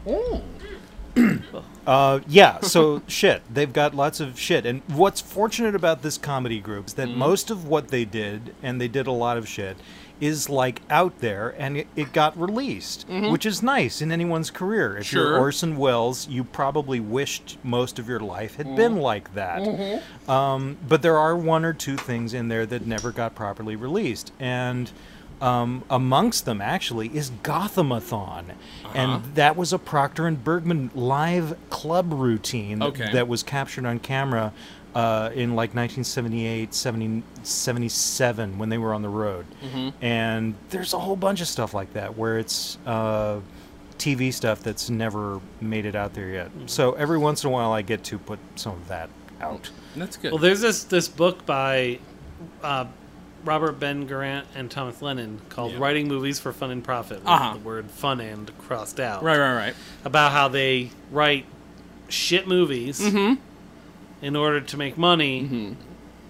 S1: Mm.
S2: *clears throat* uh,
S1: *laughs*
S2: yeah, so shit. They've got lots of shit. And what's fortunate about this comedy group is that
S1: Mm.
S2: most of what they did, and they did a lot of shit, is like out there and it, it got released, which is nice in anyone's career. If
S1: Mm-hmm. Sure.
S2: you're Orson Welles, you probably wished most of your life had been
S1: Mm.
S2: like that.
S1: Mm-hmm.
S2: Um, but there are one or two things in there that never got properly released. And um, amongst them, actually, is Gothamathon.
S1: Uh-huh.
S2: And that was a Procter and Bergman live club routine that-
S1: Okay.
S2: that was captured on camera uh, in like 1978, 70, 77 when they were on the road.
S1: Mm-hmm.
S2: And there's a whole bunch of stuff like that where it's. Uh, TV stuff that's never made it out there yet. So every once in a while, I get to put some of that out.
S1: you. That's good.
S3: Well, there's this this book by uh, Robert Ben Garant and Thomas Lennon called
S1: Yeah.
S3: "Writing Movies for Fun and Profit." with
S1: Uh-huh.
S3: The word "fun" and crossed out.
S1: right, right, right.
S3: About how they write shit movies
S1: Mm-hmm.
S3: in order to make money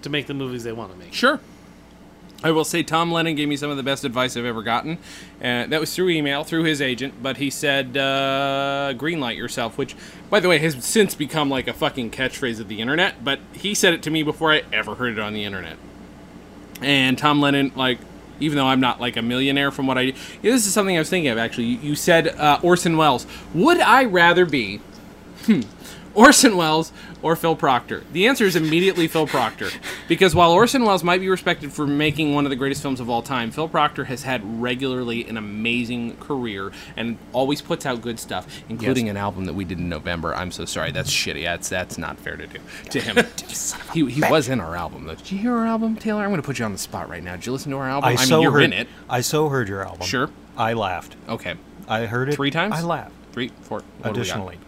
S3: to make the movies they want to make.
S1: Sure. I will say Tom Lennon gave me some of the best advice I've ever gotten. Uh, that was through email, through his agent, but he said, uh, greenlight yourself, which, by the way, has since become like a fucking catchphrase of the internet, but he said it to me before I ever heard it on the internet. And Tom Lennon, like, even though I'm not like a millionaire from what I do, yeah, this is something I was thinking of actually. You, you said uh, Orson Welles. Would I rather be Orson Welles or Phil Proctor? The answer is immediately Phil Proctor. Because while Orson Welles might be respected for making one of the greatest films of all time, Phil Proctor has had regularly an amazing career and always puts out good stuff, including an album that we did in November. I'm so sorry. That's shitty. That's that's not fair to do to
S2: *laughs*
S1: him. he he was in our album though. Did you hear our album, Taylor? I'm going to put you on the spot right now. Did you listen to our album?
S2: I,
S1: mean,
S2: so
S1: you're
S2: heard
S1: in it.
S2: I so heard your album.
S1: Sure.
S2: I laughed.
S1: Okay.
S2: I heard it
S1: Three times?
S2: I laughed.
S1: Three, four. what do we got?
S2: Additionally,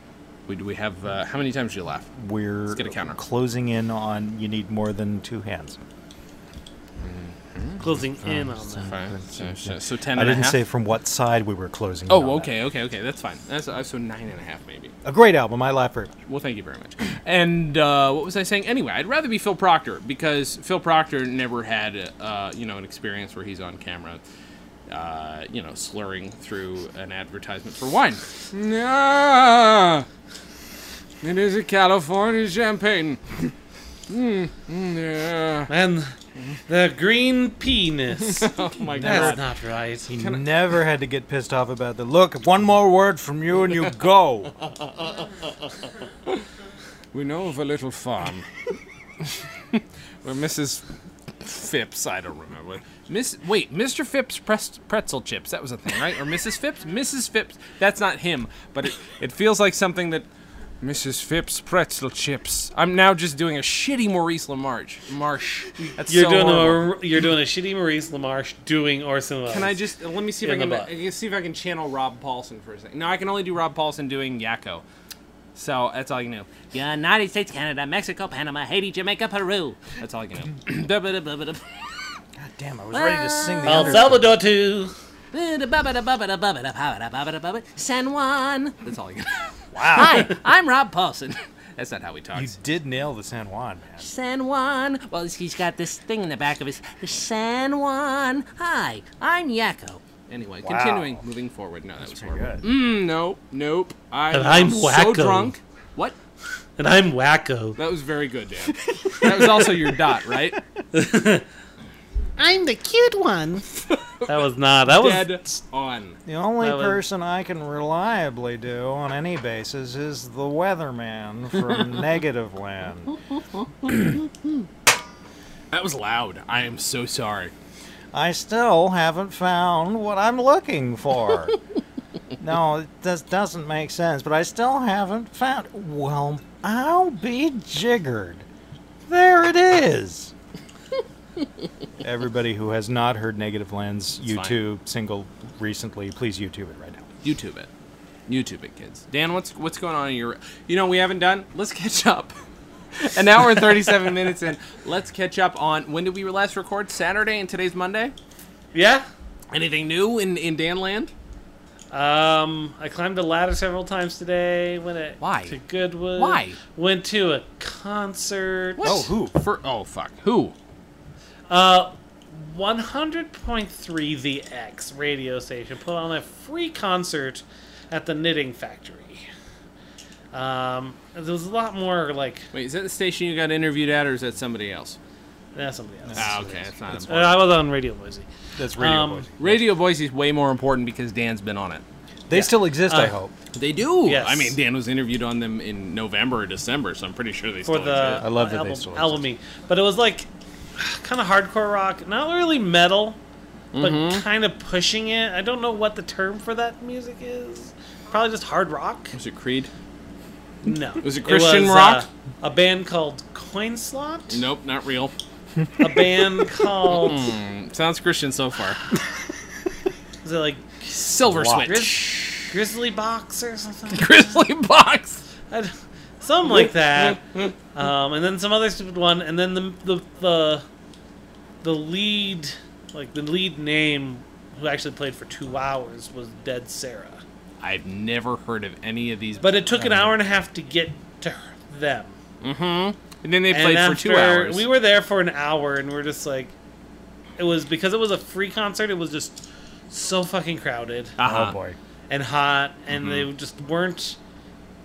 S1: we, do we have uh, how many times did you laugh?
S2: we're
S1: Let's get a counter.
S2: closing in on you need more than two hands.
S3: Closing in on that.
S1: Five, Oh, so, so, so ten.
S2: Uh, I
S1: and a
S2: didn't
S1: half?
S2: say from what side we were closing. in on
S1: Oh,
S2: that.
S1: okay, okay, okay. That's fine. That's uh, so nine and a half, maybe.
S2: A great album. I laughed very much.
S1: Well, thank you very much. And uh, what was I saying? Anyway, I'd rather be Phil Proctor because Phil Proctor never had, uh, you know, an experience where he's on camera, uh, you know, slurring through an advertisement for wine. Ah, it is a California champagne. *laughs* Hmm,
S3: And the
S1: *laughs*
S3: green penis.
S1: Oh my god!
S3: That's not right.
S2: He never had to get pissed off about the look. One more word from you and
S1: *laughs*
S2: you go.
S1: We know of a little farm *laughs* where Mrs. Phipps, I don't remember. Miss, wait, Mr. Phipps pressed pretzel chips. That was a thing, right? Or Mrs. Phipps? Mrs. Phipps. That's not him, but it, it feels like something that. Mrs. Phipps pretzel chips. I'm now just doing a shitty Maurice LaMarche. Marsh. That's
S3: You're
S1: so
S3: doing
S1: horrible.
S3: a you're doing a shitty Maurice LaMarche doing Orson Welles.
S1: Can I just let me see if
S3: In
S1: I can,
S3: the
S1: I
S3: butt.
S1: can see if I can channel Rob Paulson for a second. No, I can only do Rob Paulson doing Yakko. So that's all you know.
S8: United States, Canada, Mexico, Panama, Haiti, Jamaica, Peru.
S1: That's all I can do. *clears throat* Blah, blah, blah, blah, blah, blah.
S2: Damn, I was ready to sing the
S3: El Salvador too?
S8: San Juan.
S1: That's all I can do.
S8: Hi, I'm Rob Paulson.
S1: *laughs* That's not how he
S2: You
S1: talks.
S2: did nail the San Juan, man.
S8: San Juan. Well, he's got this thing in the back of his. San Juan. Hi, I'm Yakko.
S1: Anyway, continuing, moving forward. No, that was horrible.
S2: good.
S1: Mm, nope, nope. I'm,
S3: But I'm
S1: so
S3: wacko.
S1: drunk. What?
S3: And I'm Wacko.
S1: That was very good, Dan. *laughs* that was also your dot, right?
S8: I'm the cute one.
S3: That was not. That
S1: *laughs*
S3: was
S1: Dead on.
S2: The only
S3: That was-
S2: person I can reliably do on any basis is the weatherman
S1: *laughs*
S2: from Negative Land.
S1: That was loud. I am so sorry.
S2: I still haven't found what I'm looking *laughs* for. no, this doesn't make sense, but I still haven't found. Well, I'll be jiggered. There it *laughs* is. Everybody who has not heard Negative Land's
S1: fine.
S2: YouTube single recently, please YouTube it right now.
S1: YouTube it. YouTube it, kids. Dan, what's what's going on in your? You know, what we haven't done. Let's catch up. *laughs* An hour and thirty-seven minutes in. Let's catch up on when did we last record? Saturday and today's Monday.
S3: yeah.
S1: Anything new in in Dan land?
S3: Um, I climbed a ladder several times today. Went at,
S1: Why?
S3: to Goodwood.
S1: Why?
S3: Went to a concert.
S1: What? who? For oh fuck, who?
S3: Uh, 100.3 The X radio station put on a free concert at the Knitting Factory. Um, there was a lot more like
S1: Wait, is that the station you got interviewed at, or is that somebody else?
S3: nah, eh, somebody else.
S1: Ah, okay, that's not
S3: Uh,
S1: important.
S3: I was on Radio Boise.
S2: That's Radio
S3: Um,
S2: Boise.
S1: Radio Boise is way more important because Dan's been on it.
S2: They still exist, I
S3: Uh,
S2: hope.
S1: They do.
S3: Yes.
S1: I mean, Dan was interviewed on them in November or December, so I'm pretty sure they
S3: for
S1: still
S3: the
S1: exist.
S2: I love that
S3: uh,
S2: they
S3: album,
S2: still exist.
S3: album-y. but it was like kind of hardcore rock, not really metal, but kind of pushing it. I don't know what the term for that music is. Probably just hard rock.
S1: Was it Creed?
S3: No,
S1: Was it Christian rock?
S3: uh, a band called Coin Slot.
S1: Nope, not real. *laughs*
S3: A band
S1: Hmm.
S3: called
S1: Sounds Christian so
S3: *laughs*
S1: far.
S3: is it like
S1: Silver Switch.
S3: Grizz- Grizzly Box or something? *laughs*
S1: Grizzly Box.
S3: I d- Something
S1: *laughs*
S3: like that. Um, and then some other stupid one, and then the the the, the lead, like the lead name, who actually played for two hours was Dead Sarah.
S1: I've never heard of any of these. Oh.
S3: But it took an hour and a half to get to her- them.
S1: And then they played
S3: and
S1: for two
S3: after-
S1: hours.
S3: We were there for an hour, and we are just like, it was because it was a free concert. It was just so fucking crowded
S1: uh-huh. Mm-hmm.
S2: Oh boy.
S3: and hot, and they just weren't.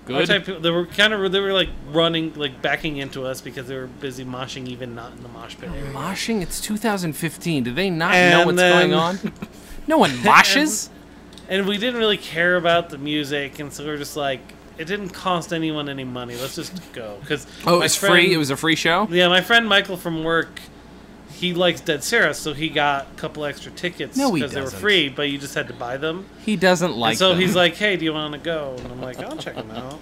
S3: our
S1: Good.
S3: type of- they were kind of they were like running, like backing into us because they were busy moshing, even not in the mosh pit. area.
S1: Moshing? It's 2015. Do they not know
S3: And
S1: what's
S3: then-
S1: going on?
S3: *laughs*
S1: No one moshes.
S3: And we didn't really care about the music, and so we were just like, it didn't cost anyone any money. Let's just go because
S1: oh, it was free. It was a free show.
S3: Yeah, my friend Michael from work, he likes Dead Sarah, so he got a couple extra tickets
S1: No, he
S3: they were
S1: doesn't.
S3: free, but you just had to buy them.
S1: He doesn't
S3: And
S1: like.
S3: so
S1: them.
S3: he's like, "Hey, do you want to go?" And I'm like, "I'll check them out."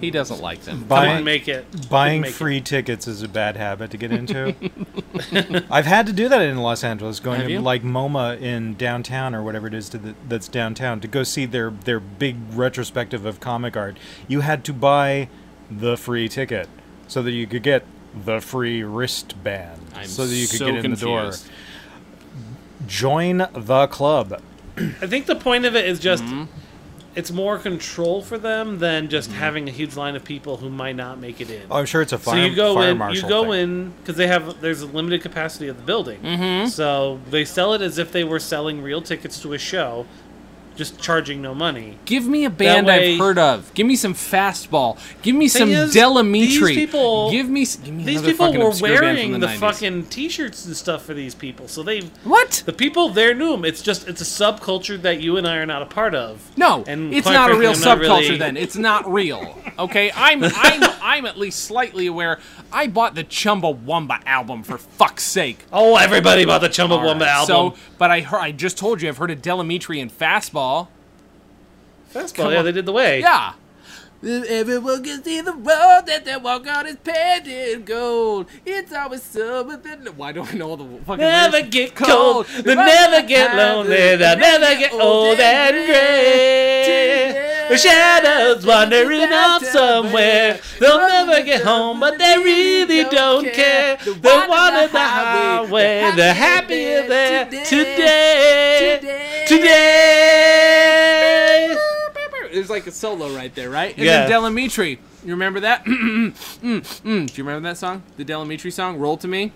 S1: he doesn't like
S3: *laughs*
S1: them.
S3: I
S2: Buying,
S3: didn't make it. Couldn't
S2: *laughs* buying
S3: make it.
S2: free tickets is a bad habit
S3: *laughs*
S2: to get into. I've had to do that in Los Angeles, going
S1: Have
S2: to
S1: you?
S2: like MoMA in downtown or whatever it is to the, that's downtown to go see their their big retrospective of comic art. You had to buy the free ticket so that you could get the free wristband
S1: I'm
S2: so that you could
S1: so
S2: get in the door.
S1: confused.
S2: Join the club.
S3: I think the point of it is just
S2: Mm-hmm.
S3: it's more control for them than just having a huge line of people who might not make it in.
S2: Oh, I'm sure it's a
S3: so
S2: fire,
S3: you go
S2: fire
S3: in, you
S2: marshal
S3: go
S2: thing.
S3: in because they have there's a limited capacity of the building.
S2: Mm-hmm.
S3: So they sell it as if they were selling real tickets to a show, just charging no money.
S1: Give me a band
S3: way-
S1: I've heard of. Give me some fastball. Give me some
S3: is,
S1: Delamitri.
S3: these people-
S1: give me. s- Give me
S3: These
S1: another
S3: people
S1: fucking
S3: were
S1: obscure band
S3: wearing
S1: from
S3: the,
S1: the, 90s.
S3: fucking t-shirts and stuff for these people. So they
S1: What?
S3: the people there knew them. It's just it's a subculture that you and I are not a part of.
S1: No,
S3: and
S1: it's
S3: quite
S1: not a
S3: frankly,
S1: real
S3: I'm not
S1: subculture.
S3: really-
S1: Then it's not real. Okay, I'm I'm I'm at least slightly aware. I bought the Chumbawamba album for fuck's sake.
S3: Oh, everybody bought the Chumbawamba
S1: Alright,
S3: album.
S1: So, but I heard, I just told you I've heard of Delamitri and Fastball.
S3: well, yeah, they did the way.
S1: Yeah. Everyone can see the road that they walk on is paved in gold. It's always summer. Then why do I know all the fucking
S3: Never
S1: lyrics?
S3: get cold, they'll never get lonely, they'll never get old and gray. The shadows wandering off somewhere, they'll never get home, but they really don't care. They wanted the highway, they're happier there today. Today.
S1: There's like a solo right there, right? And
S3: Yeah.
S1: then Delamitri. You remember that? *clears throat* Mm, mm. Do you remember that song? The Delamitri song, Roll to Me?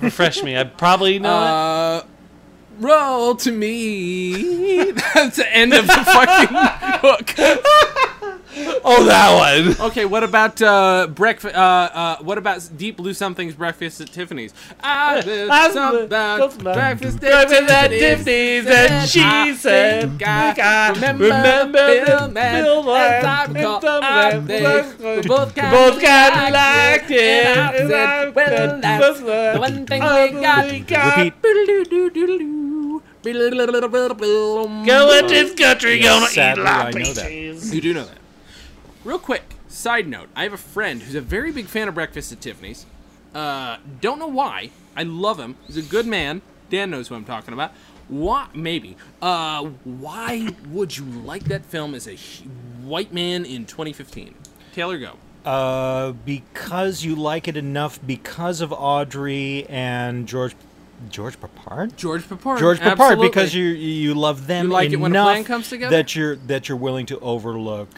S3: Refresh me, I probably know it.
S1: Uh, roll to me. *laughs* That's the end of the *laughs* fucking hook.
S3: Oh, that one.
S1: Okay, what about uh, breakfast? Uh, uh, what about Deep Blue Something's Breakfast at Tiffany's? I
S3: I
S1: live
S3: live
S1: something
S3: something
S1: breakfast
S3: Remember
S1: at
S3: that
S1: Tiffany's.
S3: Tiffany's that she
S1: I
S3: said.
S1: think I
S3: I
S1: remember
S3: remember
S1: Bill
S3: the
S1: Man
S3: Bill
S1: as I
S3: Man
S1: recall
S3: and some
S1: I
S3: man
S1: think
S3: was-
S1: we both kinda
S3: both kinda
S1: liked
S3: liked it,
S1: and I
S3: and
S1: said,
S3: I
S1: well,
S3: said,
S1: that's
S3: was
S1: the one thing we got.
S3: got.
S1: Boodle-doo-doo-doo-doo. Boodle-doo-doo-doo-doo-doo.
S3: Go into this country, gonna eat
S2: sadly, I know that.
S3: lobsters.
S1: You do know that. Real quick, side note: I have a friend who's a very big fan of Breakfast at Tiffany's. Uh, don't know why. I love him. He's a good man. Dan knows who I'm talking about. Why? Maybe. Uh, why would you like that film as a hu- white man in 2015? Taylor, go.
S2: Uh, because you like it enough because of Audrey and George George Papard.
S1: George Papard.
S2: George Papard
S1: Absolutely.
S2: because you you love them
S1: You like it
S2: enough
S1: when a plan comes together?
S2: that you're that you're willing to overlook.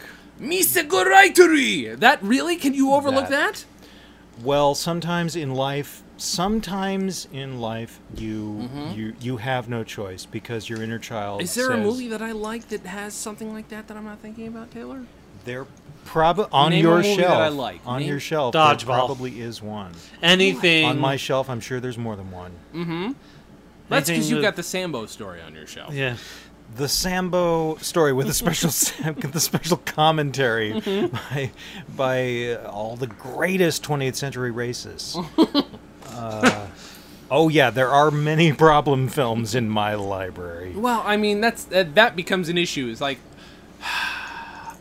S1: Misa Goraiteri! That really? Can you overlook
S2: That.
S1: that?
S2: Well, sometimes in life, sometimes in life you you you have no choice because your inner child
S1: Mm-hmm. Is there a
S2: says-
S1: movie that I like that has something like that that I'm not thinking about, Taylor?
S2: They're probably on
S1: Name a
S2: your
S1: movie
S2: shelf.
S1: that I like.
S2: On
S1: Name-
S2: your shelf, there
S3: Dodgeball.
S2: probably is one.
S3: Anything.
S2: On my shelf, I'm sure there's more than one.
S1: That's
S3: Anything
S1: because you
S3: with-
S1: got the Sambo story on your show.
S3: yeah.
S2: the Sambo story with the
S9: *laughs*
S2: special the special commentary
S9: Mm-hmm.
S2: by by uh, all the greatest 20th century
S9: *laughs*
S2: racists. uh,
S9: Uh,
S2: oh yeah, there are many problem films in my library.
S1: Well, I mean, that's uh, that becomes an issue. Is like, *sighs*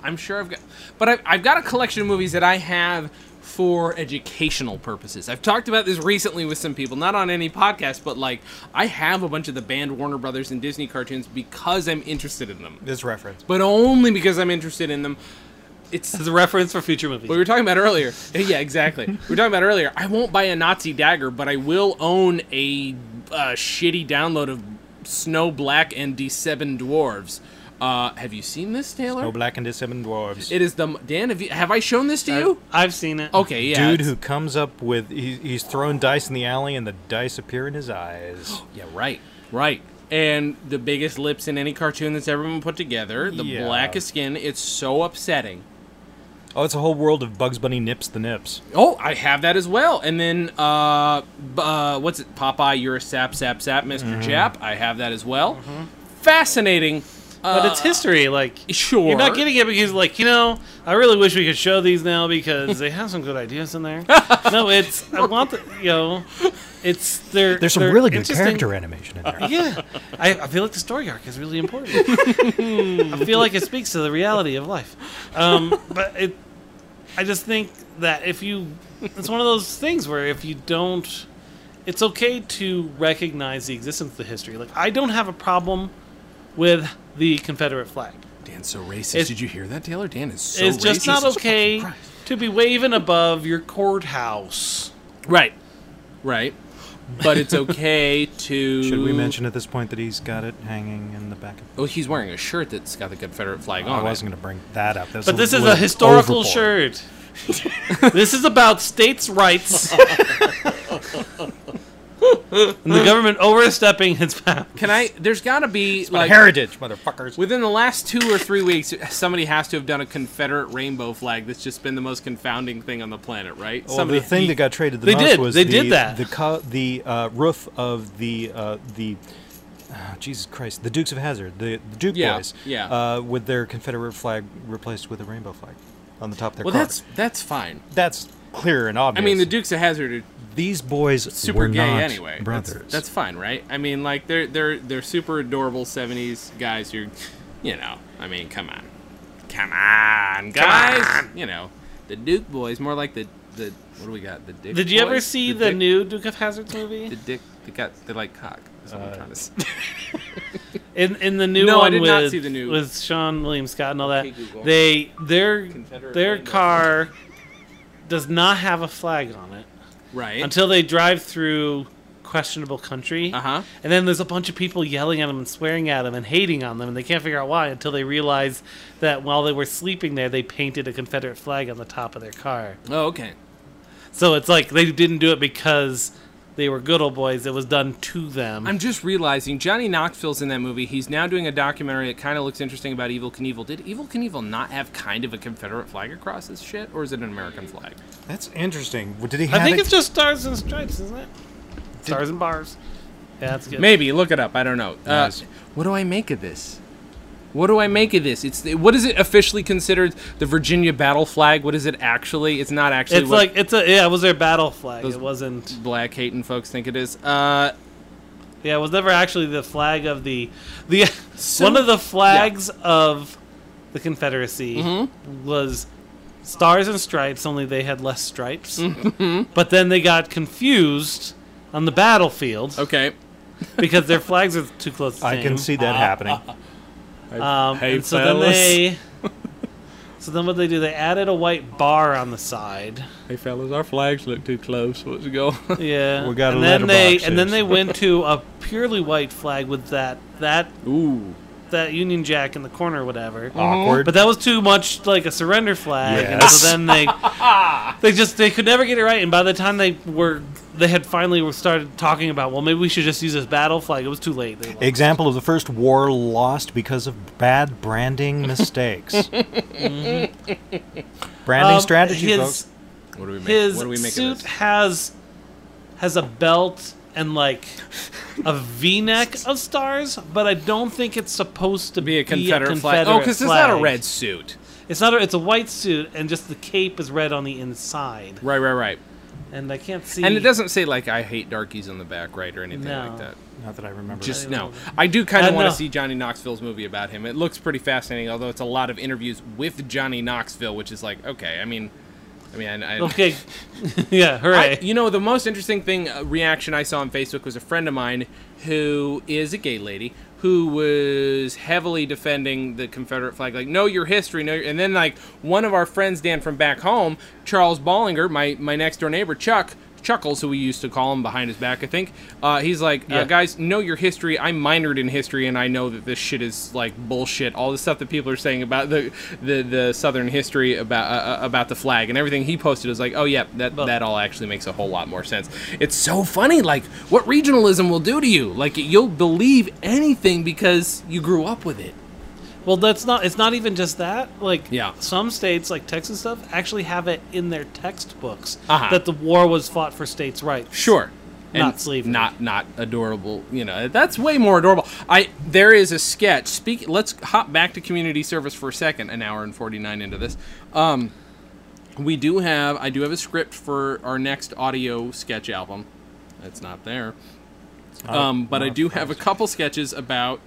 S1: I'm sure I've got, but I've, I've got a collection of movies that I have for educational purposes. I've talked about this recently with some people, not on any podcast, but like, I have a bunch of the banned Warner Brothers and Disney cartoons because I'm interested in them,
S2: This reference.
S1: but only because I'm interested in them. It's
S3: It's a reference for future movies.
S1: what we were talking about earlier. *laughs* Yeah, exactly. we were talking about earlier. I won't buy a Nazi dagger, but I will own a uh, shitty download of Snow Black and D7 Dwarves. Uh, have you seen this, Taylor?
S9: No black and seven dwarves.
S1: It is the Dan. Have, you, have I shown this to you?
S3: I've seen it.
S1: Okay, yeah.
S9: Dude
S1: it's-
S9: who comes up with he, he's thrown dice in the alley and the dice appear in his eyes. *gasps*
S1: Yeah, right, right. And the biggest lips in any cartoon that's ever been put together. The
S9: Yeah.
S1: blackest skin. It's so upsetting.
S9: Oh, it's a whole world of Bugs Bunny nips the nips.
S1: Oh, I have that as well. And then, uh, b- uh what's it? Popeye, you're a sap, sap, sap, mister Jap. I have that as well. Fascinating.
S3: But
S9: Uh,
S3: it's history. Like
S1: Sure.
S3: you're not getting it because, like, you know, I really wish we could show these now because they have some good ideas in
S1: *laughs*
S3: there. no, it's I want the you know, it's they're
S9: There's some
S3: they're
S9: really good
S3: interesting.
S9: character animation in there.
S3: Yeah, I, I feel like the story arc is really important. I feel like it speaks to the reality of life. Um, but it, I just think that if you, it's one of those things where if you don't, it's okay to recognize the existence of the history. Like I don't have a problem with the Confederate flag.
S1: Dan's so racist.
S3: It's-
S1: Did you hear that, Taylor? Dan is so
S3: it's just
S1: racist.
S3: not
S1: Jesus
S3: okay
S1: fucking Christ.
S3: to be waving above your courthouse.
S1: Right, right. But it's *laughs* okay to.
S9: Should we mention at this point that he's got it hanging in the back of
S1: Oh, he's wearing a shirt that's got the Confederate flag on
S9: I
S1: it.
S9: wasn't going to bring that up. That's
S3: Oh, But this is a
S9: little
S3: historical
S9: overboard.
S3: shirt. this is about states' rights. and the government overstepping its power.
S1: Can I? There's got to be
S9: My
S1: like
S9: heritage, motherfuckers.
S1: within the last two or three weeks, somebody has to have done a Confederate rainbow flag that's just been the most confounding thing on the planet, right?
S9: Well,
S1: somebody
S9: the thing that got traded the
S3: They
S9: most
S3: did.
S9: was
S3: They
S9: the,
S3: did that.
S9: the co- the uh, roof of the uh, the oh, Jesus Christ the Dukes of Hazard the, the Duke
S1: Yeah,
S9: boys
S1: yeah.
S9: Uh, with their Confederate flag replaced with a rainbow flag on the top of their
S1: Well,
S9: car.
S1: that's that's fine.
S9: that's clear and
S1: I
S9: obvious.
S1: mean, the Dukes of Hazard are
S9: these boys
S1: super
S9: were
S1: gay
S9: not
S1: anyway. That's-
S9: brothers.
S1: That's, fine, right? I mean, like they're they're they're super adorable '70s guys. who, you know, I mean, come on, come on, guys. You know, the Duke boys more like the the what do we got? The Dick.
S3: Did you ever
S1: boys?
S3: see the
S1: Dick-
S3: new Duke of Hazards
S1: The
S3: movie?
S1: Dick. They got they like cock. That's what I'm trying to say. *laughs*
S3: In in the new
S1: No, I
S3: one
S1: did
S3: with,
S1: not see the new-
S3: with Sean William Scott and all that.
S1: Okay, Google.
S3: they their
S1: Confederate
S3: their
S1: rainbow.
S3: car does not have a flag on it
S1: Right.
S3: until they drive through questionable country.
S1: Uh-huh.
S3: And then there's a bunch of people yelling at them and swearing at them and hating on them, and they can't figure out why until they realize that while they were sleeping there, they painted a Confederate flag on the top of their car.
S1: oh, okay.
S3: So it's like they didn't do it because they were good old boys. It was done to them.
S1: I'm just realizing Johnny Knoxville's in that movie. He's now doing a documentary that kind of looks interesting about Evil Knievel. Did Evil Knievel not have kind of a Confederate flag across his shit, or is it an American flag?
S9: That's interesting. Well, Did he? Have
S3: I think
S9: it-
S3: it's just stars and stripes, isn't it? Stars and bars. Yeah, that's good.
S1: Maybe. Look it up. I don't know. Uh,
S9: Nice.
S1: what do I make of this? What do I make of this? It's the, what is it officially considered the Virginia battle flag? What is it actually? It's not actually.
S3: it's
S1: what
S3: like it's a yeah. It was their battle flag.
S1: Those-
S3: It wasn't.
S1: black hating folks think it is. Uh,
S3: Yeah, it was never actually the flag of the the *laughs* one of the flags of the Confederacy was stars and stripes. Only they had less stripes. But then they got confused on the battlefield
S1: okay.
S3: because their flags are too close. To the
S9: I can
S3: same. Uh,
S9: see that happening.
S3: Um,
S1: Hey,
S3: and so then
S1: fellas.
S3: they. So then what they do? They added a white bar on the side.
S1: Hey fellas, our flags look too close. What's going? on?
S9: *laughs*
S3: Yeah.
S9: We got
S3: and
S9: a
S3: then they
S9: letterbox
S3: and then
S9: is. *laughs*
S3: they went to a purely white flag with that that
S1: Ooh.
S3: that Union Jack in the corner or whatever.
S9: Awkward.
S3: But that was too much like a surrender flag, and
S9: Yes.
S3: so
S1: *laughs*
S3: then they they just they could never get it right. And by the time they were they had finally started talking about well maybe we should just use this battle flag. It was too late. They lost.
S9: Example of the first war lost because of bad branding
S3: *laughs*
S9: mistakes. Branding
S3: Um,
S9: strategy,
S3: his
S9: folks.
S1: What do we make?
S3: his
S1: what do we make
S3: suit
S1: of this?
S3: has has a belt and like a V-neck of stars, but I don't think it's supposed to
S1: Be a Confederate, flag. Oh, because it's not a
S3: flag.
S1: red suit.
S3: It's not. A, it's a white suit, and just the cape is red on the inside.
S1: Right, right, right.
S3: And I can't see.
S1: And it doesn't say like "I hate darkies" on the back, right, or anything
S3: No.
S1: like that.
S9: Not that I remember.
S1: Just
S9: that.
S1: no. I do kind
S3: I
S1: of want
S3: know.
S1: to see Johnny Knoxville's movie about him. It looks pretty fascinating, although it's a lot of interviews with Johnny Knoxville, which is like, okay, I mean, I mean, I, I,
S3: *laughs* Okay. *laughs* yeah.
S1: I-
S3: Hooray.
S1: you know, the most interesting thing uh, reaction I saw on Facebook was a friend of mine who is a gay lady who was heavily defending the Confederate flag, like know your history, know. Your, and then like one of our friends, Dan from back home, Charles Ballinger, my my next door neighbor, Chuck. Chuckles, who we used to call him behind his back, I think. Uh, he's like, uh,
S3: Yeah.
S1: guys, know your history. I minored in history, and I know that this shit is like bullshit. All the stuff that people are saying about the the, the Southern history about uh, uh, about the flag and everything he posted is like, oh yeah, that that all actually makes a whole lot more sense. It's so funny, like what regionalism will do to you. Like you'll believe anything because you grew up with it.
S3: Well, that's not. It's not even just that. Like,
S1: Yeah.
S3: some states, like Texas stuff, actually have it in their textbooks
S1: Uh-huh.
S3: that the war was fought for states' rights.
S1: Sure.
S3: Not slavery.
S1: Not not adorable. You know that's way more adorable. I there is a sketch. Speak. Let's hop back to community service for a second. An hour and forty nine into this. Um, we do have. I do have a script for our next audio sketch album. It's not there.
S3: Oh,
S1: Um, but I do have a couple sketches about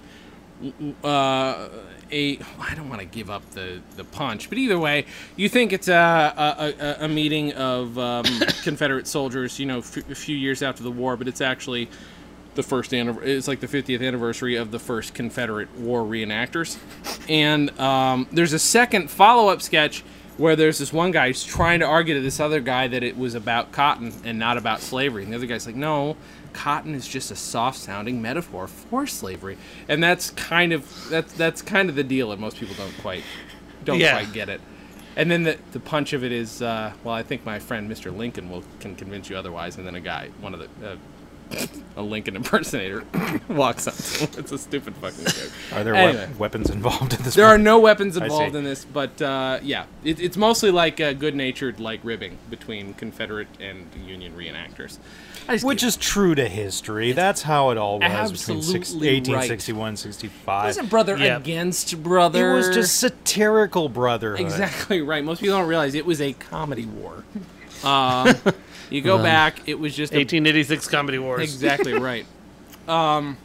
S1: uh, a. I don't want to give up the, the punch, but either way, you think it's a, a, a, a meeting of um, *coughs* Confederate soldiers, you know, f- a few years after the war, but it's actually the first anniv- it's like the 50th anniversary of the first Confederate war reenactors. And um, there's a second follow up sketch where there's this one guy who's trying to argue to this other guy that it was about cotton and not about slavery. And the other guy's like, no, cotton is just a soft sounding metaphor for slavery. And that's kind of that's that's kind of the deal and most people don't quite don't
S3: Yeah.
S1: quite get it. And then the, the punch of it is, uh, well, I think my friend Mr. Lincoln will can convince you otherwise. And then a guy, one of the uh, a Lincoln impersonator *coughs* walks up. to him. It's a stupid fucking joke.
S9: Are there
S1: Anyway.
S9: wep- weapons involved in this?
S1: There are
S9: one?
S1: no weapons
S9: see.
S1: involved in this, but uh, yeah, it, it's mostly like uh, good-natured like ribbing between Confederate and Union reenactors.
S9: Which is true to history. That's how it all was between six,
S1: absolutely
S9: 1861 65.
S1: Isn't brother
S3: Yeah.
S1: against
S9: It
S1: brother?
S9: was
S2: *laughs*
S9: just satirical brotherhood.
S1: exactly right. Most people don't realize it was a comedy war. Um, you go back, it was just a
S3: 1886 comedy wars.
S1: Exactly right. Um,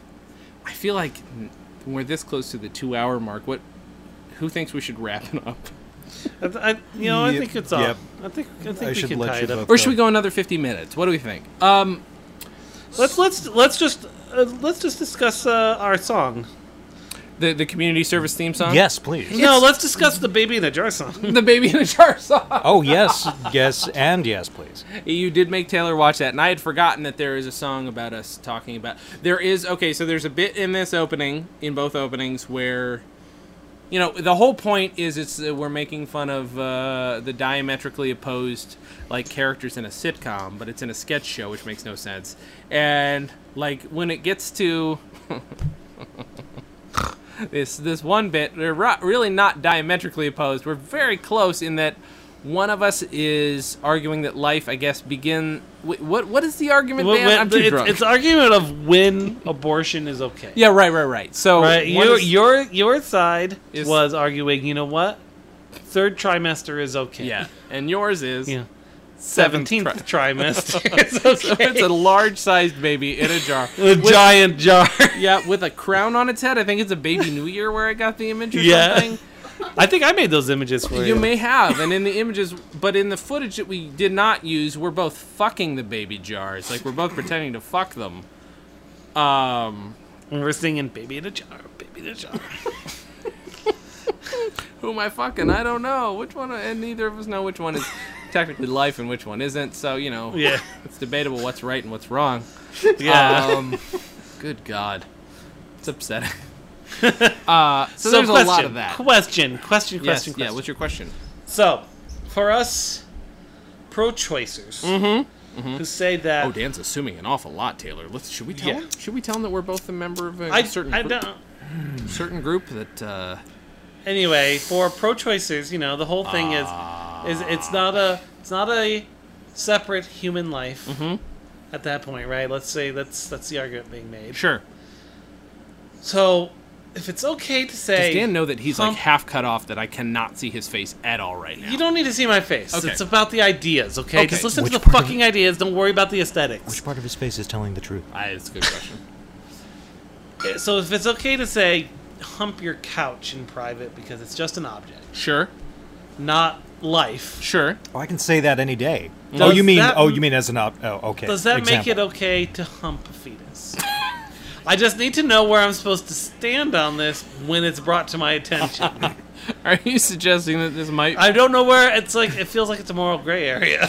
S1: I feel like we're this close to the two-hour mark. What? Who thinks we should wrap it up?
S3: I, th- I, you know, I
S9: Yep.
S3: think it's up.
S9: Yep.
S3: I think I think
S9: I
S3: we
S9: should
S3: can
S9: let
S3: tie
S9: you
S3: it up.
S9: vote.
S1: Or should we go another 50 minutes? What do we think? Um,
S3: Let's let's let's just uh, let's just discuss uh, our song.
S1: the the community service theme song.
S9: Yes, please.
S3: No, let's discuss the baby in a jar *laughs* song.
S1: *laughs* the baby in a jar song. *laughs*
S9: Oh, yes, yes, and yes, please.
S1: You did make Taylor watch that, and I had forgotten that there is a song about us talking about. There is okay, so there's a bit in this opening, in both openings, where. You know, the whole point is it's uh, we're making fun of uh, the diametrically opposed like characters in a sitcom, but it's in a sketch show, which makes no sense. And like when it gets to *laughs* this this one bit we're ro- really not diametrically opposed we're very close in that one of us is arguing that life i guess begin wait, what what is the argument
S3: When-
S1: Dan?
S3: when-
S1: i'm too
S3: it's,
S1: drunk
S3: it's argument of when abortion is okay.
S1: yeah right right right so
S3: Right,
S1: one
S3: your
S1: is-
S3: your your side
S1: is-
S3: was arguing. You know what? Third trimester is okay.
S1: yeah and yours is
S3: *laughs* yeah.
S1: seventh
S3: Seventeenth
S1: tri-
S3: trimester is okay.
S1: it's a large sized baby in a
S3: *laughs*
S1: jar
S3: a giant jar.
S1: yeah with a crown on its head i think it's a baby new year where i got the image or
S3: Yeah.
S1: something
S3: I think I made those images for you.
S1: You may have, and in the images, but in the footage that we did not use, we're both fucking the baby jars. Like we're both pretending to fuck them. Um,
S3: And we're singing "Baby in a Jar," "Baby in a Jar."
S1: who am I fucking? I don't know which one, and neither of us know which one is technically life and which one isn't. So you know,
S3: Yeah,
S1: it's debatable what's right and what's wrong.
S3: *laughs* yeah.
S1: Um, good God, it's
S3: *laughs*
S1: upsetting. Uh, so,
S3: so
S1: there's
S3: question,
S1: a lot of that.
S3: Question, question,
S1: Yes,
S3: question, question.
S1: yeah. What's your question?
S3: So, for us pro-choicers who say that
S1: Mm-hmm, Oh, Dan's assuming an awful lot, Taylor. Let's should we tell
S3: Yeah.
S1: him? Should we tell him that we're both a member of a
S3: I,
S1: certain
S3: I
S1: group?
S3: don't.
S1: certain group that uh,
S3: Anyway, for pro-choicers, you know the whole thing
S1: Ah.
S3: is is it's not a it's not a separate human life
S1: Mm-hmm.
S3: at that point, right? Let's say that's that's the argument being made.
S1: sure
S3: So, if it's okay to say
S1: does dan know that he's
S3: Hump-
S1: like half cut off that i cannot see his face at all right now
S3: You don't need to see my face.
S1: Okay.
S3: It's about the ideas, okay?
S1: Okay.
S3: Just listen
S9: Which
S3: to the
S9: part of-
S3: fucking ideas. Don't worry about the aesthetics.
S9: Which part of his face is telling the truth?
S1: I, it's Ah, a good question
S3: So if it's okay to say hump your couch in private because it's just an object,
S1: sure
S3: not life,
S1: sure
S9: Oh, I can say that any day. oh,
S3: Does
S9: you mean?
S3: that-
S9: oh, you mean as an op? Oh, okay.
S3: does that make
S9: Example.
S3: it okay to hump a fetus? I just need to know where I'm supposed to stand on this when it's brought to my attention.
S1: *laughs* are you suggesting that this might
S3: I don't know where it's like it feels like it's a moral gray area.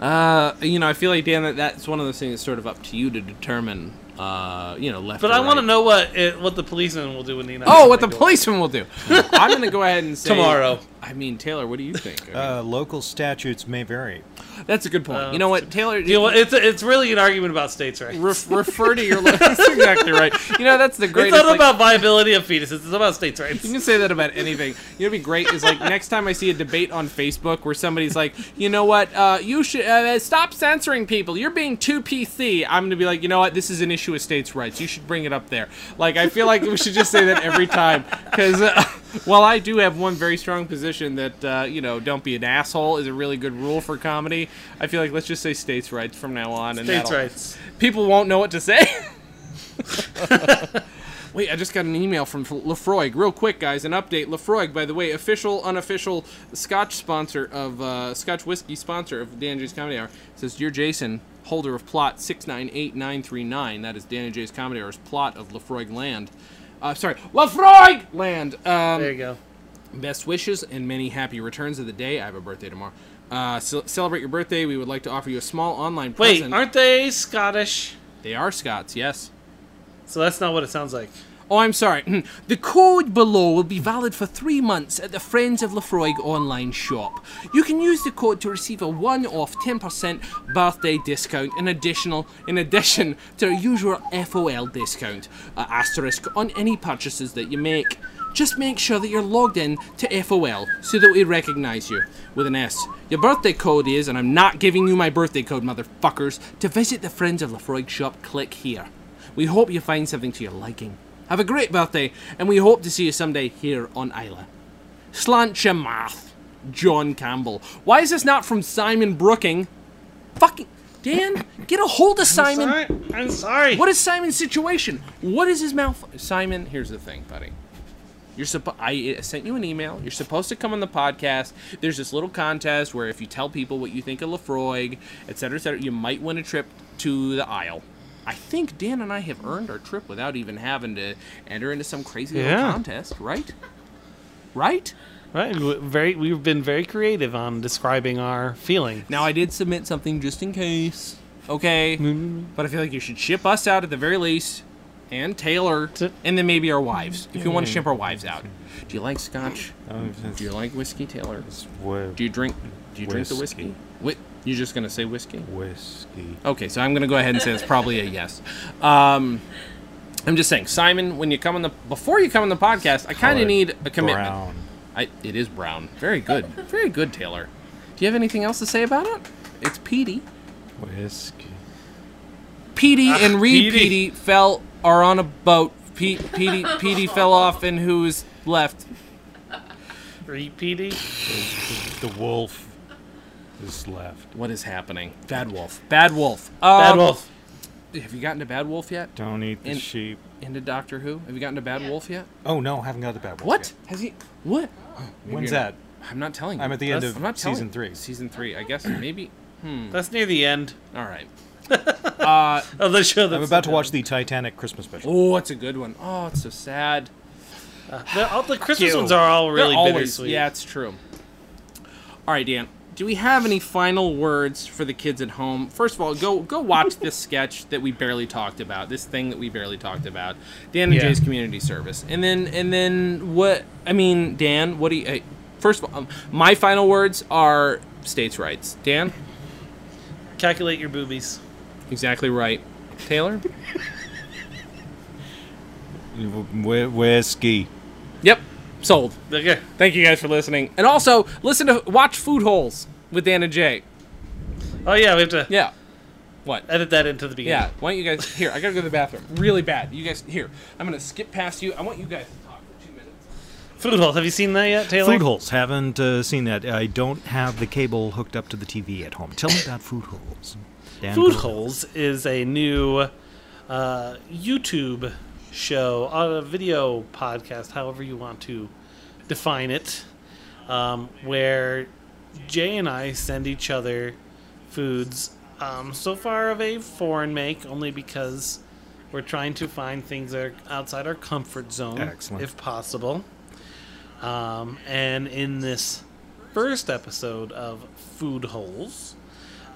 S1: uh, you know, I feel like Dan, that that's one of those things that's sort of up to you to determine. Uh, you know, left.
S3: But
S1: or
S3: I want to
S1: right.
S3: know what it, what the policeman will do when he. knocks
S1: Oh,
S3: on
S1: what
S3: my
S1: the
S3: door.
S1: policeman will do? I'm gonna go ahead and say
S3: *laughs* Tomorrow.
S1: I mean, Taylor, what do you think? I
S3: *laughs*
S1: mean,
S9: Uh, local statutes may vary.
S1: that's a good point.
S3: uh,
S1: you know what, Taylor?
S3: You know, what, it's it's really an argument about states' rights.
S1: Ref- *laughs* refer to your. That's exactly right. You know, that's the
S3: It's
S1: greatest.
S3: not
S1: like-
S3: about viability of fetuses. It's about
S1: *laughs*
S3: states' rights.
S1: You can say that about anything. You know, what'd be great is like next time I see a debate on Facebook where somebody's like, you know what, uh, you should uh, stop censoring people. You're being too PC. I'm gonna be like, you know what, this is an issue of states' rights. You should bring it up there. Like, I feel like we should just say that every time because uh, *laughs* while I do have one very strong position that uh, you know, don't be an asshole is a really good rule for comedy. I feel like let's just say states' rights from now on. And
S3: States'
S1: that'll-
S3: rights.
S1: people won't know what to
S3: *laughs*
S1: say. Wait, I just got an email from Lefroy. Real quick, guys, an update. Lefroy, by the way, official, unofficial Scotch sponsor of uh, Scotch whiskey sponsor of Dan and Jay's Comedy Hour says, "Dear Jason, holder of plot six nine eight nine three nine. That is Dan and Jay's Comedy Hour's plot of Lefroy Land. Uh, sorry, Lefroy Land. Um,
S3: There you go.
S1: Best wishes and many happy returns of the day. I have a birthday tomorrow. Uh, ce- celebrate your birthday. We would like to offer you a small online
S3: Wait,
S1: present.
S3: aren't they Scottish?
S1: they are Scots? Yes.
S3: So that's not what it sounds like.
S1: Oh, I'm sorry. *clears throat* The code below will be valid for three months at the Friends of Lefroy online shop. You can use the code to receive a one-off 10% birthday discount in additional, in addition to a usual FOL discount uh, asterisk on any purchases that you make. Just make sure that you're logged in to FOL so that we recognize you with an S. Your birthday code is, and I'm not giving you my birthday code, motherfuckers. To visit the Friends of Lefroy shop, click here. We hope you find something to your liking. Have a great birthday, and we hope to see you someday here on Isla. Slant your mouth, John Campbell. Why is this not from Simon Brooking? Fucking Dan, get a hold of Simon.
S3: Sorry, I'm sorry.
S1: What is Simon's situation? What is his mouth? Simon, here's the thing, buddy. You're supposed. I uh, sent you an email. You're supposed to come on the podcast. There's this little contest where if you tell people what you think of Lafroig, et cetera, et cetera, you might win a trip to the Isle. I think Dan and I have earned our trip without even having to enter into some crazy little
S3: Yeah.
S1: contest, right? Right?
S3: Right, we- very. We've been very creative on describing our feeling.
S1: Now I did submit something just in case, okay? But I feel like you should ship us out at the very least, and Taylor,
S3: it.
S1: and then maybe our wives, if you want to ship our wives out. Do you like Scotch? Do you like whiskey, Taylor? Do you drink? Do you drink the whiskey? What? You're just gonna say whiskey?
S9: Whiskey.
S1: Okay, so I'm gonna go ahead and say it's probably a yes. Um, I'm just saying, Simon, when you come on the before you come on the podcast, I kind of
S9: Colored
S1: need a commitment.
S9: Brown.
S1: I, it is brown. Very good. Very good, Taylor. Do you have anything else to say about it? It's Petey.
S9: Whiskey.
S1: Petey and Reed
S3: Petey.
S1: Petey fell are on a boat. Pe- Petey Petey fell off, and who is left?
S3: Repeating.
S9: The wolf is left.
S1: What is happening? Bad Wolf. Bad Wolf. Um,
S3: Bad wolf.
S1: Have you gotten to Bad Wolf yet?
S9: Don't eat the
S1: And-
S9: sheep.
S1: Into Doctor Who? Have you gotten to Bad Wolf yet?
S9: Oh no, I haven't got the bad wolf.
S1: What has he?
S9: Yet.
S1: What?
S9: When's
S1: you're-
S9: that?
S1: I'm not telling you.
S9: I'm at the end
S1: That's-
S9: of
S1: I'm not telling
S9: season
S1: you.
S9: three.
S1: Season three, I guess. Maybe.
S3: That's near the end
S1: All right. Uh,
S3: of the show. That's
S9: I'm about to watch the Titanic Christmas special.
S1: Oh, it's a good one. Oh, it's so sad.
S3: The, all the Christmas
S1: you.
S3: ones are all really
S1: They're always-
S3: bittersweet.
S1: Yeah, it's true. All right, Dan. Do we have any final words for the kids at home? First of all, go go watch this sketch that we barely talked about. This thing that we barely talked about. Dan and
S3: Yeah.
S1: Jay's community service. And then and then what? I mean, Dan, what do you? Uh, first of all, um, my final words are states' rights. Dan,
S3: Calculate your boobies.
S1: exactly right. Taylor.
S9: Wh- Whiskey.
S1: yep. Sold.
S3: Okay.
S1: Thank you guys for listening. And also listen to watch Food Holes with Dan and Jay.
S3: Oh yeah, we have to
S1: Yeah. What?
S3: edit that into the beginning.
S1: Yeah, why don't you guys here? I gotta go to the bathroom really bad. You guys here. I'm gonna skip past you. I want you guys to talk for two minutes.
S3: Food hole. Have you seen that yet, Taylor?
S9: Food holes. Haven't uh, seen that. I don't have the cable hooked up to the TV at home. Tell me about food holes. Dan
S3: Food
S9: go-
S3: Holes is a new uh, YouTube show, a video podcast, however you want to define it, um, where Jay and I send each other foods. Um, so far, of a foreign make, only because we're trying to find things that are outside our comfort zone,
S9: Excellent.
S3: if possible. Um, and in this first episode of Food Holes,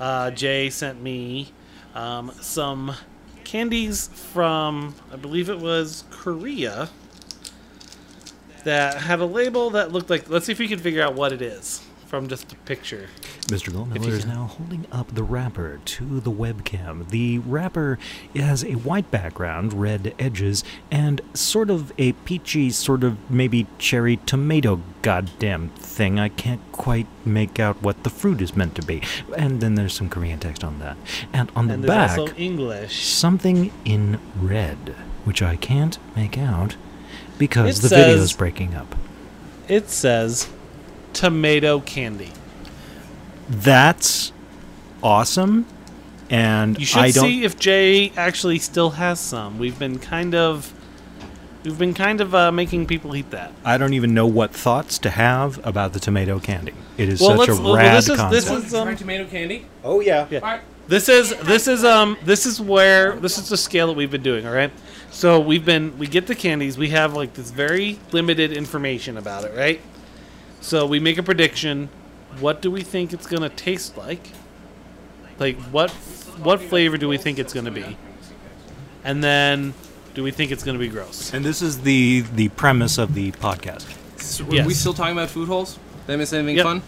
S3: uh, Jay sent me um, some candies from, I believe it was Korea, that had a label that looked like. Let's see if we can figure out what it is from just the picture.
S2: Mr. Goldmiller is now holding up the wrapper to the webcam. The wrapper has a white background, red edges, and sort of a peachy, sort of maybe cherry tomato goddamn thing. I can't quite make out what the fruit is meant to be. And then there's some Korean text on that. And on
S3: and
S2: the
S3: there's
S2: back,
S3: also English.
S2: something in red, which I can't make out because
S3: It
S2: the video
S3: says-
S2: is breaking up.
S3: It says tomato candy.
S2: That's awesome. And
S3: You should
S2: I don't
S3: see if Jay actually still has some. We've been kind of, we've been kind of uh, making people eat that.
S2: I don't even know what thoughts to have about the tomato candy. It is
S3: Well,
S2: such a
S3: let's- well,
S2: rad
S3: this is- this
S2: concept.
S3: is- Um,
S1: Try tomato candy.
S2: oh yeah.
S3: Yeah.
S1: All right.
S3: This is this is um this is where this is the scale that we've been doing. All right, so we've been we get the candies. We have like this very limited information about it, right? So we make a prediction. What do we think it's gonna taste like? Like what what flavor do we think it's gonna be? And then do we think it's gonna be gross?
S2: And this is the the premise of the podcast.
S1: So,
S3: Yes.
S1: Are we still talking about food holes? Did I miss anything
S3: Yep.
S1: fun?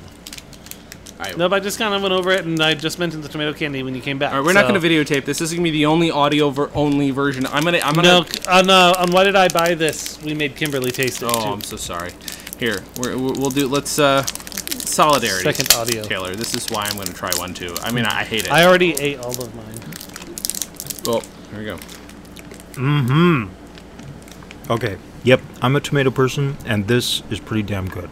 S1: All right.
S3: Nope, I just kind of went over it, and I just mentioned the tomato candy when you came back.
S1: All right, we're not going to videotape this. This is going to be the only audio ver- only version. I'm gonna. I'm gonna.
S3: No, c- on uh, on why did I buy this? We made Kimberly taste it
S1: Oh, I'm
S3: too.
S1: so sorry. Here, we're, we're- we'll do. Let's uh, solidarity.
S3: Second audio.
S1: Taylor, this is why I'm going to try one too. I mean, I, I hate it.
S3: I already ate all of mine.
S1: oh, here we go.
S2: Okay. Yep, I'm a tomato person and this is pretty damn good.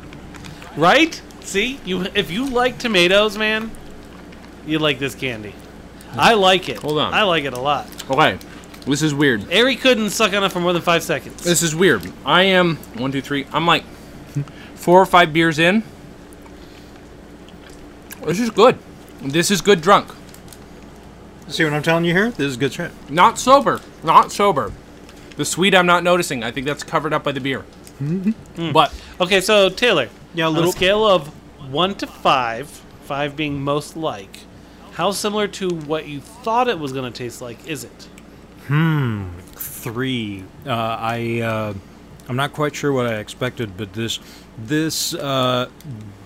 S3: Right? See, you if you like tomatoes, man, you like this candy. I like it.
S1: Hold on.
S3: I like it a lot.
S1: Okay, this is weird.
S3: Ari couldn't suck on it for more than five seconds.
S1: This is weird. I am one, two, three. I'm like four or five beers in. This is good. This is good drunk.
S2: See what I'm telling you here? This is good shit.
S1: Not sober. Not sober. The sweet I'm not noticing. I think that's covered up by the beer.
S3: Mm-hmm.
S1: But
S3: Okay, so Taylor,
S2: Yeah, a
S3: on a
S2: little-
S3: scale of one to five, five being most like, how similar to what you thought it was going to taste like is it?
S2: 3. Uh, I uh, I'm not quite sure what I expected, but this this uh,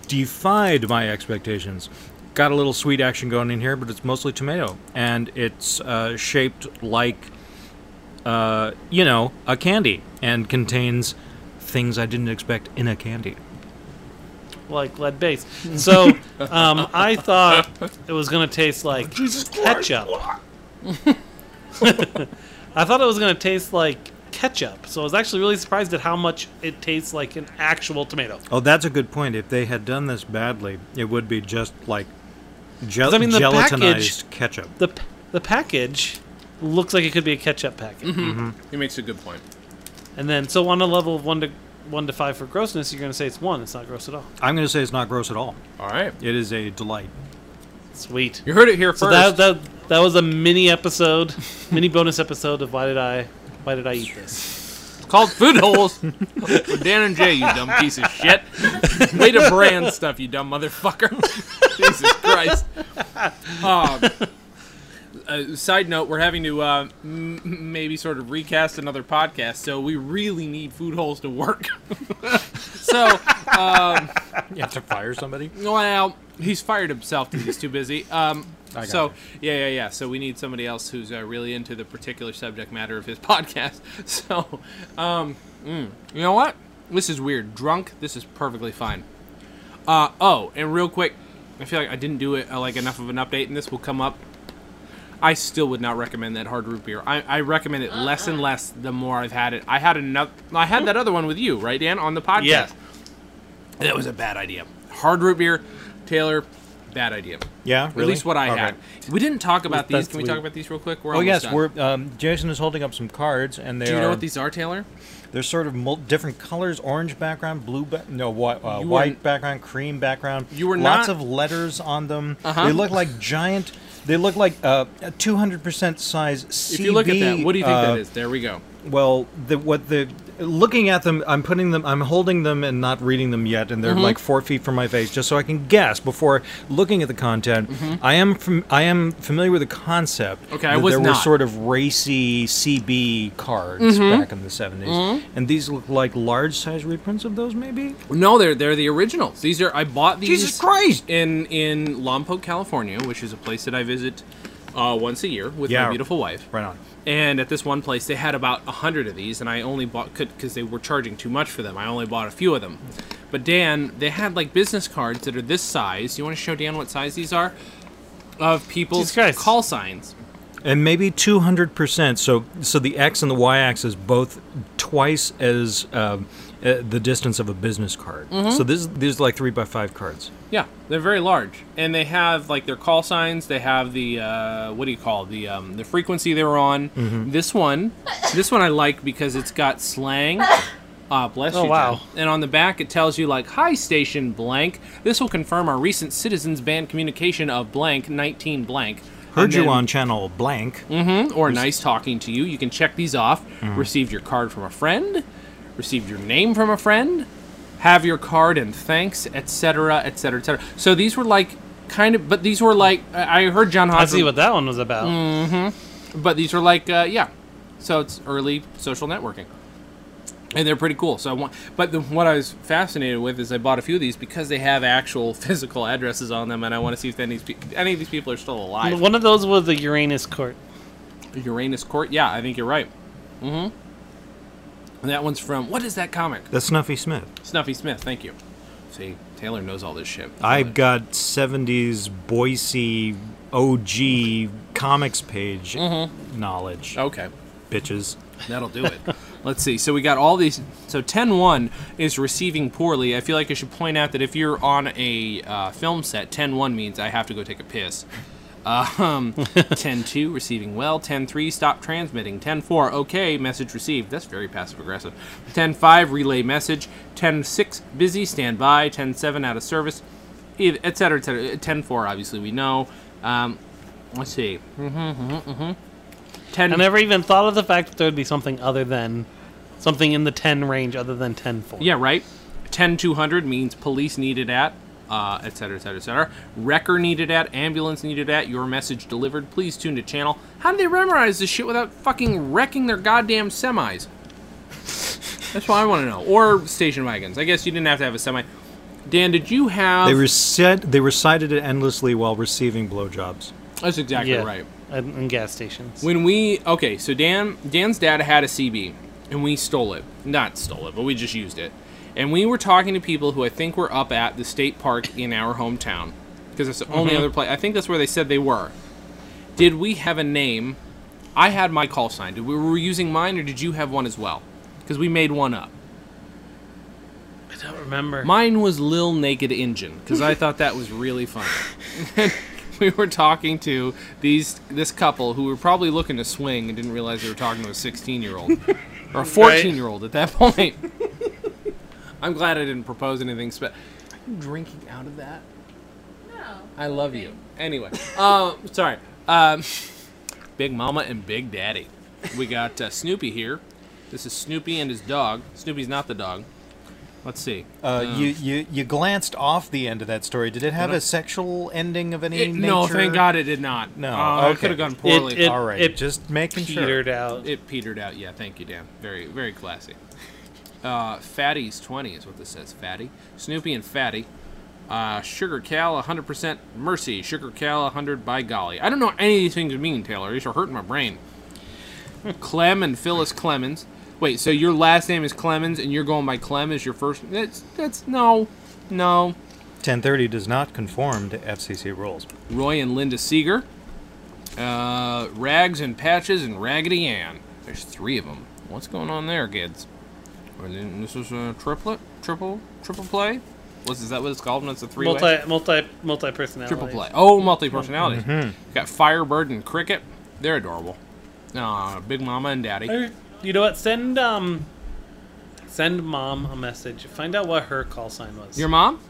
S2: defied my expectations. Got a little sweet action going in here, but it's mostly tomato, and it's uh, shaped like uh, you know a candy, and contains things I didn't expect in a candy.
S3: like lead base. So um, I thought it was gonna taste like ketchup. *laughs* I thought it was gonna taste like ketchup. So I was actually really surprised at how much it tastes like an actual tomato.
S2: Oh, that's a good point. If they had done this badly, it would be just like gel-
S3: 'Cause, I mean, the
S2: gelatinized
S3: package-
S2: ketchup.
S3: The p- the package looks like it could be a ketchup packet.
S1: he makes a good point.
S3: And then so on a level of one to one to five for grossness, you're gonna say it's one. It's not gross at all.
S2: I'm going to say it's not gross at all.
S1: All right.
S2: It is a delight.
S3: Sweet.
S1: You heard it here first.
S3: So that, that that was a mini episode, mini bonus episode of why did I why did I eat this.
S1: called Food Holes with Dan and Jay, you dumb piece of shit. Way to brand stuff, you dumb motherfucker. *laughs* Jesus Christ. Um, uh, side note, we're having to uh, m- maybe sort of recast another podcast, so we really need Food Holes to work. *laughs* so,
S2: You
S1: *laughs*
S2: have to fire somebody.
S1: well, he's fired himself because he's too busy. Um, so, yeah, yeah, yeah. So we need somebody else who's uh, really into the particular subject matter of his *laughs* podcast. So, um, mm, you know what? This is weird. Drunk, this is perfectly fine. Uh, oh, and real quick, I feel like I didn't do it uh, like enough of an update, and this will come up. I still would not recommend that hard root beer. I, I recommend it less and less the more I've had it. I had another. I had that other one with you, right, Dan, on the podcast.
S3: Yes.
S1: That was a bad idea. Hard root beer, Taylor, bad idea.
S2: Yeah,
S1: At least what I
S2: Okay.
S1: had. We didn't talk about
S2: That's
S1: these. Can we talk
S2: weird.
S1: about these real quick? We're
S2: Oh
S1: almost
S2: yes,
S1: done.
S2: we're um, Jason is holding up some cards, and they
S1: Do you
S2: are
S1: know what these are, Taylor?
S2: they're sort of mul- different colors: orange background, blue, ba- no white, uh,
S1: You were-
S2: white background, cream background.
S1: You were
S2: lots
S1: not- Uh-huh.
S2: of letters on them. They look like giant. They look like uh, two hundred percent size. CB,
S1: If you look at that, what do you think
S2: uh,
S1: that is? There we go.
S2: Well, the, what the looking at them, I'm putting them, I'm holding them and not reading them yet, and they're
S1: Mm-hmm.
S2: like four feet from my face, just so I can guess before looking at the content. I am from, I am familiar with the concept.
S1: Mm-hmm. Okay, I
S2: that
S1: was
S2: there were
S1: not. Mm-hmm.
S2: sort of racy CB cards back in the 70s, and these look like large size reprints of those, maybe.
S1: No, they're they're the originals. These are I bought these.
S2: Jesus Christ!
S1: In in Lompoc, California, which is a place that I visit uh, once a year with
S2: Yeah.
S1: my beautiful wife.
S2: Right on.
S1: And at this one place, they had about a hundred of these, and I only bought could because they were charging too much for them. I only bought a few of them. But Dan, they had like business cards that are this size. You want to show Dan what size these are? Of people's
S3: Jesus Christ.
S1: call signs.
S2: and maybe 200% so so the x and the y axis both twice as um, uh, the distance of a business card
S1: Mm-hmm.
S2: so this these are like three by five cards
S1: Yeah, they're very large, and they have like their call signs. They have the uh, what do you call it? the um, the frequency they were on. This one, this one I like because it's got slang. Ah, bless
S3: Oh,
S1: you.
S3: wow.
S1: Tom. And on the back it tells you like, "Hi, station blank. This will confirm our recent citizens band communication of blank 19 blank."
S2: heard
S1: And
S2: you
S1: then-
S2: on channel blank
S3: Mm.
S1: or nice talking to you. You can check these off. Received your card from a friend, received your name from a friend, have your card and thanks, etc., etc., etc. So these were like kind of, but these were like I I heard John
S3: I see
S1: Hodgman,
S3: what that one was about.
S1: but these were like uh, yeah. So it's early social networking, and they're pretty cool. So I want, but the, what I was fascinated with is I bought a few of these because they have actual *laughs* physical addresses on them, and I want to see if any of these pe- any of these people are still alive.
S3: One of those was the Uranus court.
S1: Uranus Court. Yeah, I think you're right. Mm-hmm. And that one's from what is that comic?
S2: that's snuffy smith
S1: Snuffy Smith. Thank you. See, Taylor knows all this shit.
S2: i've got 70s boise og comics page
S3: Mm-hmm.
S2: knowledge
S3: Oh.
S1: Okay,
S2: bitches
S1: that'll do it. Let's see. So we got all these. So 10-1 is receiving poorly. I feel like I should point out that if you're on a uh, film set, 10-1 means I have to go take a piss. Um, 10-2, receiving well. 10-3, stop transmitting. 10-4, okay, message received. That's very passive aggressive. 10-5, relay message. 10-6, busy, stand by. 10-7, out of service, e- et cetera, et cetera. 10-4, obviously, we know. Um, let's see. Mm-hmm, mm-hmm, mm-hmm. 10,
S3: I never even thought of the fact that there would be something other than something in the ten range other than ten four.
S1: Yeah, right. Ten two hundred means police needed at, uh, et cetera, et cetera, et cetera. Wrecker needed at, ambulance needed at, your message delivered. Please tune to channel. How do they memorize this shit without fucking wrecking their goddamn semis? That's what I want to know. Or station wagons. I guess you didn't have to have a semi. Dan, did you have?
S2: they recit they recited it endlessly while receiving blowjobs
S1: That's exactly
S3: yeah,
S1: right.
S3: And, and gas stations.
S1: When we okay, so Dan Dan's dad had a CB, and we stole it. Not stole it, but we just used it. And we were talking to people who I think were up at the state park in our hometown, because that's the only other place. I think that's where they said they were. Did we have a name? I had my call sign. Did we were we using mine, or did you have one as well? Because we made one up.
S3: I don't remember.
S1: Mine was Lil Naked Engine because I thought that was really funny. *laughs* we were talking to these this couple who were probably looking to swing and didn't realize they were talking to a 16 year old or a 14 year old at that point. I'm glad I didn't propose anything special. Are you drinking out of that? No. I love you. Anyway, uh, sorry. Um, Big Mama and Big Daddy. We got uh, Snoopy here. This is Snoopy and his dog. Snoopy's not the dog. Let's see.
S9: Uh, you, you you glanced off the end of that story. Did it have a sexual ending of any
S1: It-
S9: nature?
S1: no, thank God it did not.
S9: No,
S1: Uh, it
S9: okay.
S1: could have gone poorly.
S3: It-
S9: All right,
S3: it
S9: just making
S3: petered
S9: sure.
S3: out.
S1: It petered out. Yeah, thank you, Dan. Very, very classy. Uh, Fatty's 20 is what this says. Fatty. Snoopy and Fatty. Uh, Sugar Cal 100% Mercy. Sugar Cal 100 by golly. I don't know what any of these things mean, Taylor. These are hurting my brain. *laughs* Clem and Phyllis Clemens. Wait, so your last name is Clemens and you're going by Clem as your first That's, that's, no. No.
S9: 1030 does not conform to FCC rules.
S1: Roy and Linda Seeger, uh, Rags and Patches, and Raggedy Ann. There's three of them. What's going on there, kids? Or then This is a triplet, triple, triple play. What's is that? What it's called? That's a three-way.
S3: multi multi multi personality.
S1: triple play. Oh, multi personalities. Got Firebird and Cricket. They're adorable. Uh, Big Mama and Daddy.
S3: Or, You know what? Send um, send mom a message. Find out what her call sign was.
S1: Your mom?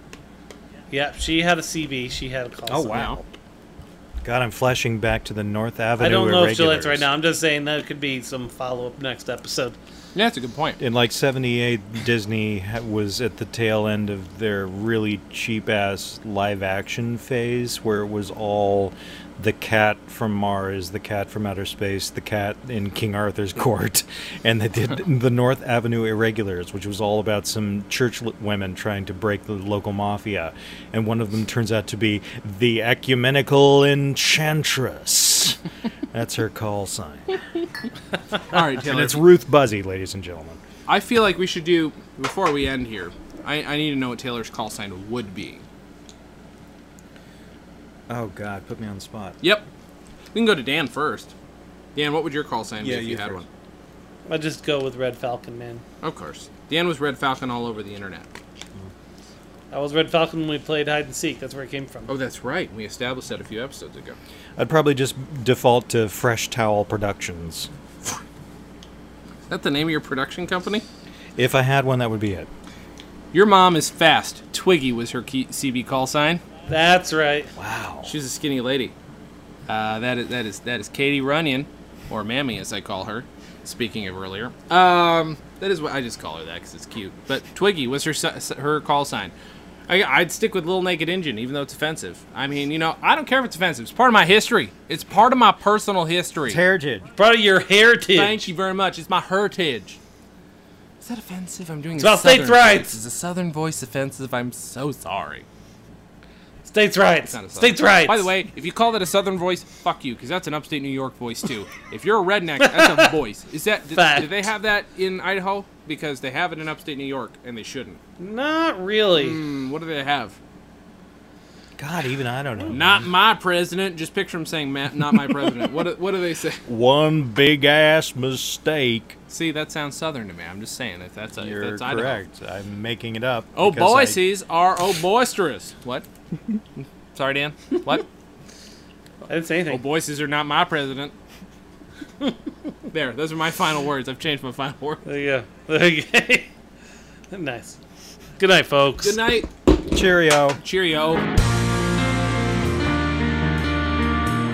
S3: Yep, she had a CB. She had a call sign.
S1: Oh, wow.
S2: god i'm flashing back to the north avenue
S3: I don't know if
S2: irregulars.
S3: Gillette's right now. I'm just saying that could be some follow up next episode.
S1: Yeah, that's a good point.
S2: in like 78 disney ha- was at the tail end of their really cheap ass live action phase where it was all the cat from mars the cat from outer space the cat in king arthur's court *laughs* and they did the north avenue irregulars which was all about some church l- women trying to break the local mafia and one of them turns out to be the ecumenical enchantress that's her call sign
S1: All right, Taylor.
S2: and it's ruth buzzy ladies and gentlemen
S1: I feel like we should do before we end here. I, I need to know what Taylor's call sign would be.
S2: Oh God, put me on the spot.
S1: Yep. We can go to Dan first. Dan, what would your call sign
S2: Yeah,
S1: be if you,
S2: you
S1: had
S2: first.
S3: I just go with Red Falcon, man.
S1: one? Of course. Dan was Red Falcon all over the internet.
S3: I was Red Falcon when we played hide and seek. That's where it came from.
S1: Oh, that's right. We established that a few episodes ago.
S2: I'd probably just default to Fresh Towel Productions.
S1: Is that the name of your production company?
S2: If I had one, that would be it.
S1: Your mom is fast. Twiggy was her key, CB call sign.
S3: That's right.
S2: Wow.
S1: She's a skinny lady. Uh, that is that is that is Katie Runyon, or Mammy as I call her. Speaking of earlier, um, that is what I just call her that because it's cute. But Twiggy was her si- her call sign. I, I'd stick with Little Naked Engine, even though it's offensive. I mean, you know, I don't care if it's offensive. It's part of my history. It's part of my personal history.
S2: Heritage.
S3: Brought of your heritage.
S1: Thank you very much. It's my heritage. Is that offensive? I'm doing it's
S3: about states' rights.
S1: Is a southern voice offensive? I'm so sorry.
S3: States' rights.
S1: Not a southern-
S3: States' rights.
S1: By the way, if you call that a southern voice, fuck you, because that's an upstate New York voice too. if you're a redneck, that's *laughs* a voice. Is that? Did,
S3: Fact.
S1: do they have that in Idaho? Because they have it in upstate New York, and they shouldn't.
S3: not really.
S1: Hmm, what do they have?
S2: God, even I don't know.
S1: Not my president. Just picture him saying, "Matt, not my president." what? do- What do they say? *laughs*
S2: One big ass mistake.
S1: See, that sounds southern to me. I'm just saying if that's a, if
S2: You're
S1: that's Idaho.
S2: correct. I'm making it up.
S1: Oh,
S2: because I-
S1: boises are oh boisterous.
S2: *laughs*
S1: What? Sorry, Dan. What?
S3: I didn't say anything.
S1: Oh, boises are not my president. *laughs* there, those are my final words. I've changed my final words.
S3: There you go. *laughs* Okay. *laughs* nice. Good night, folks.
S1: Good night.
S2: Cheerio.
S1: Cheerio.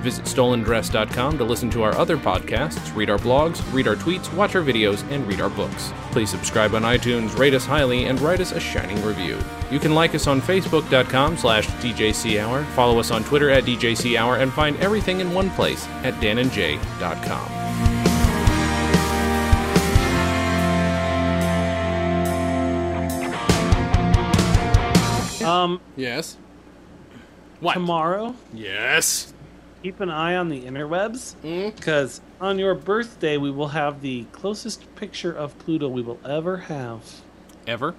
S1: Visit stolendress.com to listen to our other podcasts, read our blogs, read our tweets, watch our videos, and read our books. Please subscribe on iTunes, rate us highly, and write us a shining review. You can like us on facebook.com slash djchour, follow us on Twitter at djchour, and find everything in one place at danandjay.com.
S3: Um,
S1: Yes? What?
S3: tomorrow,
S1: Yes. Mm.
S3: keep an eye on the interwebs because on your birthday we will have the closest picture of Pluto we will ever have.
S1: Ever?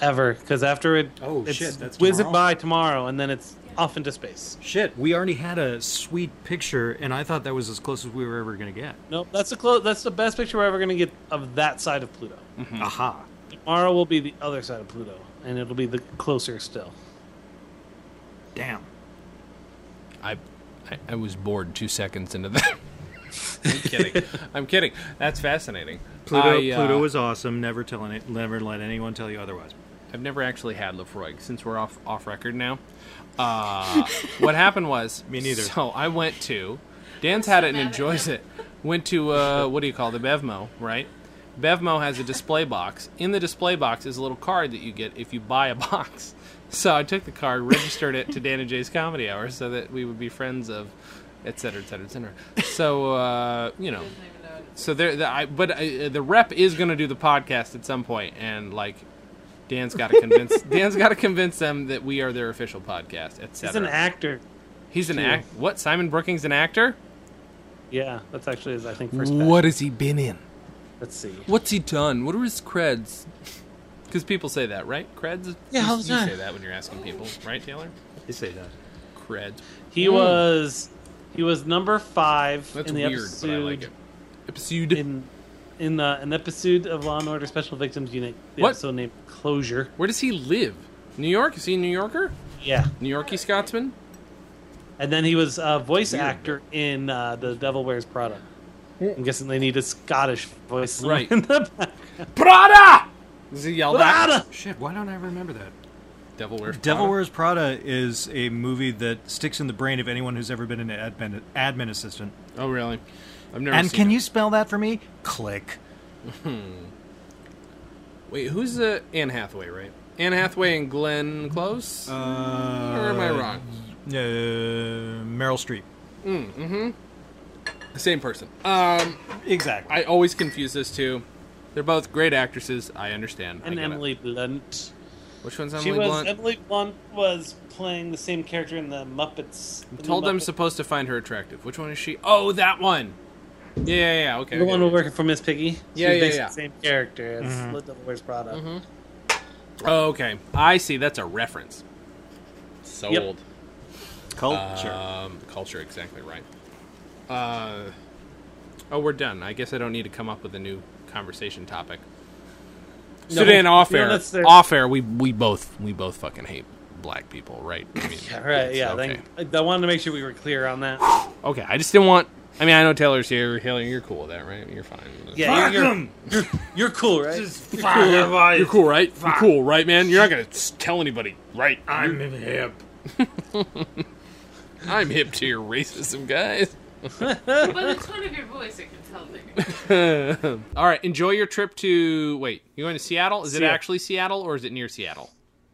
S3: Ever, because after it,
S2: Oh,
S3: it's
S2: shit, that's
S3: whizzing
S2: tomorrow?
S3: by tomorrow, and then it's off into space.
S2: Shit, we already had a sweet picture, and I thought that was as close as we were ever going to get.
S3: Nope, that's the close. That's the best picture we're ever gonna get of that side of Pluto.
S1: Hmm.
S2: Aha.
S3: Tomorrow will be the other side of Pluto, and it'll be the closer still.
S2: Damn.
S1: I, I, I was bored two seconds into that. *laughs* I'm kidding. I'm kidding. That's fascinating.
S2: Pluto,
S1: I, uh,
S2: Pluto was awesome. Never telling it. Never let anyone tell you otherwise.
S1: I've never actually had Lefroy since we're off off record now. Uh, *laughs* what happened was
S2: Me neither.
S1: So I went to Dan's had it and enjoys it. Went to uh, what do you call it, the Bevmo, right? Bevmo has a display box. In the display box is a little card that you get if you buy a *laughs* box. So I took the card, registered it to Dan and Jay's Comedy Hour, so that we would be friends of, et cetera, et cetera, et cetera. So uh, you know, so there, the, I, but uh, the rep is going to do the podcast at some point, and like Dan's *laughs* got to convince Dan's got to convince them that we are their official podcast, etc.
S3: He's an actor.
S1: He's an act. What? Simon Brookings an actor?
S3: Yeah, that's actually his. I think first.
S1: What
S3: Fact.
S1: has he been in?
S3: Let's see.
S1: What's he done? What are his creds? Because people say that, right? Creds.
S3: Yeah,
S1: you,
S3: all the
S1: you
S3: time.
S1: say that when you're asking people, right, Taylor?
S2: You say that.
S1: Creds.
S3: He was he was number five
S1: Hmm. That's
S3: in the
S1: weird,
S3: episode
S1: but I like it. Episode.
S3: in in uh, an episode of Law and Order Special Victims Unit. The
S1: What?
S3: episode named Closure.
S1: Where does he live? New York? Is he a New Yorker?
S3: Yeah,
S1: New Yorkie Scotsman?
S3: and then he was a voice actor in uh, The Devil Wears Prada. I'm guessing they need a Scottish voice,
S1: Right.
S3: *laughs* In the back.
S1: Prada! Is he yelled out?
S3: Prada!
S2: Shit, why don't I remember that?
S1: Devil Wears
S9: Devil
S1: Prada.
S9: Wears Prada is a movie that sticks in the brain of anyone who's ever been an admin, admin assistant.
S1: Oh, really? I've never
S9: And
S1: seen
S9: can
S1: it.
S9: you spell that for me? Click.
S1: Wait, who's the Anne Hathaway, right? Anne Hathaway and Glenn Close?
S9: Uh,
S1: or am I wrong?
S9: Meryl Streep.
S1: The same person. Um,
S9: Exactly.
S1: I always confuse those two. They're both great actresses. I understand. I
S3: and
S1: get it.
S3: Emily Blunt.
S1: Which one's
S3: she
S1: Emily
S3: was
S1: Blunt?
S3: Emily Blunt was playing the same character in the Muppets. in the
S1: Told them
S3: Muppet-
S1: supposed to find her attractive. Which one is she? Oh, that one. Yeah, yeah, yeah. Okay.
S3: the
S1: okay.
S3: one who working for Miss Piggy. She
S1: Yeah,
S3: was
S1: yeah,
S3: basically
S1: yeah.
S3: The same character as
S1: Mm-hmm.
S3: the Devil Wears Prada.
S1: Oh, okay. I see. That's a reference. Sold.
S9: Culture.
S1: Um, culture, exactly right. Uh, oh, we're done. I guess I don't need to come up with a new conversation topic. Today in off
S3: No,
S1: air,
S3: that's their-
S1: off air, we we both we both fucking hate black people, right?
S3: *laughs*
S1: I mean,
S3: Yeah, right.
S1: it's
S3: Yeah.
S1: Okay.
S3: Thank, I wanted to make sure we were clear on that.
S1: okay. I just didn't want. I mean, I know Taylor's here. Hillary, you're cool with that, right? You're fine.
S3: Yeah. You're,
S2: *clears throat*
S3: you're, you're cool, right?
S1: You're cool, right? You're cool, right, man? You're not gonna s- tell anybody, right?
S2: I'm hip.
S1: *laughs* I'm hip to your racism, guys.
S10: By the tone of your voice, I can tell that you're
S1: All right, enjoy your trip to. Wait, you going to Seattle? Is it
S3: Seattle.
S1: actually Seattle or is it near Seattle?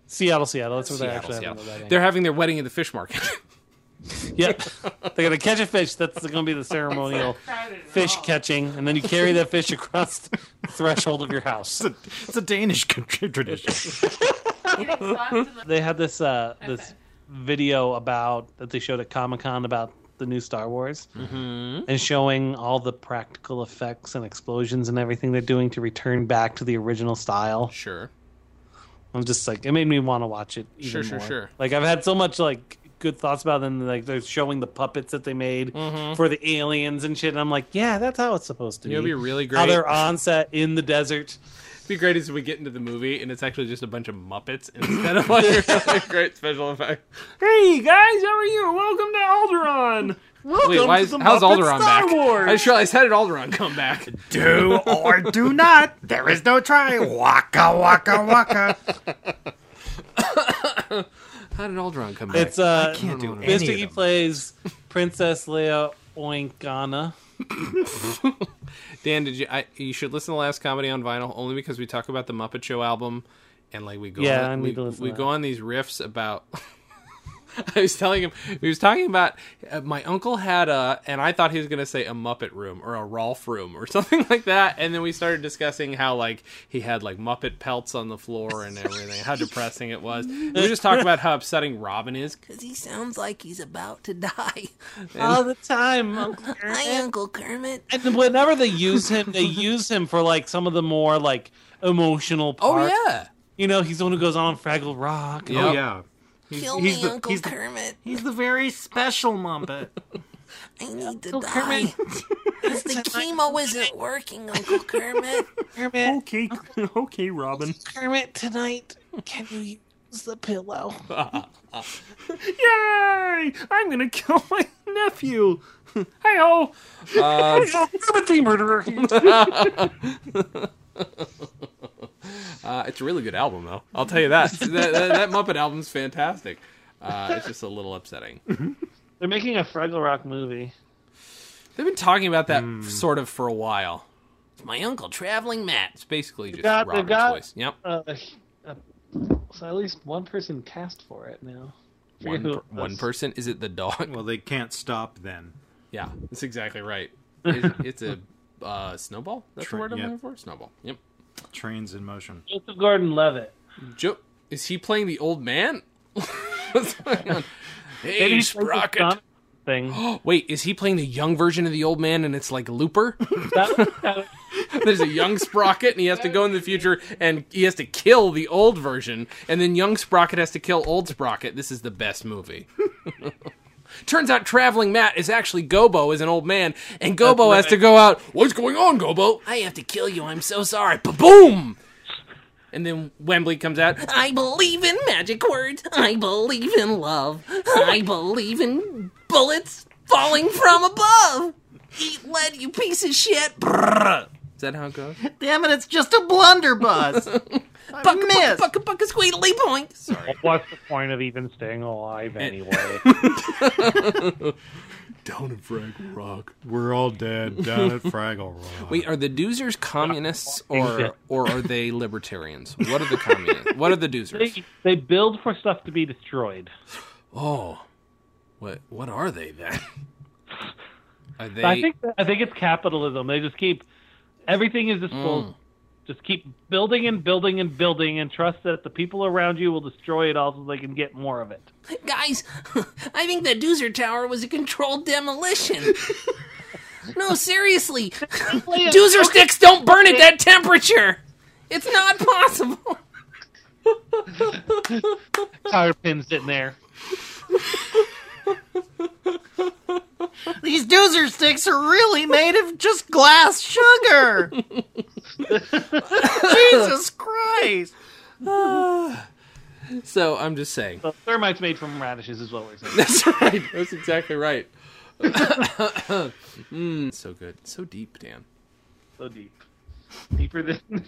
S3: Seattle, Seattle. That's where they're
S1: Seattle,
S3: actually
S1: Seattle.
S3: having the
S1: They're having their wedding in the fish market. *laughs*
S3: wedding. Yep. *laughs* they're gonna catch a fish. That's gonna be
S1: *laughs*
S3: the ceremonial
S10: crowded at
S3: fish
S10: all.
S3: catching, and then you carry that fish across the threshold of your house.
S9: It's a Danish country tradition.
S10: Getting slapped in the-
S3: They had this uh, this
S10: Okay.
S3: video about that they showed at Comic Con about the new Star Wars mm-hmm. and showing all the practical effects and explosions and everything they're doing to return back to the original style.
S1: sure.
S3: I'm just like it made me want to watch it. Even
S1: Sure, sure,
S3: more.
S1: sure.
S3: Like I've had so much like good thoughts about them. Like they're showing the puppets that they made for the aliens and shit. And I'm like, yeah, that's how it's supposed to
S1: Mm-hmm. You know,
S3: be.
S1: it'd be really
S3: How
S1: great.
S3: they're on set in the desert.
S1: be great is we get into the movie and it's actually just a bunch of *laughs* Muppets instead of like great special effect. Hey guys, how are you? Welcome to Alderon. Welcome Wait, why is, how's Alderon back? I just realized how did Alderon come *laughs* back?
S2: Do or do not. There is no try. Waka waka waka.
S1: *coughs* How did Alderon come back?
S3: It's uh,
S9: Can't do
S3: Miss
S9: any
S3: Piggy
S9: of them.
S3: plays Princess Leia Oinkana.
S1: Dan, did you? I, you should listen to the last comedy on vinyl only because we talk about the Muppet Show album, and like we go,
S3: Yeah, I
S1: on,
S3: need
S1: we,
S3: to listen to
S1: we
S3: that.
S1: go on these riffs about. *laughs* I was telling him we was talking about uh, my uncle had a, and I thought he was gonna say a Muppet room or a Rolf room or *laughs* something like that, and then we started discussing how like he had like Muppet pelts on the floor and everything, how depressing it was. And we just talked about how upsetting Robin is.
S8: Because he sounds like he's about to *laughs* die.
S3: All the time, *laughs* Uncle
S8: Hi,
S3: Kermit.
S8: Uncle Kermit.
S3: And whenever they use him, they use him for like some of the more like emotional parts.
S1: Oh, yeah,
S3: You know, he's the one who goes on Fraggle Rock. and
S1: Oh,
S9: Oh,
S1: yeah.
S9: yeah.
S8: Kill
S9: he's
S8: me,
S9: the-
S8: Uncle
S9: he's the-
S8: Kermit.
S9: He's the very special Muppet.
S3: *laughs*
S8: I need to *laughs* die. It's the chemo isn't working, Uncle Kermit.
S3: Kermit,
S9: okay, *laughs* okay, Robin.
S3: Kermit, tonight, can you use the pillow?
S9: *laughs* Yay! I'm gonna kill my nephew. *laughs* hey ho!
S3: Uh, Liberty murderer.
S1: Uh, it's a really good album, though. I'll tell you that. that, that, that Muppet album's fantastic. Uh, it's just a little upsetting.
S3: They're making a Fraggle Rock movie.
S1: They've been talking about that
S3: Hmm.
S1: sort of for a while.
S8: My uncle traveling Matt.
S1: It's basically just
S3: got- they
S1: Robin's
S3: got-
S1: voice. Yep.
S3: Uh, uh, so at least one person cast for it now. Forget
S1: One,
S3: who
S1: per-
S3: it
S1: one
S3: was.
S1: person. Is it the dog? *laughs*
S9: Well, they can't stop then.
S1: Yeah, that's exactly right. It's, it's a uh, snowball. That's
S9: Sure,
S1: the word I'm
S9: yep.
S1: looking for. Snowball. Yep.
S9: Trains in motion.
S3: Joseph Gordon-Levitt.
S1: Joe, is he playing the old man? *laughs* What's going on?
S3: *laughs* Maybe
S1: Hey,
S3: he's like the
S1: Sprocket.
S3: Sonic
S1: *gasps*
S3: Thing.
S1: Wait, is he playing the young version of the old man and it's like Looper?
S3: *laughs* That-
S1: There's a young Sprocket, and he has to go in the future, and he has to kill the old version, and then young Sprocket has to kill old Sprocket. This is the best movie. *laughs* Turns out traveling Matt is actually Gobo as an old man, and Gobo has to go out. What's going on, Gobo?
S8: I have to kill you. I'm so sorry.
S1: Ba boom! And then Wembley comes
S8: *laughs*
S1: out.
S8: *laughs* I believe in magic words. I believe *laughs* in love. I believe in bullets falling from above.
S11: Eat lead, you piece of shit.
S1: Is that how it goes?
S11: Damn it, it's just a *laughs* blunderbuss. buck, miss. Buck, buck, buck, squeedly boink.
S3: Sorry. What's the point of even staying alive anyway?
S1: *laughs* Down at Fraggle Rock.
S2: We're all dead
S9: *laughs*
S2: down at Fraggle Rock.
S1: Wait, are the doozers
S3: *laughs*
S1: communists or or are they libertarians? What are the communists? What are the
S3: *laughs*
S1: doozers?
S3: They, they build for stuff to be destroyed.
S1: Oh, what what are they then? Are they?
S3: I think I think it's capitalism. They just keep everything is
S1: Mm.
S3: disposable. Just keep building and building and building, and trust that the people around you will destroy it all so they can get more of it.
S8: *laughs*
S11: Guys, I think the Doozer Tower was a controlled
S8: *laughs*
S11: demolition. no, seriously. Doozer sticks don't burn at that temperature. It's not possible.
S3: Tire pins sitting there.
S11: These doozer sticks are really made of just glass *laughs* sugar. Jesus Christ.
S1: so I'm just
S3: *laughs*
S1: saying.
S3: Well, thermite's made from radishes, is what we're saying.
S1: That's right. That's exactly right. *laughs* Mm, so good. So deep, Dan.
S3: So deep, deeper *laughs* than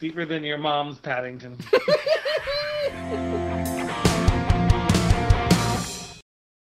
S3: deeper than your mom's Paddington.